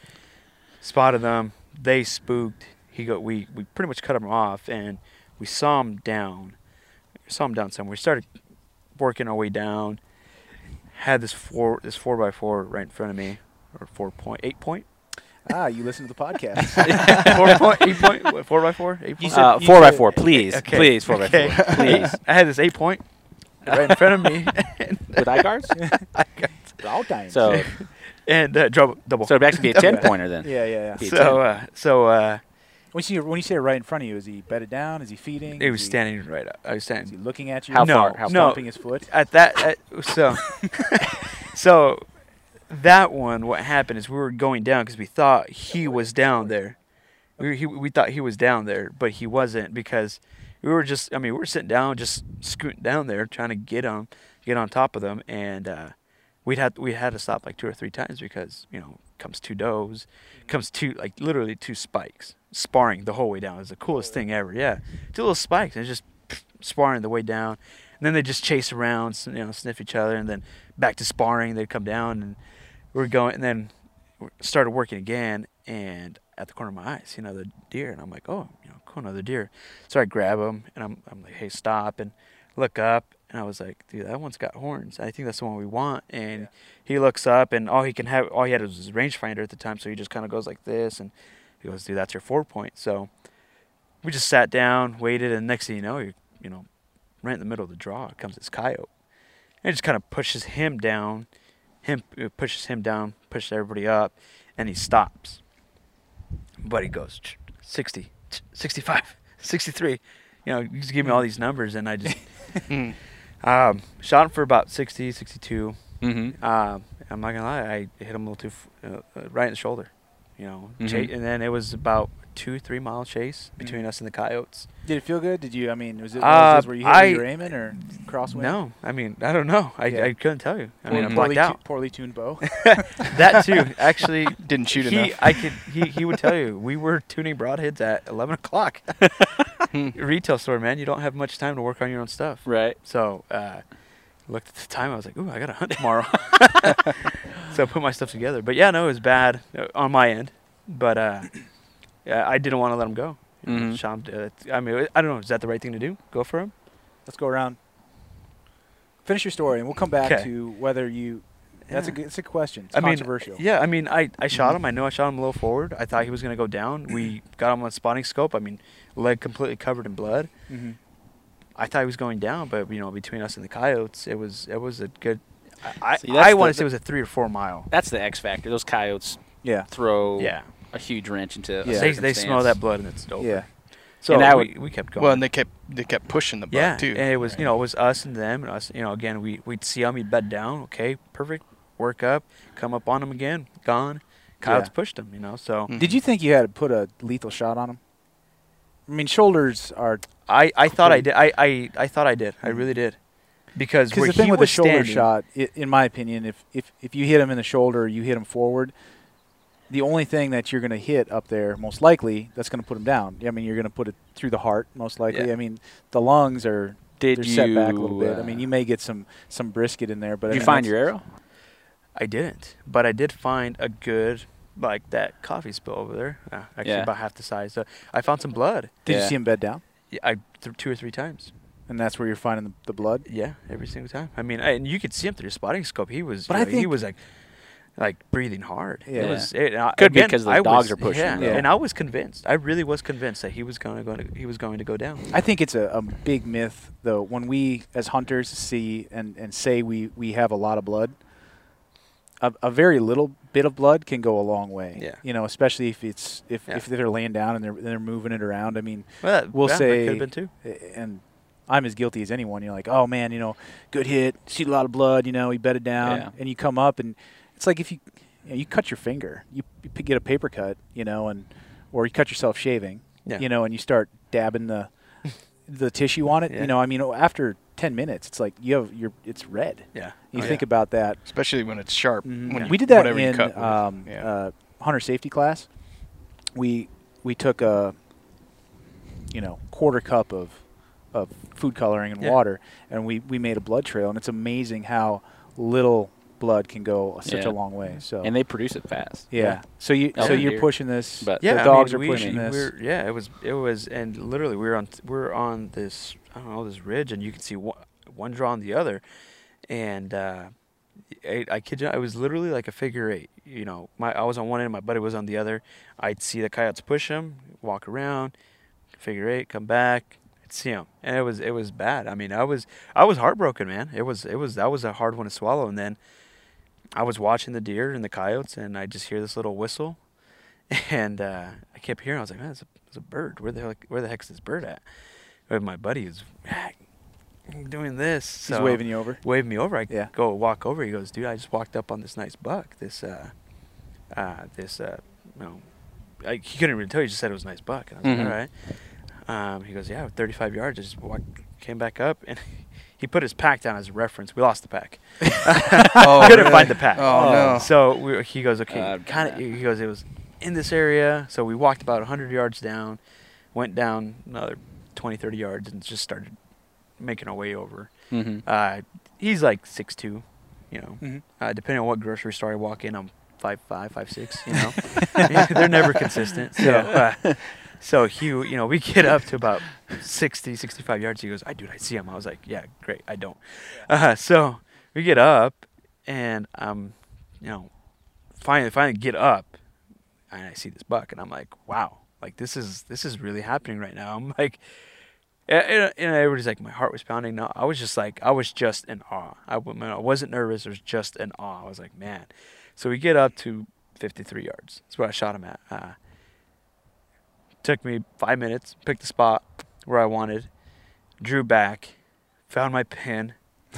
Speaker 3: spotted them. They spooked. He go. We we pretty much cut them off and we saw him down. Saw him down somewhere. We started working our way down. Had this four this four by four right in front of me, or four point eight point.
Speaker 2: Ah, you listen to the podcast.
Speaker 3: four point eight point what, four by four eight point.
Speaker 5: uh,
Speaker 2: you
Speaker 5: four by
Speaker 2: said-
Speaker 5: four, please,
Speaker 3: Okay,
Speaker 5: please, four by four,
Speaker 3: okay.
Speaker 5: please.
Speaker 3: I had this eight point right in front of me. and-
Speaker 5: with eye guards.
Speaker 2: All times.
Speaker 5: So,
Speaker 3: and uh, double. double.
Speaker 5: so it'd actually be a ten pointer then.
Speaker 2: yeah, yeah, yeah.
Speaker 5: be a
Speaker 3: so uh, so uh,
Speaker 2: When you, see- when you say right in front of you, is he bedded down? Is he feeding?
Speaker 3: he
Speaker 2: Is
Speaker 3: was standing right up. I
Speaker 2: Is
Speaker 3: was
Speaker 2: he
Speaker 3: standing
Speaker 2: looking at you?
Speaker 5: How
Speaker 2: Is he
Speaker 5: far- how
Speaker 3: far?
Speaker 2: stomping his foot?
Speaker 3: at that. At, so so that one. What happened is we were going down because we thought he was down there. We he, we thought he was down there, but he wasn't because we were just. I mean, we were sitting down, just scooting down there, trying to get him, get on top of them, and uh, we'd had we had to stop like two or three times because you know comes two does, comes two like literally two spikes sparring the whole way down. It was the coolest thing ever. Yeah, two little spikes and just sparring the way down. And then they just chase around, s- you know, sniff each other, and then back to sparring. They'd come down and we're going, and then w- started working again. And at the corner of my eye, I see another deer, and I'm like, oh, you know, cool, another deer. So I grab him, and I'm, I'm like, hey, stop, and look up, and I was like, dude, that one's got horns. I think that's the one we want. And he looks up, and all he can have, all he had was his rangefinder at the time, so he just kind of goes like this, and he goes, dude, that's your four point. So we just sat down, waited, and next thing you know, you you know, right in the middle of the draw comes this coyote, and it just kind of pushes him down, him it pushes him down, pushes everybody up, and he stops. But he goes "Ch- 60, ch- 65, 63. You know, he just gave me all these numbers, and I just
Speaker 1: Mm.
Speaker 3: um, shot him for about 60, 62.
Speaker 5: Mm-hmm.
Speaker 3: Um, I'm not gonna lie, I hit him a little too f- uh, uh, right in the shoulder, you know.
Speaker 5: Mhm.
Speaker 3: Cha- and then it was about two, three mile chase between us and the coyotes.
Speaker 2: Did it feel good? Did you? I mean, was it one
Speaker 3: Uh,
Speaker 2: of those where you hit where you
Speaker 3: I-
Speaker 2: were aiming or crosswind?
Speaker 3: No, I mean I don't know. I,
Speaker 2: Yeah.
Speaker 3: I couldn't tell you. I
Speaker 2: Poor-
Speaker 3: mean I
Speaker 2: poorly,
Speaker 3: blacked out.
Speaker 2: tu- poorly tuned bow.
Speaker 3: that too, actually.
Speaker 1: Didn't shoot
Speaker 3: he,
Speaker 1: enough.
Speaker 3: I could. He, he would tell you we were tuning broadheads at eleven o'clock. Retail store, man. You don't have much time to work on your own stuff.
Speaker 5: Right.
Speaker 3: So uh, looked at the time. I was like, "Ooh, I got to hunt tomorrow." so I put my stuff together. But yeah, no, it was bad uh, on my end. But uh, yeah, I didn't want to let him go. You know,
Speaker 5: Mhm.
Speaker 3: Shot him to- I mean, I don't know. Is that the right thing to do? Go for him?
Speaker 2: Let's go around. Finish your story, and we'll come back
Speaker 3: 'Kay.
Speaker 2: to whether you That's a
Speaker 3: Yeah.
Speaker 2: good, it's a question. It's
Speaker 3: I mean,
Speaker 2: controversial.
Speaker 3: yeah, I mean, I, I shot him. I know I shot him low forward. I thought he was going to go down. We got him on spotting scope. I mean, leg completely covered in blood.
Speaker 2: Mhm.
Speaker 3: I thought he was going down, but you know, between us and the coyotes, it was it was a good. I
Speaker 5: See, that's
Speaker 3: I, I want
Speaker 5: the-
Speaker 3: to say it was a three or four mile.
Speaker 5: That's the X factor. Those coyotes
Speaker 2: Yeah.
Speaker 5: throw
Speaker 3: Yeah.
Speaker 5: a huge wrench into. a
Speaker 2: Yeah.
Speaker 3: They, they smell
Speaker 5: circumstance.
Speaker 3: that blood and it's dope.
Speaker 2: Yeah.
Speaker 3: So
Speaker 5: And I
Speaker 3: we, we kept going.
Speaker 1: Well, and they kept they kept pushing the buck
Speaker 3: yeah,
Speaker 1: too.
Speaker 3: and it was you know it was us and them and us. You know, again we we'd see him, he'd bed down. Okay, perfect. Work up, come up on him again. Gone. Coyotes
Speaker 2: Yeah.
Speaker 3: pushed him. You know, so
Speaker 1: Mm.
Speaker 2: Did you think you had to put a lethal shot on him? I mean, shoulders are
Speaker 3: I, I thought I
Speaker 2: Cool.
Speaker 3: did. I, I, I thought I did. I
Speaker 2: Mhm.
Speaker 3: really did. Because
Speaker 2: because
Speaker 3: where
Speaker 2: the thing
Speaker 3: he
Speaker 2: with a
Speaker 3: was
Speaker 2: shoulder
Speaker 3: standing,
Speaker 2: shot, i in my opinion, if, if if you hit him in the shoulder, you hit him forward. The only thing that you're going to hit up there, most likely, that's going to put him down. I mean, you're going to put it through the heart, most likely.
Speaker 3: Yeah.
Speaker 2: I mean, the lungs are
Speaker 5: Did
Speaker 2: they're
Speaker 5: you
Speaker 2: set back a little bit. I mean,
Speaker 5: uh,
Speaker 2: you may get some some brisket in there, but I
Speaker 5: Did you
Speaker 2: mean,
Speaker 5: find
Speaker 2: that's-
Speaker 5: your arrow?
Speaker 3: I didn't. But I did find a good, like that coffee spill over there. Uh, actually,
Speaker 5: Yeah.
Speaker 3: about half the size. Uh, I found some blood.
Speaker 2: Did you
Speaker 5: Yeah.
Speaker 2: see him bed down?
Speaker 3: Yeah, I th- two or three times.
Speaker 2: And that's where you're finding the, the blood.
Speaker 3: Yeah, every single time. I mean, I, and you could see him through the spotting scope. He was,
Speaker 2: But
Speaker 3: you
Speaker 2: I
Speaker 3: know, he
Speaker 2: think-
Speaker 3: was like, like breathing hard.
Speaker 2: Yeah.
Speaker 3: It was. It, and I-
Speaker 5: Could be
Speaker 3: again,
Speaker 5: 'cause the
Speaker 3: I
Speaker 5: dogs
Speaker 3: was-
Speaker 5: are pushing
Speaker 3: Yeah,
Speaker 5: him,
Speaker 2: though.
Speaker 3: and I was convinced. I really was convinced that he was going to go. To, he was going to go down.
Speaker 2: I think it's a, a big myth, though. When we, as hunters, see and, and say we, we have a lot of blood, a, a very little bit of blood can go a long way.
Speaker 3: Yeah.
Speaker 2: You know, especially if it's if,
Speaker 3: Yeah.
Speaker 2: if they're laying down and they're they're moving it around. I mean,
Speaker 3: Well, that-
Speaker 2: we'll
Speaker 3: yeah, that
Speaker 2: say,
Speaker 3: could have been two.
Speaker 2: and I'm as guilty as anyone. You're like, oh man, you know, good hit, shoot a lot of blood. You know, he bedded down,
Speaker 5: Yeah.
Speaker 2: and you come up, and it's like if you you, know, you cut your finger, you, you p- get a paper cut, you know, and or you cut yourself shaving,
Speaker 3: Yeah.
Speaker 2: you know, and you start dabbing the the tissue on it.
Speaker 3: Yeah.
Speaker 2: You know, I mean, oh, after ten minutes, it's like you have your it's red.
Speaker 3: Yeah.
Speaker 2: You
Speaker 3: Oh,
Speaker 2: think
Speaker 3: yeah.
Speaker 2: about that.
Speaker 1: Especially when it's sharp.
Speaker 2: Mhm.
Speaker 1: When you-
Speaker 2: we did that
Speaker 1: whatever you
Speaker 2: in
Speaker 1: cut with.
Speaker 2: um,
Speaker 1: Mm-hmm. Yeah.
Speaker 2: uh, hunter safety class. We we took a you know quarter cup of of food coloring and
Speaker 3: Yeah.
Speaker 2: water, and we we made a blood trail, and it's amazing how little blood can go such
Speaker 5: Yeah.
Speaker 2: a long way. So
Speaker 5: Oh. And they produce it fast.
Speaker 2: yeah.
Speaker 3: yeah.
Speaker 2: so you
Speaker 5: Elk
Speaker 2: so
Speaker 5: and
Speaker 2: you're
Speaker 5: deer.
Speaker 2: pushing this.
Speaker 5: But-
Speaker 2: the
Speaker 3: I
Speaker 2: dogs
Speaker 3: mean,
Speaker 2: are pushing
Speaker 3: we,
Speaker 2: this.
Speaker 3: We're, yeah, it was it was and literally we were on we are on this I don't know this ridge and you could see one, one draw on the other, and uh, I, I kid you, not, it was literally like a figure eight. You know, my I was on one end, my buddy was on the other. I'd see the coyotes push him, walk around, figure eight, come back. I'd see him, and it was it was bad. I mean, I was I was heartbroken, man. It was it was that was a hard one to swallow, and then. I was watching the deer and the coyotes, and I just hear this little whistle, and uh, I kept hearing. I was like, "Man, it's a, it's a bird. Where the heck, where the heck's this bird at?" And my buddy is doing this.
Speaker 2: He's
Speaker 3: so-
Speaker 2: waving you over.
Speaker 3: waved me over. I
Speaker 2: Yeah.
Speaker 3: go walk over. He goes, "Dude, I just walked up on this nice buck. This, uh, uh, this, uh, you know, I, he couldn't really tell. He just said it was a nice buck." And I was
Speaker 1: Mhm.
Speaker 2: Mm-hmm.
Speaker 3: like, "All right." Um, he goes, "Yeah, 35 yards." I just walked, came back up, and he put his pack down as a reference. We lost the pack.
Speaker 1: Oh,
Speaker 3: couldn't
Speaker 1: really?
Speaker 3: find the pack.
Speaker 1: Oh, no.
Speaker 3: So we, he goes, "Okay,
Speaker 5: Uh,
Speaker 3: kind of."
Speaker 5: yeah.
Speaker 3: He goes, "It was in this area." So we walked about 100 yards down, went down another 20, 30 yards, and just started making our way over.
Speaker 5: Mm-hmm.
Speaker 3: Uh, he's like six two, you know.
Speaker 2: Mhm.
Speaker 3: Uh, depending on what grocery store I walk in, I'm five five, five six. You know, they're never consistent. So, uh, so he, you know, we get up to about 60, 65 yards. He goes, "I dude, I see him." I was like, "Yeah, great, I don't." Uh, so we get up, and I'm, you know, finally, finally get up, and I see this buck, and I'm like, "Wow, like this is this is really happening right now." I'm like, and- and, and everybody's like, my heart was pounding. No, I was just like, I was just in awe. I, wa- man, I wasn't nervous. I was just in awe. I was like, man. So we get up to 53 yards. That's where I shot him at. Uh, took me five minutes, picked the spot where I wanted, drew back, found my pin.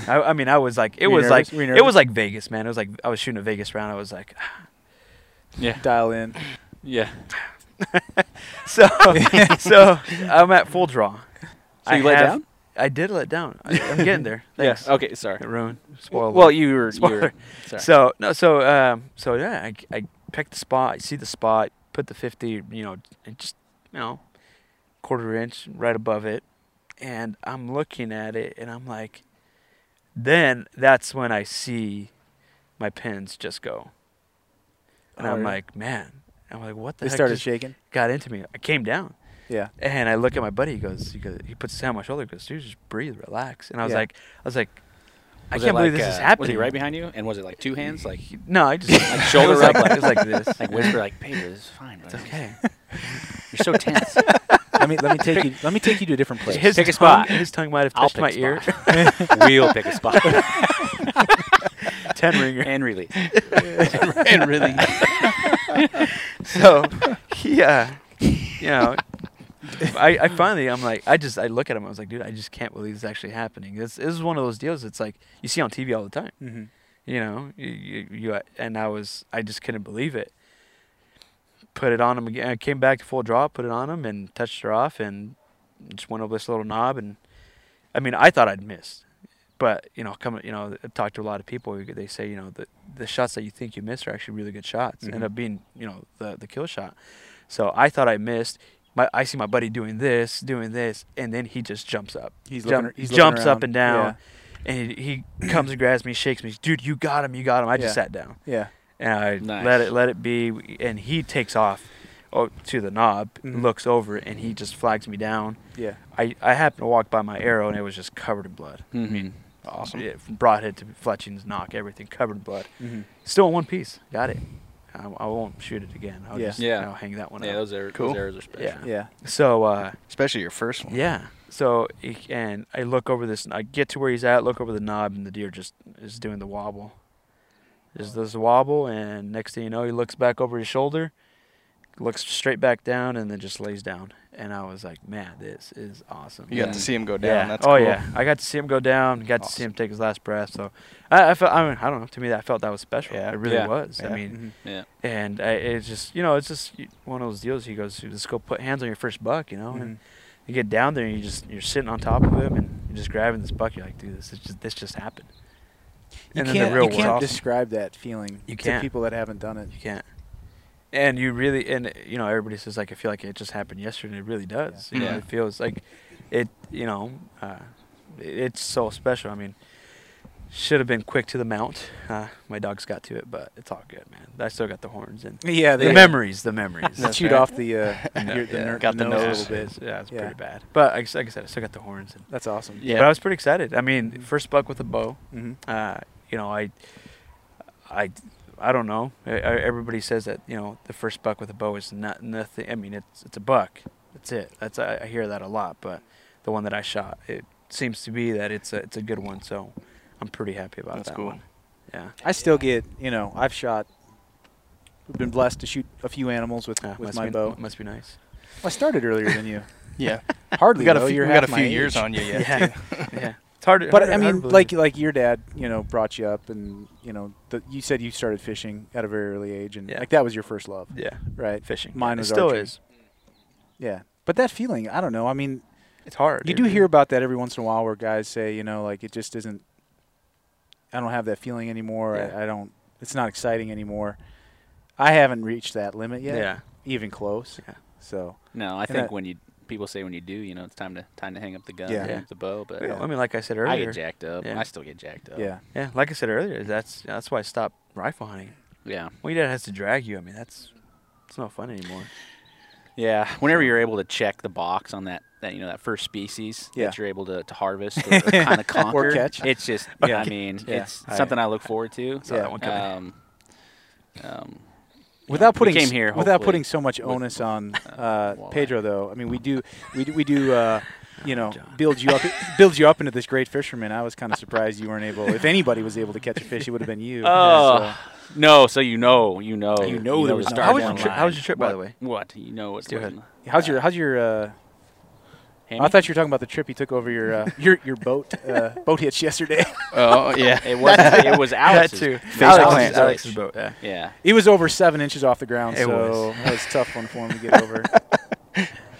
Speaker 3: I, I mean, I was like, it
Speaker 2: Were you
Speaker 3: was
Speaker 2: nervous?
Speaker 3: like,
Speaker 2: Were you
Speaker 3: it
Speaker 2: nervous?
Speaker 3: was like Vegas, man. It was like I was shooting a Vegas round. I was like,
Speaker 5: Yeah.
Speaker 2: Dial in.
Speaker 5: Yeah.
Speaker 3: so, so I'm at full draw.
Speaker 5: So you let
Speaker 3: have-
Speaker 5: down?
Speaker 3: I did let down. I, I'm getting there. Thanks.
Speaker 5: Yes. Okay. Sorry.
Speaker 3: Ruin. Spoiler.
Speaker 5: Well, you were. You were
Speaker 3: Spoiler.
Speaker 5: sorry.
Speaker 3: So no, so um, so yeah, I, I picked the spot, I see the spot, put the fifty, you know, and just you know, quarter inch right above it, and I'm looking at it, and I'm like, then that's when I see my pins just go, and
Speaker 2: Oh,
Speaker 3: I'm
Speaker 2: yeah.
Speaker 3: like, man, I'm like, what the
Speaker 2: They
Speaker 3: heck
Speaker 2: started
Speaker 3: just
Speaker 2: shaking.
Speaker 3: got into me? I came down.
Speaker 2: Yeah.
Speaker 3: And I look at my buddy. He goes, he goes, he puts his hand on my shoulder. He goes, dude, just breathe, relax. And I was
Speaker 2: Yeah.
Speaker 3: like, I was like, I
Speaker 5: Was
Speaker 3: can't
Speaker 5: it
Speaker 3: believe
Speaker 5: like,
Speaker 3: this
Speaker 5: uh,
Speaker 3: is
Speaker 5: Was
Speaker 3: happening.
Speaker 5: he right behind you? And was it like two hands? Like
Speaker 3: No, I just
Speaker 5: Like shoulder
Speaker 3: it was
Speaker 5: up,
Speaker 3: like,
Speaker 5: like-
Speaker 3: it was like this.
Speaker 5: like whisper, like, Pedro, this is fine, brother.
Speaker 3: okay.
Speaker 5: You're so tense.
Speaker 2: let me let me take you let me take you to a different place.
Speaker 3: His
Speaker 5: Pick a
Speaker 3: tongue-
Speaker 5: spot.
Speaker 3: His tongue might have
Speaker 5: I'll
Speaker 3: touched
Speaker 5: pick
Speaker 3: my
Speaker 5: a
Speaker 3: ear.
Speaker 5: spot. we'll pick a spot.
Speaker 3: Ten ringer.
Speaker 5: and release.
Speaker 1: and really,
Speaker 3: so yeah, you know, I, I finally I'm like I just I look at him I was like dude I just can't believe this is actually happening this, this is one of those deals it's like you see on TV all the time
Speaker 5: Mm-hmm.
Speaker 2: Mhm.
Speaker 3: you know you, you, you and I was I just couldn't believe it put it on him again I came back to full draw put it on him and touched her off and just went over this little knob and I mean I thought I'd missed but you know coming you know I've talked to a lot of people they say you know the the shots that you think you missed are actually really good shots end
Speaker 2: Mm-hmm.
Speaker 3: up being you know the the kill shot so I thought I missed. My, I see my buddy doing this, doing this, and then he just jumps up.
Speaker 2: He's
Speaker 3: Jump-
Speaker 2: looking- he's looking
Speaker 3: jumps up
Speaker 2: around.
Speaker 3: and down, and he, he comes and grabs me, shakes me, dude, you got him, you got him. I just
Speaker 2: Yeah.
Speaker 3: sat down
Speaker 2: Yeah.
Speaker 3: and I
Speaker 5: Nice.
Speaker 3: let it let it be, and he takes off oh, to the knob,
Speaker 5: Mm-hmm.
Speaker 2: Mhm.
Speaker 3: looks over, and he just flags me down.
Speaker 2: Yeah.
Speaker 3: I I happened to walk by my arrow, and it was just covered in blood.
Speaker 5: Mhm.
Speaker 1: awesome.
Speaker 3: Yeah, from broadhead to fletchings, knock, everything covered in blood.
Speaker 5: Mm.
Speaker 2: Mhm.
Speaker 3: Still in one piece. Got it. I, I won't shoot it again. I'll
Speaker 2: Yeah.
Speaker 3: just
Speaker 5: Yeah.
Speaker 3: I'll hang that one
Speaker 5: Yeah,
Speaker 3: up.
Speaker 5: those, are,
Speaker 1: Cool.
Speaker 5: those errors are special.
Speaker 3: Yeah.
Speaker 2: Yeah.
Speaker 3: So uh,
Speaker 1: Especially your first one.
Speaker 3: yeah. So he- and I look over this. I get to where he's at. Look over the knob, and the deer just is doing the wobble. Just does the wobble, and next thing you know, he looks back over his shoulder, looks straight back down, and then just lays down. And I was like, man, this is awesome.
Speaker 1: You got
Speaker 5: Yeah.
Speaker 1: to see him go down.
Speaker 3: Yeah.
Speaker 1: That's
Speaker 3: oh
Speaker 1: cool.
Speaker 3: yeah. I got to see him go down. Got to see him take his last breath. So I, I felt. I mean, I don't know. To me, that I felt that was special.
Speaker 1: Yeah.
Speaker 3: It really
Speaker 5: Yeah.
Speaker 3: was.
Speaker 1: Yeah. Mm-hmm.
Speaker 3: I mean,
Speaker 2: Mhm.
Speaker 5: Yeah.
Speaker 3: and I, it's just you know it's just one of those deals. He goes, let's go put hands on your first buck, you know, and
Speaker 2: Mm-hmm.
Speaker 3: you get down there and you just you're sitting on top of him and you're just grabbing this buck. You're like, dude, this is just this just happened.
Speaker 2: You
Speaker 3: and
Speaker 2: can't,
Speaker 3: then the real
Speaker 2: you can't
Speaker 3: world,
Speaker 2: describe that feeling
Speaker 3: You
Speaker 2: to
Speaker 3: can't.
Speaker 2: people that haven't done it.
Speaker 3: you can't. And you really and you know everybody says like I feel like it just happened yesterday. It really does. You know,
Speaker 1: Yeah.
Speaker 3: it feels like it. You know, uh, it- it's so special. I mean. Should have been quick to the mount. Uh, my dogs got to it, but it's all good, man. I still got the horns and
Speaker 2: Yeah,
Speaker 3: the memories. The memories.
Speaker 2: They chewed off the, uh, your, the,
Speaker 3: yeah.
Speaker 2: ner-
Speaker 1: Got
Speaker 2: the
Speaker 1: the
Speaker 2: nose
Speaker 1: nose.
Speaker 2: a little bit.
Speaker 3: Yeah, it's
Speaker 2: Yeah.
Speaker 3: pretty bad. But like, like I said, I still got the horns. And,
Speaker 2: That's awesome.
Speaker 5: Yeah.
Speaker 3: But I was pretty excited. I mean, first buck with a bow.
Speaker 2: Mhm.
Speaker 3: Uh, you know, I, I, I don't know. I, I, everybody says that you know the first buck with a bow is not nothing. I mean, it's it's a buck. That's it. That's I, I hear that a lot. But the one that I shot, it seems to be that it's a it's a good one. So I'm pretty happy about
Speaker 1: That's
Speaker 3: that
Speaker 1: cool.
Speaker 3: one. Yeah.
Speaker 2: I still get, you know, I've shot, been blessed to shoot a few animals with,
Speaker 1: Ah,
Speaker 3: Yeah,
Speaker 2: with
Speaker 3: must
Speaker 2: my
Speaker 3: be,
Speaker 2: bow.
Speaker 3: Must be nice.
Speaker 2: I started earlier than you.
Speaker 1: Yeah.
Speaker 2: Hardly.
Speaker 1: We got a
Speaker 2: though.
Speaker 1: few,
Speaker 2: You're
Speaker 1: we got a
Speaker 2: half my
Speaker 1: few
Speaker 2: age.
Speaker 1: years on you yet.
Speaker 3: Yeah. yeah. It's hard. to-
Speaker 2: But
Speaker 3: hard to-
Speaker 2: I
Speaker 3: hard to
Speaker 2: mean,
Speaker 3: believe.
Speaker 2: like like your dad, you know, brought you up, and you know, the, you said you started fishing at a very early age, and
Speaker 3: Yeah.
Speaker 2: like that was your first love,
Speaker 3: yeah,
Speaker 2: right?
Speaker 3: fishing.
Speaker 2: Mine
Speaker 3: it
Speaker 2: was
Speaker 3: still
Speaker 2: archery.
Speaker 3: is.
Speaker 2: Yeah. But that feeling, I don't know. I mean,
Speaker 3: It's hard.
Speaker 2: you
Speaker 3: It
Speaker 2: do
Speaker 3: really-
Speaker 2: hear about that every once in a while, where guys say, you know, like it just isn't. I don't have that feeling anymore.
Speaker 3: Yeah.
Speaker 2: I, I don't. It's not exciting anymore. I haven't reached that limit yet.
Speaker 3: Yeah.
Speaker 2: Even close.
Speaker 3: Yeah.
Speaker 2: So.
Speaker 5: No, I
Speaker 2: And
Speaker 5: think
Speaker 2: that-
Speaker 5: when you people say when you do, you know, it's time to time to hang up the gun,
Speaker 2: Yeah.
Speaker 5: hang up the bow. But
Speaker 3: Yeah, I mean, like I said
Speaker 5: I
Speaker 3: earlier,
Speaker 5: get jacked up.
Speaker 3: Yeah.
Speaker 5: I still get jacked up.
Speaker 2: Yeah.
Speaker 3: yeah, like I said earlier, that's that's why I stopped rifle hunting.
Speaker 5: yeah,
Speaker 3: When your dad has to drag you, I mean, that's it's not fun anymore.
Speaker 5: yeah. Whenever you're able to check the box on that, that you know that first species
Speaker 2: Yeah.
Speaker 5: that you're able to, to harvest or, kind of conquer,
Speaker 2: catch.
Speaker 5: it's just yeah. I mean, it's
Speaker 3: I-
Speaker 5: something I look forward to.
Speaker 3: saw
Speaker 2: Yeah.
Speaker 3: that one coming.
Speaker 5: Um, um,
Speaker 2: Without
Speaker 5: we
Speaker 2: putting
Speaker 5: came
Speaker 2: s-
Speaker 5: here,
Speaker 2: without
Speaker 5: hopefully,
Speaker 2: putting so much onus on uh,
Speaker 5: walleye.
Speaker 2: Pedro, though. I mean, we do, we do, we do uh, you know,
Speaker 3: John.
Speaker 2: build you up, build you up into this great fisherman. I was kind of surprised you weren't able. If anybody was able to catch a fish, it would have been you.
Speaker 5: Oh. no, so you know, you know,
Speaker 2: You know there was no-
Speaker 5: the stars
Speaker 3: How was
Speaker 5: were
Speaker 3: your trip?
Speaker 5: aligned.
Speaker 3: How was your trip, by the way?
Speaker 5: What you know? What's
Speaker 3: Go ahead.
Speaker 5: going
Speaker 2: So, how's your, how's your? Uh,
Speaker 5: on.
Speaker 2: I thought you were talking about the trip you took over your uh, your your boat uh, boat hitch yesterday.
Speaker 1: Oh yeah.
Speaker 5: It was it was Alex's.
Speaker 3: Alex's, Alex's,
Speaker 5: Alex's
Speaker 3: Alex's
Speaker 5: fish.
Speaker 3: boat. Yeah.
Speaker 5: Yeah.
Speaker 2: It was over seven inches off the ground,
Speaker 3: It
Speaker 2: so
Speaker 3: was.
Speaker 2: it was a tough one for him to get over.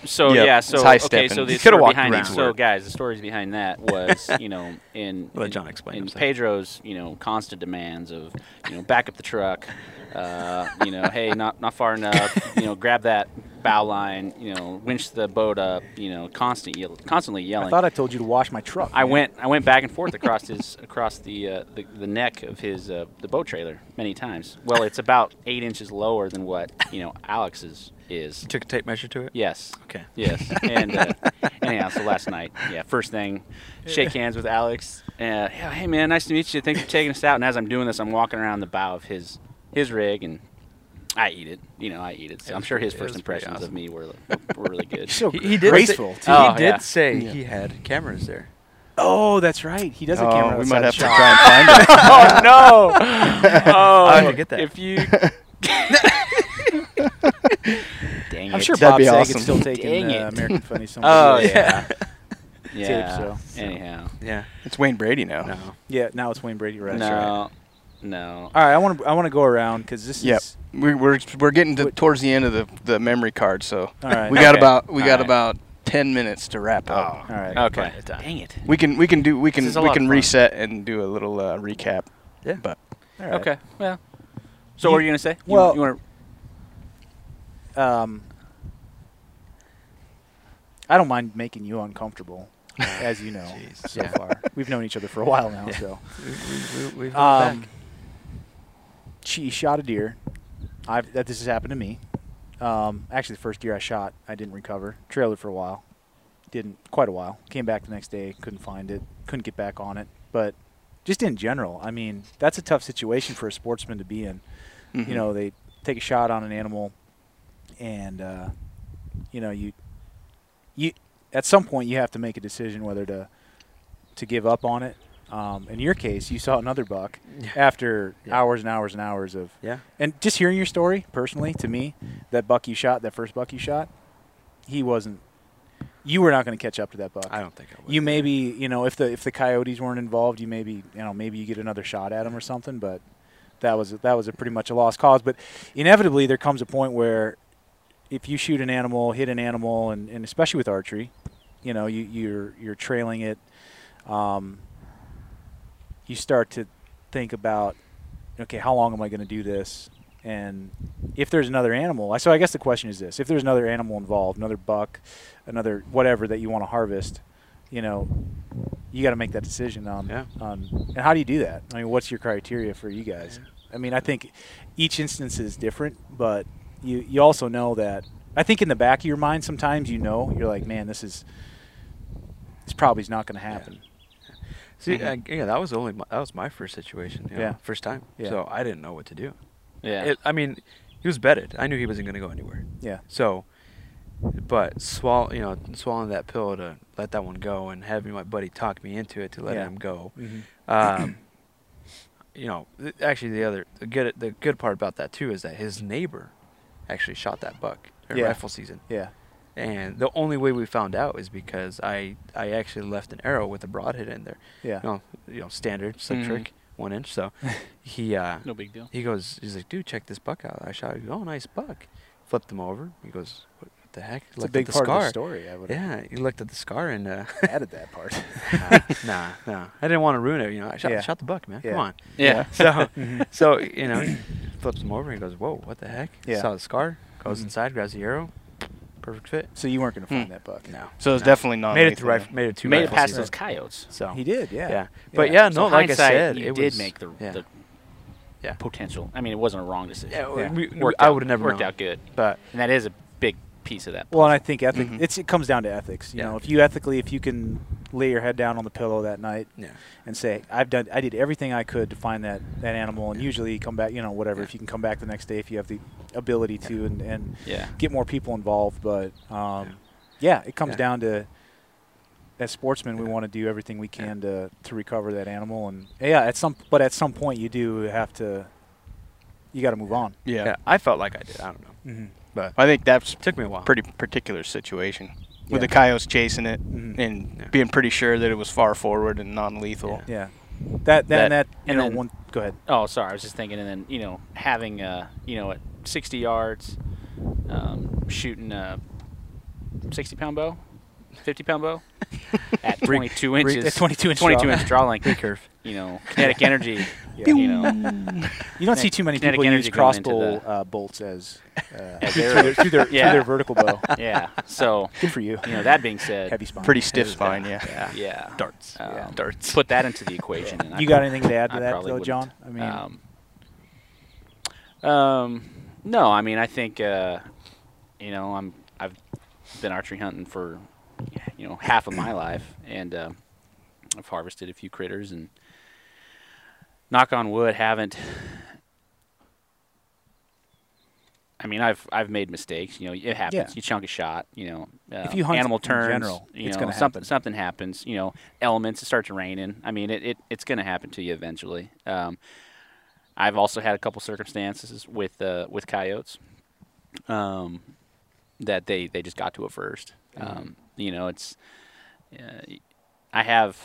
Speaker 5: So
Speaker 1: Yep,
Speaker 5: yeah,
Speaker 1: it's
Speaker 5: so
Speaker 1: high
Speaker 5: okay,
Speaker 1: stepping.
Speaker 5: so the
Speaker 1: You
Speaker 3: coulda
Speaker 5: story
Speaker 3: walked
Speaker 5: behind
Speaker 3: around.
Speaker 5: it. So guys, the stories behind that was you know in
Speaker 3: Let
Speaker 5: in,
Speaker 3: John explain
Speaker 5: in
Speaker 3: himself.
Speaker 5: Pedro's you know constant demands of you know back up the truck, uh, you know hey not not far enough, you know grab that bow line, you know, winch the boat up, you know, constant yell- constantly
Speaker 2: I
Speaker 5: yelling.
Speaker 2: thought I told you to wash my truck.
Speaker 5: I
Speaker 2: man.
Speaker 5: went I went back and forth across his across the, uh, the the neck of his uh, the boat trailer many times. Well, it's about eight inches lower than what you know Alex's is.
Speaker 3: Took a tape measure to it.
Speaker 5: Yes.
Speaker 3: Okay.
Speaker 5: Yes. And uh, anyhow, so last night, yeah, first thing, shake hands with Alex. Uh, hey man, nice to meet you. Thanks for taking us out. And as I'm doing this, I'm walking around the bow of his his rig, and I eat it. You know, I eat it. So
Speaker 3: It
Speaker 5: I'm
Speaker 3: was
Speaker 5: sure his
Speaker 3: pretty- it
Speaker 5: first
Speaker 3: was pretty
Speaker 5: impressions of
Speaker 3: awesome.
Speaker 5: me were, were really good.
Speaker 2: So
Speaker 3: He, he did
Speaker 2: graceful.
Speaker 3: Say,
Speaker 2: too.
Speaker 5: Oh,
Speaker 3: he did
Speaker 5: yeah.
Speaker 3: say
Speaker 1: Yeah.
Speaker 3: he had cameras there.
Speaker 2: oh, that's right. He does a
Speaker 1: Oh,
Speaker 2: camera.
Speaker 1: we
Speaker 2: outside
Speaker 1: might
Speaker 2: the
Speaker 1: have to
Speaker 2: shop.
Speaker 1: try and find it.
Speaker 5: oh no! Oh,
Speaker 3: I have to get that.
Speaker 5: If you, dang
Speaker 2: I'm
Speaker 5: it.
Speaker 2: sure
Speaker 1: That'd
Speaker 2: Bob
Speaker 1: be
Speaker 2: Saget's
Speaker 1: awesome.
Speaker 2: still taking
Speaker 5: Dang
Speaker 2: uh,
Speaker 5: it.
Speaker 2: American Funny somewhere.
Speaker 5: Oh yeah, yeah.
Speaker 2: so.
Speaker 5: Anyhow,
Speaker 3: Yeah.
Speaker 1: It's Wayne Brady now.
Speaker 3: No.
Speaker 2: yeah. Now it's Wayne Brady, right?
Speaker 5: no,
Speaker 2: That's right.
Speaker 5: no.
Speaker 2: All right, I want to I want to go around because this
Speaker 1: Yep.
Speaker 2: is
Speaker 1: We're, we're we're getting to towards the end of the, the memory card, so
Speaker 2: all right. Oh.
Speaker 1: we got
Speaker 5: Okay.
Speaker 1: about we
Speaker 5: All
Speaker 1: got
Speaker 5: right.
Speaker 1: about ten minutes to wrap up.
Speaker 2: all right.
Speaker 5: Okay, dang it.
Speaker 1: We can we can do we can
Speaker 5: is a
Speaker 1: we
Speaker 5: lot of
Speaker 1: can
Speaker 5: fun.
Speaker 1: reset and do a little uh, recap.
Speaker 3: Yeah.
Speaker 1: But
Speaker 2: all right.
Speaker 5: Okay, well. So what are you gonna say? You-
Speaker 2: well-
Speaker 5: you want
Speaker 2: Um, I don't mind making you uncomfortable, as you know. so
Speaker 3: Yeah.
Speaker 2: far, we've known each other for a while now.
Speaker 3: Yeah.
Speaker 2: So,
Speaker 3: We, we, we
Speaker 2: um, she shot a deer. I've that this has happened to me. Um, actually, the first deer I shot, I didn't recover. Trailed it for a while. Didn't quite a while. Came back the next day, couldn't find it, couldn't get back on it. But just in general, I mean, that's a tough situation for a sportsman to be in.
Speaker 1: mm-hmm.
Speaker 2: You know, they take a shot on an animal, and uh, you know, you you at some point you have to make a decision whether to to give up on it. Um, in your case, you saw another buck after
Speaker 3: Yeah.
Speaker 2: hours and hours and hours of
Speaker 3: Yeah.
Speaker 2: and just hearing your story personally to me, that buck you shot, that first buck you shot, he wasn't. You were not going to catch up to that buck.
Speaker 3: I don't think I would.
Speaker 2: You maybe you know if the if the coyotes weren't involved, you maybe you know maybe you get another shot at him or something. But that was that was a pretty much a lost cause. But inevitably there comes a point where if you shoot an animal, hit an animal, and, and especially with archery, you know you you're you're trailing it. Um, you start to think about okay, how long am I going to do this? And if there's another animal, I- so I guess the question is this: if there's another animal involved, another buck, another whatever that you want to harvest, you know, you got to make that decision on,
Speaker 3: Yeah.
Speaker 2: on. And how do you do that? I mean, what's your criteria for you guys? I mean, I think each instance is different, but you you also know that I think in the back of your mind sometimes you know you're like, man, this is this probably is not going to happen.
Speaker 3: See, I, yeah, that was only my, that was my first situation. you know,
Speaker 2: Yeah.
Speaker 3: First time.
Speaker 2: Yeah.
Speaker 3: So I didn't know what to do.
Speaker 5: Yeah.
Speaker 3: It, I mean, he was bedded. I knew he wasn't going to go anywhere.
Speaker 2: Yeah.
Speaker 3: So, but swallow, you know, swallowing that pill to let that one go, and having my buddy talk me into it to letting
Speaker 2: Yeah. Mm-hmm.
Speaker 3: him go. Um, you know, th- actually, the other the good the good part about that too is that his neighbor actually shot that buck during
Speaker 2: Yeah.
Speaker 3: rifle season,
Speaker 2: Yeah.
Speaker 3: and the only way we found out is because I I actually left an arrow with a broadhead in there.
Speaker 2: Yeah. Mm-hmm.
Speaker 3: You know, you know, standard slick
Speaker 1: Mhm.
Speaker 3: trick, one inch. So he uh,
Speaker 5: No big deal.
Speaker 3: he goes, he's like, dude, check this buck out. I shot. I go, oh, nice buck. Flipped him over. He goes, what the heck?
Speaker 2: It's a big
Speaker 3: at the
Speaker 2: part
Speaker 3: scar.
Speaker 2: of the story. I would have
Speaker 3: Yeah, he looked at the scar and uh,
Speaker 2: added that part.
Speaker 3: nah, nah, nah. I didn't want to ruin it. You know, I shot,
Speaker 2: Yeah.
Speaker 3: shot the buck, man.
Speaker 2: Yeah.
Speaker 3: Come on.
Speaker 5: Yeah.
Speaker 3: So, so you know, he flips him over and he goes, whoa, what the heck?
Speaker 2: Yeah.
Speaker 3: Saw the scar. Goes
Speaker 2: Mhm.
Speaker 3: inside, grabs the arrow. Perfect fit.
Speaker 2: So you weren't going to find
Speaker 1: Hmm.
Speaker 2: that buck.
Speaker 3: No.
Speaker 1: So it's
Speaker 3: no.
Speaker 1: definitely not
Speaker 3: made it through. Rif- made it
Speaker 5: You
Speaker 3: two.
Speaker 5: made it
Speaker 3: rifle
Speaker 5: past
Speaker 3: season.
Speaker 5: those coyotes.
Speaker 3: So
Speaker 2: He did, yeah.
Speaker 3: Yeah. But yeah, no,
Speaker 5: So
Speaker 3: like I
Speaker 5: hindsight,
Speaker 3: said,
Speaker 5: you
Speaker 3: it
Speaker 5: did
Speaker 3: was-
Speaker 5: make the,
Speaker 3: yeah.
Speaker 5: the
Speaker 3: Yeah.
Speaker 5: potential. I mean, it wasn't a wrong decision.
Speaker 3: Yeah,
Speaker 2: Yeah.
Speaker 3: we- we-
Speaker 5: Worked
Speaker 3: I
Speaker 5: out-
Speaker 3: would have never
Speaker 5: worked
Speaker 3: known.
Speaker 5: out good,
Speaker 3: But
Speaker 5: and that is a big piece of that.
Speaker 2: Well, and I think ethic,
Speaker 1: Mhm.
Speaker 2: it's, it comes down to ethics. You
Speaker 3: Mm-hmm. Yeah.
Speaker 2: know, if you ethically, if you can lay your head down on the pillow that night
Speaker 3: yeah.
Speaker 2: and say, "I've done, I did everything I could to find that that animal," and usually you come back, you know, whatever.
Speaker 3: Yeah.
Speaker 2: If you can come back the next day, if you have the ability to, and and
Speaker 5: Yeah.
Speaker 2: get more people involved. But um, yeah. it comes
Speaker 3: Yeah.
Speaker 2: down to as sportsmen, we
Speaker 3: Yeah.
Speaker 2: want to do everything we can to to recover that animal, and yeah, at some, but at some point, you do have to, you got to move on.
Speaker 1: yeah.
Speaker 3: yeah, I felt like I did. I don't know.
Speaker 2: Mm-hmm.
Speaker 3: But
Speaker 1: I think that's
Speaker 3: took me a while.
Speaker 1: pretty particular situation
Speaker 2: Yeah.
Speaker 1: with the coyotes chasing it
Speaker 2: Mhm.
Speaker 1: and
Speaker 3: Yeah.
Speaker 1: being pretty sure that it was far forward and non-lethal.
Speaker 2: Yeah, that that that,
Speaker 5: That-
Speaker 2: you
Speaker 5: and
Speaker 2: know,
Speaker 5: then-
Speaker 2: one. Go ahead.
Speaker 5: Oh, sorry. I was just thinking, and then you know, having uh, you know, at 60 yards, um, shooting a 60 pound bow, 50 pound bow, at 22
Speaker 2: Re-
Speaker 5: inches,
Speaker 2: at 22 inch
Speaker 5: 22
Speaker 2: draw.
Speaker 5: inch draw length,
Speaker 3: curve.
Speaker 5: you know, kinetic energy,
Speaker 2: Yeah.
Speaker 5: You know,
Speaker 2: You don't see too many
Speaker 5: Kinetic
Speaker 2: people use
Speaker 5: energy going into
Speaker 2: crossbow
Speaker 5: the-
Speaker 2: uh, bolts as uh,
Speaker 5: As
Speaker 2: through,
Speaker 5: arrows.
Speaker 2: their, through, their,
Speaker 5: Yeah.
Speaker 2: through their vertical bow.
Speaker 5: yeah. So
Speaker 2: Good for you.
Speaker 5: you know, that being said,
Speaker 2: Heavy spine.
Speaker 1: Pretty stiff spine, yeah.
Speaker 5: yeah,
Speaker 3: Darts.
Speaker 5: um,
Speaker 2: Yeah.
Speaker 5: darts. Put that into the equation. and I
Speaker 2: You got
Speaker 5: prob-
Speaker 2: anything to add to
Speaker 5: I
Speaker 2: that,
Speaker 5: probably
Speaker 2: though,
Speaker 5: wouldn't.
Speaker 2: John? I mean,
Speaker 5: um, um, no, I mean, I think uh, you know, I'm I've been archery hunting for you know half of my life, and uh, I've harvested a few critters, and knock on wood, haven't. I mean, I've I've made mistakes. You know, it happens.
Speaker 2: Yeah.
Speaker 5: You chunk a shot. You know, uh,
Speaker 2: you hunt
Speaker 5: animal
Speaker 2: in
Speaker 5: turns,
Speaker 2: general,
Speaker 5: you
Speaker 2: it's
Speaker 5: know,
Speaker 2: gonna
Speaker 5: something
Speaker 2: happen.
Speaker 5: something happens. You know, elements. It starts raining. I mean, it, it it's going to happen to you eventually. Um, I've also had a couple circumstances with uh, with coyotes um, that they, they just got to it 1st
Speaker 2: Mm-hmm.
Speaker 5: Um, you know, it's uh, I have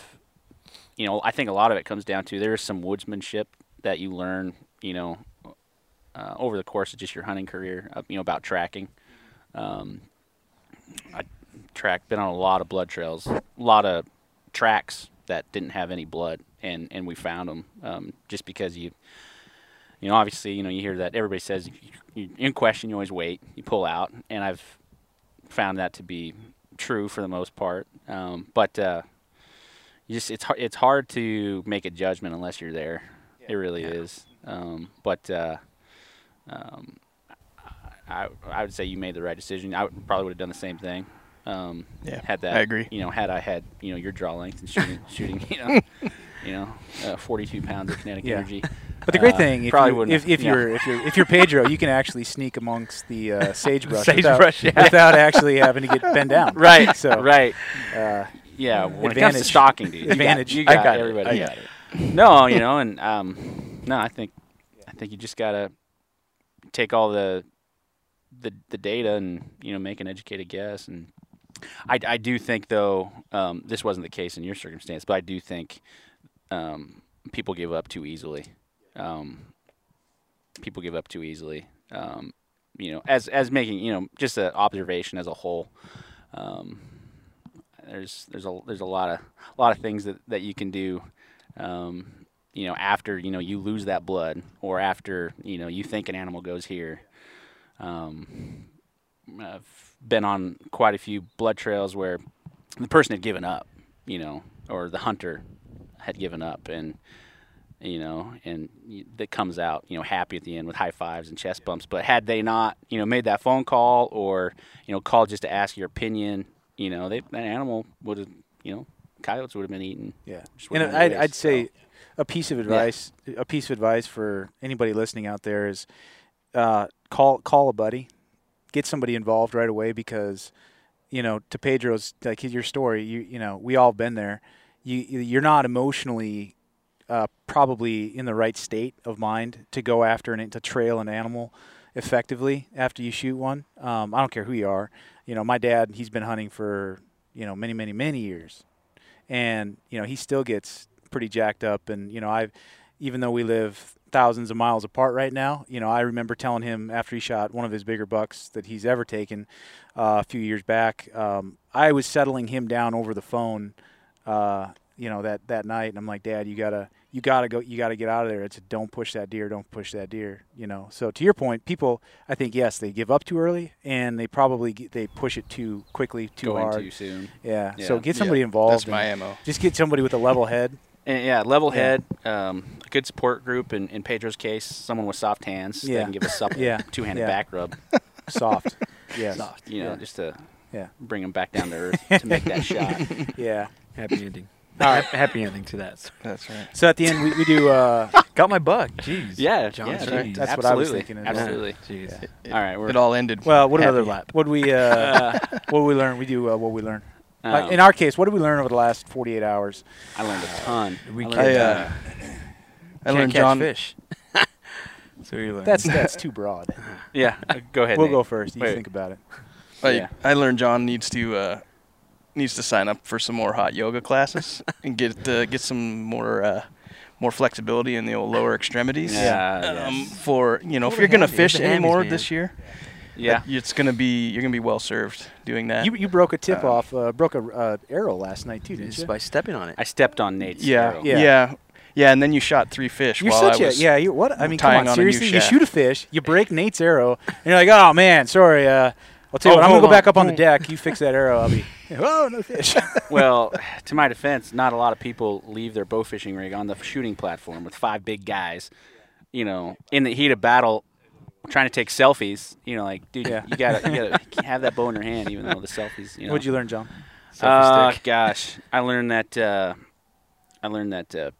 Speaker 5: you know I think a lot of it comes down to there is some woodsmanship that you learn you know uh, over the course of just your hunting career uh, you know about tracking. Um, I track been on a lot of blood trails, a lot of tracks that didn't have any blood, and and we found them um, just because you you know, obviously, you know, you hear that everybody says if you- you- in question, you always wait, you pull out, and I've found that to be true for the most part. Um, but uh, you just it's hard, it's hard to make a judgment unless you're there. It really is. Um, but uh, um, I I would say you made the right decision. I would, probably would have done the same thing. Um,
Speaker 1: Yeah,
Speaker 5: had that
Speaker 1: I agree.
Speaker 5: You know, had I had you know your draw length and shooting shooting you know you know uh, 42 pounds of kinetic
Speaker 2: Yeah.
Speaker 5: energy.
Speaker 2: But the great
Speaker 5: Uh,
Speaker 2: thing, if,
Speaker 5: probably
Speaker 2: you,
Speaker 5: wouldn't
Speaker 2: if,
Speaker 5: have-
Speaker 2: if
Speaker 5: yeah.
Speaker 2: you're if you're if you're Pedro, you can actually sneak amongst the uh, sagebrush,
Speaker 3: Sagebrush,
Speaker 2: without,
Speaker 3: yeah.
Speaker 2: without actually having to get bent down.
Speaker 5: right,
Speaker 2: So
Speaker 5: right,
Speaker 2: Uh,
Speaker 5: yeah. When it comes to
Speaker 2: Advantage.
Speaker 5: stalking, dude, you got-
Speaker 2: Advantage.
Speaker 5: You
Speaker 2: I
Speaker 5: got,
Speaker 3: got it.
Speaker 5: everybody.
Speaker 3: I
Speaker 5: You
Speaker 3: got
Speaker 5: got it. No, you know, and um, no, I think, I think you just gotta take all the, the the data and you know make an educated guess. And I, I do think though um, this wasn't the case in your circumstance, but I do think um, people give up too easily. Um, people give up too easily. Um, you know, as as making you know just an observation as a whole. Um, there's there's a there's a lot of a lot of things that, that you can do. Um, you know, after you know you lose that blood, or after you know you think an animal goes here. Um, I've been on quite a few blood trails where the person had given up, you know, or the hunter had given up, and you know, and y- that comes out, you know, happy at the end with high fives and chest bumps. But had they not, you know, made that phone call or, you know, called just to ask your opinion, you know, they, that animal would have, you know, coyotes would have been eaten.
Speaker 2: Yeah, and
Speaker 5: Just wouldn't
Speaker 2: I'd,
Speaker 5: always,
Speaker 2: I'd say
Speaker 5: so.
Speaker 2: a piece of advice, a piece of advice for anybody listening out there is, uh, call call a buddy, get somebody involved right away because, you know, to Pedro's like your story, you you know we all been there. You you're not emotionally. Uh, probably in the right state of mind to go after and to trail an animal effectively after you shoot one. Um, I don't care who you are. You know, my dad, he's been hunting for you know many, many, many years, and you know he still gets pretty jacked up and you know i even though we live thousands of miles apart right now you know i remember telling him after he shot one of his bigger bucks that he's ever taken uh, a few years back um, i was settling him down over the phone uh, you know that that night and i'm like dad you gotta you gotta go you gotta get out of there it's a don't push that deer don't push that deer you know so to your point people i think yes they give up too early and they probably get, they push it too quickly too
Speaker 5: Going
Speaker 2: hard
Speaker 5: too soon.
Speaker 2: yeah. so
Speaker 5: Yeah.
Speaker 2: get somebody
Speaker 1: Yeah,
Speaker 2: involved
Speaker 1: That's
Speaker 2: and-
Speaker 1: my ammo.
Speaker 2: just get somebody with a level head.
Speaker 5: And yeah, level
Speaker 2: Yeah.
Speaker 5: head, um, a good support group. In, in Pedro's case, someone with soft hands
Speaker 2: Yeah.
Speaker 5: that can give a supple
Speaker 2: Yeah.
Speaker 5: two-handed
Speaker 2: Yeah.
Speaker 5: back rub.
Speaker 2: Soft. yes.
Speaker 5: You know,
Speaker 2: Yeah.
Speaker 5: just to
Speaker 2: Yeah.
Speaker 5: bring them back down to earth to make that shot.
Speaker 2: Yeah.
Speaker 3: Happy ending. All right. Happy ending to that.
Speaker 1: That's right.
Speaker 2: So at the end, we, we do. Uh,
Speaker 3: Got my buck. Jeez.
Speaker 5: Yeah,
Speaker 3: John.
Speaker 5: yeah,
Speaker 3: jeez.
Speaker 2: That's what I was
Speaker 5: absolutely,
Speaker 2: thinking of.
Speaker 5: Absolutely.
Speaker 3: Jeez.
Speaker 2: Yeah.
Speaker 5: All right, we're
Speaker 1: It all ended.
Speaker 2: well, what
Speaker 3: Another
Speaker 2: did we-
Speaker 3: lap.
Speaker 2: What did we? Uh, what did we learn? We do uh, what we learn.
Speaker 1: Oh.
Speaker 2: Like,
Speaker 5: um,
Speaker 2: in our case, what did we learn over the last 48 hours?
Speaker 5: I learned a ton.
Speaker 3: We
Speaker 5: I
Speaker 3: can't,
Speaker 5: learned
Speaker 1: I,
Speaker 5: a ton.
Speaker 1: uh, I
Speaker 3: can't
Speaker 1: learned
Speaker 3: catch
Speaker 1: John.
Speaker 3: fish. so you learn.
Speaker 2: That's that's too broad.
Speaker 5: yeah, go ahead.
Speaker 2: We'll
Speaker 5: Nate.
Speaker 2: go first. You
Speaker 5: Wait.
Speaker 2: think about it.
Speaker 1: I,
Speaker 5: Yeah.
Speaker 1: I learned John needs to uh, needs to sign up for some more hot yoga classes and get uh, get some more uh, more flexibility in the old lower extremities.
Speaker 5: Yeah,
Speaker 1: Um,
Speaker 5: yes.
Speaker 1: For you know, if
Speaker 3: Go to
Speaker 1: you're gonna
Speaker 3: hammies.
Speaker 1: fish
Speaker 3: The hammies,
Speaker 1: anymore
Speaker 3: man.
Speaker 1: this year,
Speaker 5: Yeah,
Speaker 1: it's gonna be you're gonna be well served doing that.
Speaker 2: You, you broke a tip
Speaker 1: Uh,
Speaker 2: off. Uh, broke a uh, arrow last night too, didn't
Speaker 3: Just
Speaker 2: you?
Speaker 3: by stepping on it.
Speaker 5: I stepped on Nate's
Speaker 1: yeah,
Speaker 5: arrow.
Speaker 2: Yeah.
Speaker 1: yeah, Yeah, and then you shot three fish
Speaker 2: You're
Speaker 1: while
Speaker 2: such
Speaker 1: I
Speaker 2: a
Speaker 1: was.
Speaker 2: yeah. You what? I mean, come
Speaker 1: tying
Speaker 2: on,
Speaker 1: on a new
Speaker 2: seriously. You
Speaker 1: shaft.
Speaker 2: shoot a fish, you break Nate's arrow, and you're like, oh man, sorry. Uh, I'll tell
Speaker 1: Oh,
Speaker 2: you what, I'm gonna
Speaker 1: hold
Speaker 2: go back
Speaker 1: on.
Speaker 2: up on the deck. You fix that arrow, I'll be. Oh no fish.
Speaker 5: well, to my defense, not a lot of people leave their bow fishing rig on the shooting platform with five big guys, you know, in the heat of battle, trying to take selfies. You know, like, dude,
Speaker 2: Yeah.
Speaker 5: you gotta, you gotta have that bow in your hand, even though the selfies. You know,
Speaker 2: What'd you learn, John?
Speaker 5: Uh, gosh, I learned that. Uh, I learned that uh,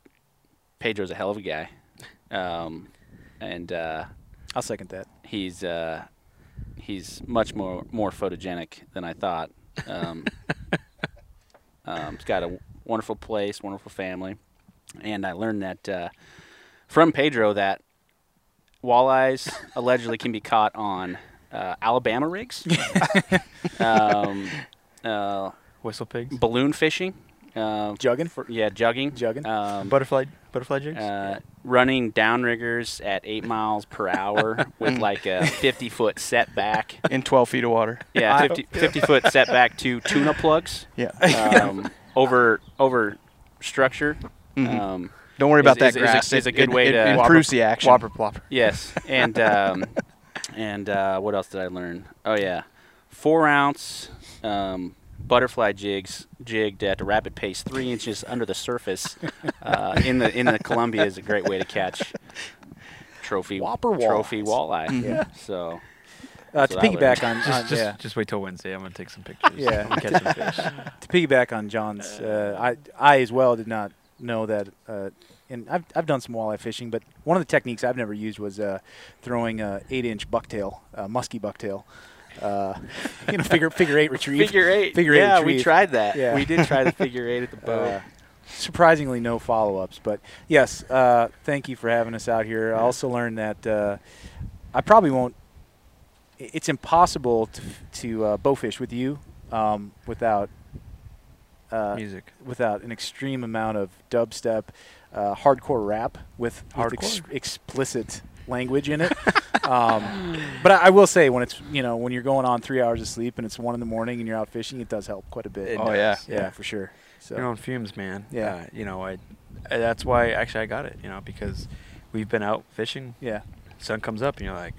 Speaker 5: Pedro's a hell of a guy, um, and uh,
Speaker 2: I'll second that.
Speaker 5: he's uh, he's much more more photogenic than I thought. Um, um, he's got a wonderful place, wonderful family, and I learned that uh, from Pedro that walleyes allegedly can be caught on uh, Alabama rigs, um, uh,
Speaker 3: Whistle pigs.
Speaker 5: balloon fishing, uh,
Speaker 2: Jugging.
Speaker 5: for, yeah, jugging,
Speaker 2: Jugging.
Speaker 5: um,
Speaker 3: Butterfly butterfly jigs.
Speaker 5: uh, running downriggers at eight miles per hour with like a 50 foot setback.
Speaker 1: in 12 feet of water.
Speaker 5: Yeah, 50, 50 foot setback to tuna plugs
Speaker 1: Yeah.
Speaker 5: um, over over structure.
Speaker 2: Mm-hmm.
Speaker 1: Mhm.
Speaker 5: Um,
Speaker 1: Don't worry
Speaker 5: is-
Speaker 1: about that
Speaker 5: is- is a-
Speaker 1: grass.
Speaker 5: is a
Speaker 1: It-
Speaker 5: good
Speaker 1: it-
Speaker 5: way
Speaker 1: it
Speaker 5: to-
Speaker 1: improves the action.
Speaker 3: Whopper plopper.
Speaker 5: yes, and um, and uh, what else did I learn? Oh yeah, four ounce um, butterfly jigs jigged at a rapid pace, three inches under the surface uh, in the in the Columbia is a great way to catch trophy
Speaker 2: Whopper walleyes.
Speaker 5: trophy walleye.
Speaker 2: Yeah.
Speaker 5: So
Speaker 2: Uh,
Speaker 5: That's
Speaker 2: to
Speaker 5: what I learned.
Speaker 2: piggyback on, on
Speaker 3: Just, just,
Speaker 2: yeah,
Speaker 3: just wait till Wednesday. I'm gonna take some pictures.
Speaker 2: Yeah.
Speaker 3: and catch some fish.
Speaker 2: to piggyback on John's, uh, I I as well did not know that, uh, and I've I've done some walleye fishing, but one of the techniques I've never used was uh, throwing a eight inch bucktail, uh, musky bucktail, uh, you know, figure figure eight retrieve.
Speaker 5: figure eight.
Speaker 2: Figure eight
Speaker 5: yeah, we
Speaker 2: retrieve.
Speaker 5: tried that.
Speaker 2: Yeah.
Speaker 5: We did try the figure eight at the boat.
Speaker 2: Uh, surprisingly, no follow ups, but yes, uh, thank you for having us out here. I also learned that uh, I probably won't. i- It's impossible to, to uh, bowfish with you um, without uh,
Speaker 3: Music.
Speaker 2: without an extreme amount of dubstep, uh, hardcore rap with, with ex-
Speaker 3: Hardcore.
Speaker 2: explicit language in it. um, but I, I will say, when it's you know when you're going on three hours of sleep and it's one in the morning and you're out fishing, it does help quite a bit.
Speaker 3: It
Speaker 1: Oh, yeah.
Speaker 3: does,
Speaker 2: yeah, for sure. So
Speaker 3: You're on fumes, man.
Speaker 2: Yeah.
Speaker 3: Uh, you know, I, I. That's why actually I got it. You know, because we've been out fishing.
Speaker 2: yeah,
Speaker 3: Sun comes up, and you're like,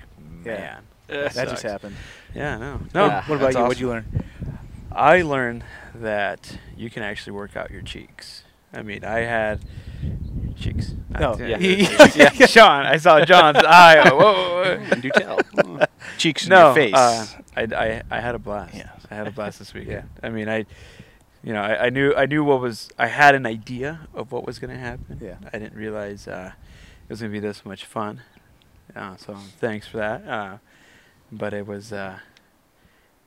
Speaker 2: Yeah.
Speaker 3: man.
Speaker 2: that,
Speaker 3: sucks.
Speaker 2: just happened.
Speaker 3: Yeah. No. No.
Speaker 5: Yeah.
Speaker 2: What about
Speaker 3: that's
Speaker 2: you? What'd you learn?
Speaker 3: I learned that you can actually work out your cheeks. I mean, I had cheeks.
Speaker 2: No,
Speaker 3: Not-
Speaker 5: yeah.
Speaker 3: yeah. Sean. I saw John's eye. Whoa, whoa, whoa.
Speaker 5: Do tell.
Speaker 1: Cheeks in
Speaker 3: no,
Speaker 1: your face.
Speaker 3: uh, I, I I had a blast.
Speaker 1: Yeah.
Speaker 3: I had a blast this weekend. I mean, I, you know, I, I knew I knew what was. I had an idea of what was going to happen.
Speaker 2: Yeah.
Speaker 3: I didn't realize uh, it was going to be this much fun. Uh, so thanks for that. Uh, but it was, uh,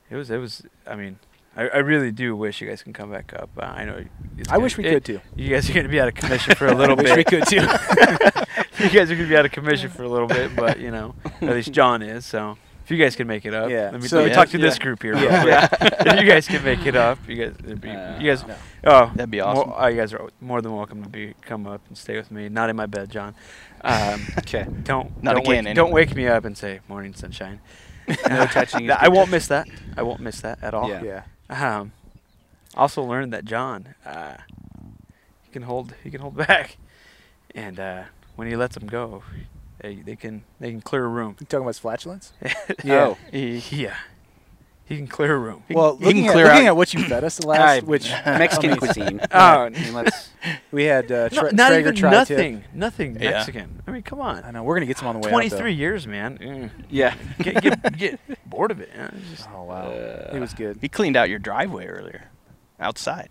Speaker 3: it was, it was. I mean, I, I really do wish you guys can come back up. Uh, I know. It's
Speaker 2: I wish we
Speaker 3: it-
Speaker 2: could too.
Speaker 3: You guys are going to be out of commission for a little
Speaker 2: I
Speaker 3: bit
Speaker 2: wish we could too.
Speaker 3: you guys are gonna be out of commission for a little bit, but you know, at least John is. So if you guys can make it up,
Speaker 2: Yeah.
Speaker 3: Let me,
Speaker 2: So
Speaker 3: let me
Speaker 1: yeah.
Speaker 3: talk to
Speaker 2: Yeah.
Speaker 3: this group here.
Speaker 2: Yeah.
Speaker 3: Real quick. if you guys can make it up, you guys, it'd be, you guys,
Speaker 2: No.
Speaker 3: oh,
Speaker 1: That'd be
Speaker 3: mo-
Speaker 1: awesome.
Speaker 3: oh, you guys are more than welcome to be come up and stay with me. Not in my bed, John. Um,
Speaker 5: Okay.
Speaker 3: don't
Speaker 1: Not
Speaker 3: don't,
Speaker 1: again,
Speaker 3: wake,
Speaker 1: anyway.
Speaker 3: don't wake me up and say morning sunshine.
Speaker 5: No touching is
Speaker 3: I
Speaker 5: good
Speaker 3: won't miss that. I won't miss that at all.
Speaker 5: Yeah.
Speaker 2: yeah.
Speaker 3: Um, also learned that John, uh, he can hold he can hold back, and uh, when he lets them go, they, they can they can clear a room.
Speaker 2: You talking about flatulence?
Speaker 5: Yeah.
Speaker 1: He-
Speaker 3: yeah, he can clear a room.
Speaker 2: Oh. Well,
Speaker 1: he can
Speaker 2: looking, at,
Speaker 1: clear
Speaker 2: looking
Speaker 1: out-
Speaker 2: at what you fed us the
Speaker 5: I-
Speaker 2: last, which
Speaker 5: Mexican
Speaker 2: I mean,
Speaker 5: cuisine.
Speaker 3: Oh,
Speaker 5: I mean, let's,
Speaker 2: we had uh,
Speaker 3: No,
Speaker 2: tra-
Speaker 3: not
Speaker 2: Traeger
Speaker 3: even
Speaker 2: tri-tip.
Speaker 3: nothing, nothing
Speaker 1: Yeah.
Speaker 3: Mexican. I mean, come
Speaker 2: I
Speaker 3: on,
Speaker 2: know we're gonna get some on the way. out, though.
Speaker 3: twenty three years, man. Mm.
Speaker 5: yeah.
Speaker 3: Get, get, get bored of it. yeah. It's just-
Speaker 2: Oh wow, it was good.
Speaker 1: He cleaned out your driveway earlier, outside.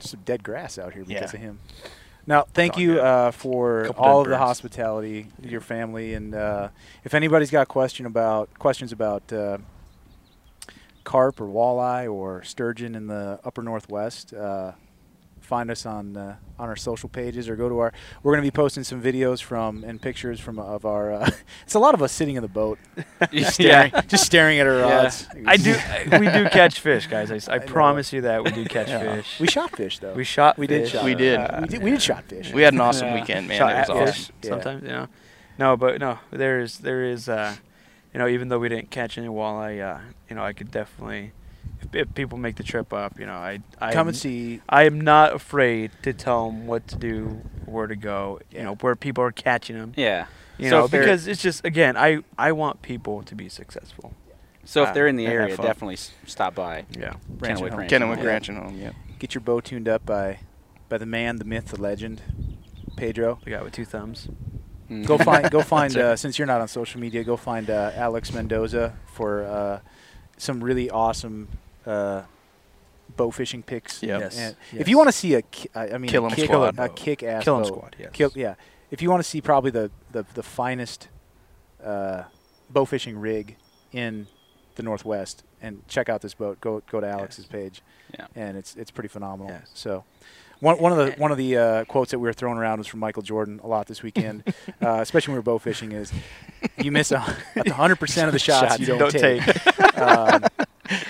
Speaker 2: some dead grass out here because
Speaker 1: Yeah.
Speaker 2: of him. Now, thank
Speaker 3: all
Speaker 2: you
Speaker 3: good.
Speaker 2: uh, for
Speaker 3: Couple
Speaker 2: all
Speaker 3: dead
Speaker 2: of the
Speaker 3: birds.
Speaker 2: hospitality, your family, and uh, if anybody's got question about questions about uh, carp or walleye or sturgeon in the upper northwest, uh, find us on uh, on our social pages or go to our. We're going to be posting some videos from and pictures from of our. Uh, it's a lot of us sitting in the boat, staring, just staring at our
Speaker 5: Yeah.
Speaker 2: rods.
Speaker 3: I do. I- we do catch fish, guys. I, s- I
Speaker 2: know.
Speaker 3: promise you that we do catch
Speaker 2: Yeah.
Speaker 3: fish.
Speaker 2: We shot fish though.
Speaker 3: We shot.
Speaker 2: We did
Speaker 3: fish.
Speaker 2: shot
Speaker 1: We did.
Speaker 2: Uh, we did. We did shot fish.
Speaker 1: We had an awesome
Speaker 5: Yeah.
Speaker 1: weekend, man.
Speaker 3: Shot
Speaker 1: It was
Speaker 3: at
Speaker 1: awesome.
Speaker 3: fish
Speaker 2: Yeah.
Speaker 3: sometimes, you know. No, but no, there is there is uh, you know, even though we didn't catch any walleye, uh, you know, I could definitely if, if people make the trip up, you know, I I
Speaker 2: Come
Speaker 3: am-
Speaker 2: and see
Speaker 3: I am not afraid to tell them what to do, where to go,
Speaker 2: Yeah.
Speaker 3: you know, where people are catching them.
Speaker 5: Yeah.
Speaker 3: You
Speaker 5: So
Speaker 3: know,
Speaker 5: if they're-
Speaker 3: because it's just again, I I want people to be successful.
Speaker 5: So
Speaker 3: Ah,
Speaker 5: if they're in the
Speaker 3: and have
Speaker 5: area,
Speaker 3: fun.
Speaker 5: definitely s- stop by.
Speaker 3: Yeah.
Speaker 2: Branch
Speaker 5: Kennewick
Speaker 2: it home.
Speaker 5: Ranch.
Speaker 1: Kennewick
Speaker 5: Yeah.
Speaker 1: Ranch and home. Yeah.
Speaker 2: Get your bow tuned up by, by the man, the myth, the legend, Pedro.
Speaker 3: The guy with two thumbs.
Speaker 5: Mm-hmm.
Speaker 2: Mm. Go find, go find.
Speaker 1: That's it.
Speaker 2: Uh, since you're not on social media, go find uh, Alex Mendoza for uh, some really awesome uh, bow fishing picks.
Speaker 1: Yep.
Speaker 3: Yes.
Speaker 2: And If
Speaker 3: Yes.
Speaker 2: you want to see a, ki- I I mean,
Speaker 1: Kill
Speaker 2: a
Speaker 1: 'em
Speaker 2: kick,
Speaker 1: squad.
Speaker 2: a kick ass
Speaker 3: Kill 'em
Speaker 2: bow.
Speaker 3: squad, yes.
Speaker 2: Kill, yeah. If you want to see probably the the, the finest uh, bow fishing rig in the Northwest, and check out this boat. Go go to Alex's page,
Speaker 5: Yeah.
Speaker 2: and it's it's pretty phenomenal.
Speaker 3: Yes.
Speaker 2: So. One, one of the one of the uh, quotes that we were throwing around was from Michael Jordan a lot this weekend, uh, especially when we were bow fishing. Is you miss a hundred percent of the shots, you don't, take. um,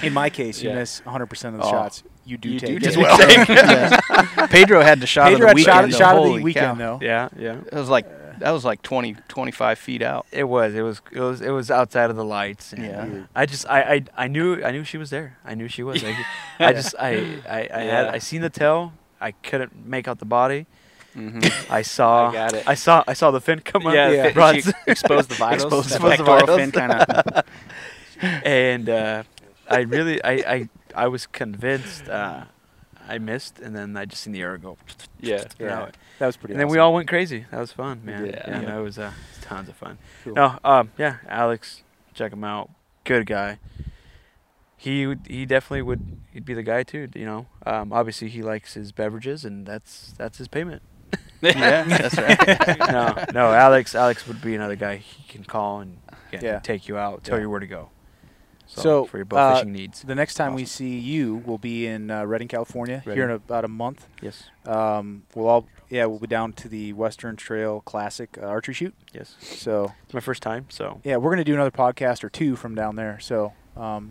Speaker 2: in my case, you
Speaker 5: Yeah.
Speaker 2: miss hundred percent of the
Speaker 1: Oh.
Speaker 2: shots you do
Speaker 1: You do
Speaker 2: take.
Speaker 1: take. Well. Yeah. Pedro had the shot
Speaker 2: Pedro
Speaker 1: of
Speaker 2: had
Speaker 1: the weekend.
Speaker 2: shot,
Speaker 1: though.
Speaker 2: shot of the
Speaker 1: Holy
Speaker 2: weekend
Speaker 1: cow.
Speaker 2: though.
Speaker 3: Yeah, yeah.
Speaker 1: It was like that was like 20, 25 feet out.
Speaker 3: It was. It was. It was. It was outside of the lights. And
Speaker 1: Yeah.
Speaker 2: Weird.
Speaker 3: I just. I, I. I knew. I knew she was there. I knew she was. I, I just. I. I. I had.
Speaker 5: Yeah.
Speaker 3: I seen the tail. I couldn't make out the body.
Speaker 5: hmm
Speaker 3: I saw.
Speaker 5: I got it.
Speaker 3: I saw. I saw the fin come up.
Speaker 5: yeah.
Speaker 2: Yeah.
Speaker 5: yeah.
Speaker 3: Rods.
Speaker 5: expose the vitals.
Speaker 3: Expose-
Speaker 5: that
Speaker 3: expose the
Speaker 5: pectoral
Speaker 3: vitals.
Speaker 5: fin kinda-
Speaker 3: and uh, I really. I. I. I was convinced. Uh, I missed, and then I just seen the arrow go.
Speaker 5: yeah.
Speaker 3: you know,
Speaker 2: That was pretty.
Speaker 3: and then we
Speaker 2: awesome.
Speaker 3: all went crazy. That was fun,
Speaker 2: We
Speaker 3: man.
Speaker 2: did,
Speaker 3: Yeah,
Speaker 2: yeah.
Speaker 3: no, it was uh, tons of fun.
Speaker 2: Cool.
Speaker 3: No, um, yeah, Alex, check him out. Good guy. He would, he definitely would. He'd be the guy too. You know, um, obviously he likes his beverages, and that's that's his payment.
Speaker 1: Yeah, that's right.
Speaker 3: no, no, Alex, Alex would be another guy he can call and yeah,
Speaker 2: Yeah.
Speaker 3: take you out, tell
Speaker 2: Yeah.
Speaker 3: you where to go. So,
Speaker 2: So,
Speaker 3: for your bow
Speaker 2: uh,
Speaker 3: fishing needs,
Speaker 2: the next time we
Speaker 3: Awesome.
Speaker 2: see you will be in uh, Redding, California, here in
Speaker 3: Redding.
Speaker 2: about a month.
Speaker 3: yes,
Speaker 2: Um, we'll all yeah we'll be down to the Western Trail Classic uh, archery shoot.
Speaker 3: yes.
Speaker 2: So
Speaker 3: It's my first time, so
Speaker 2: yeah, we're gonna do another podcast or two from down there. So um, we're gonna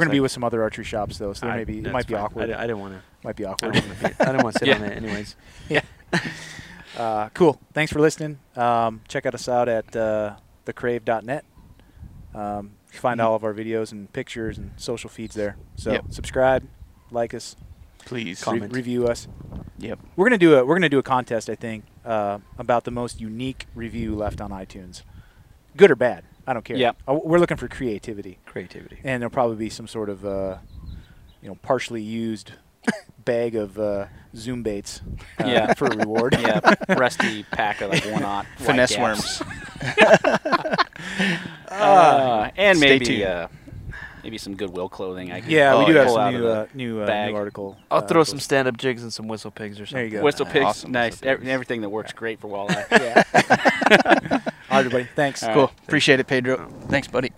Speaker 3: Looks
Speaker 2: be
Speaker 3: like-
Speaker 2: with some other archery shops though, so there
Speaker 3: I-
Speaker 2: may be it
Speaker 3: that's
Speaker 2: might be
Speaker 3: fine. I,
Speaker 2: awkward.
Speaker 3: di- I didn't want to.
Speaker 2: might be
Speaker 3: I
Speaker 2: awkward.
Speaker 3: don't want to. I don't want to sit on
Speaker 5: Yeah.
Speaker 3: it, anyways.
Speaker 2: Uh, cool. Thanks for listening. Um, check out us out at uh, thecrave.net. Um, you can find all of our videos and pictures and social feeds there. So
Speaker 1: Yep.
Speaker 2: subscribe, like us,
Speaker 1: Please.
Speaker 2: re-
Speaker 3: Comment.
Speaker 2: review us.
Speaker 1: Yep.
Speaker 2: We're gonna do a we're gonna do a contest, I think, uh, about the most unique review left on iTunes, good or bad. I don't care.
Speaker 5: Yep.
Speaker 2: Uh, we're looking for creativity,
Speaker 3: Creativity.
Speaker 2: and there'll probably be some sort of uh, you know partially used bag of uh, Zoom baits uh,
Speaker 5: Yeah.
Speaker 2: for a reward.
Speaker 5: yeah. Rusty pack of like one aught.
Speaker 1: Finesse worms.
Speaker 5: Uh, and
Speaker 1: Stay
Speaker 5: maybe
Speaker 1: tuned.
Speaker 5: uh, maybe some Goodwill clothing. I could
Speaker 2: Yeah, we
Speaker 5: pull
Speaker 2: do have
Speaker 5: out
Speaker 2: some
Speaker 5: of
Speaker 2: new
Speaker 5: the-
Speaker 2: uh, new, uh,
Speaker 5: bag.
Speaker 2: new article.
Speaker 3: I'll
Speaker 2: uh,
Speaker 3: throw
Speaker 2: articles.
Speaker 3: some stand-up jigs and some whistle pigs or
Speaker 2: There you
Speaker 3: something.
Speaker 2: go.
Speaker 5: Whistle
Speaker 1: Ah,
Speaker 5: pigs,
Speaker 1: awesome
Speaker 5: nice.
Speaker 1: whistle
Speaker 5: Ev-
Speaker 1: pigs.
Speaker 5: Everything that works great for walleye.
Speaker 2: Yeah. All right, everybody. Thanks.
Speaker 5: All right.
Speaker 1: Cool. Appreciate it, Pedro. Thanks, buddy.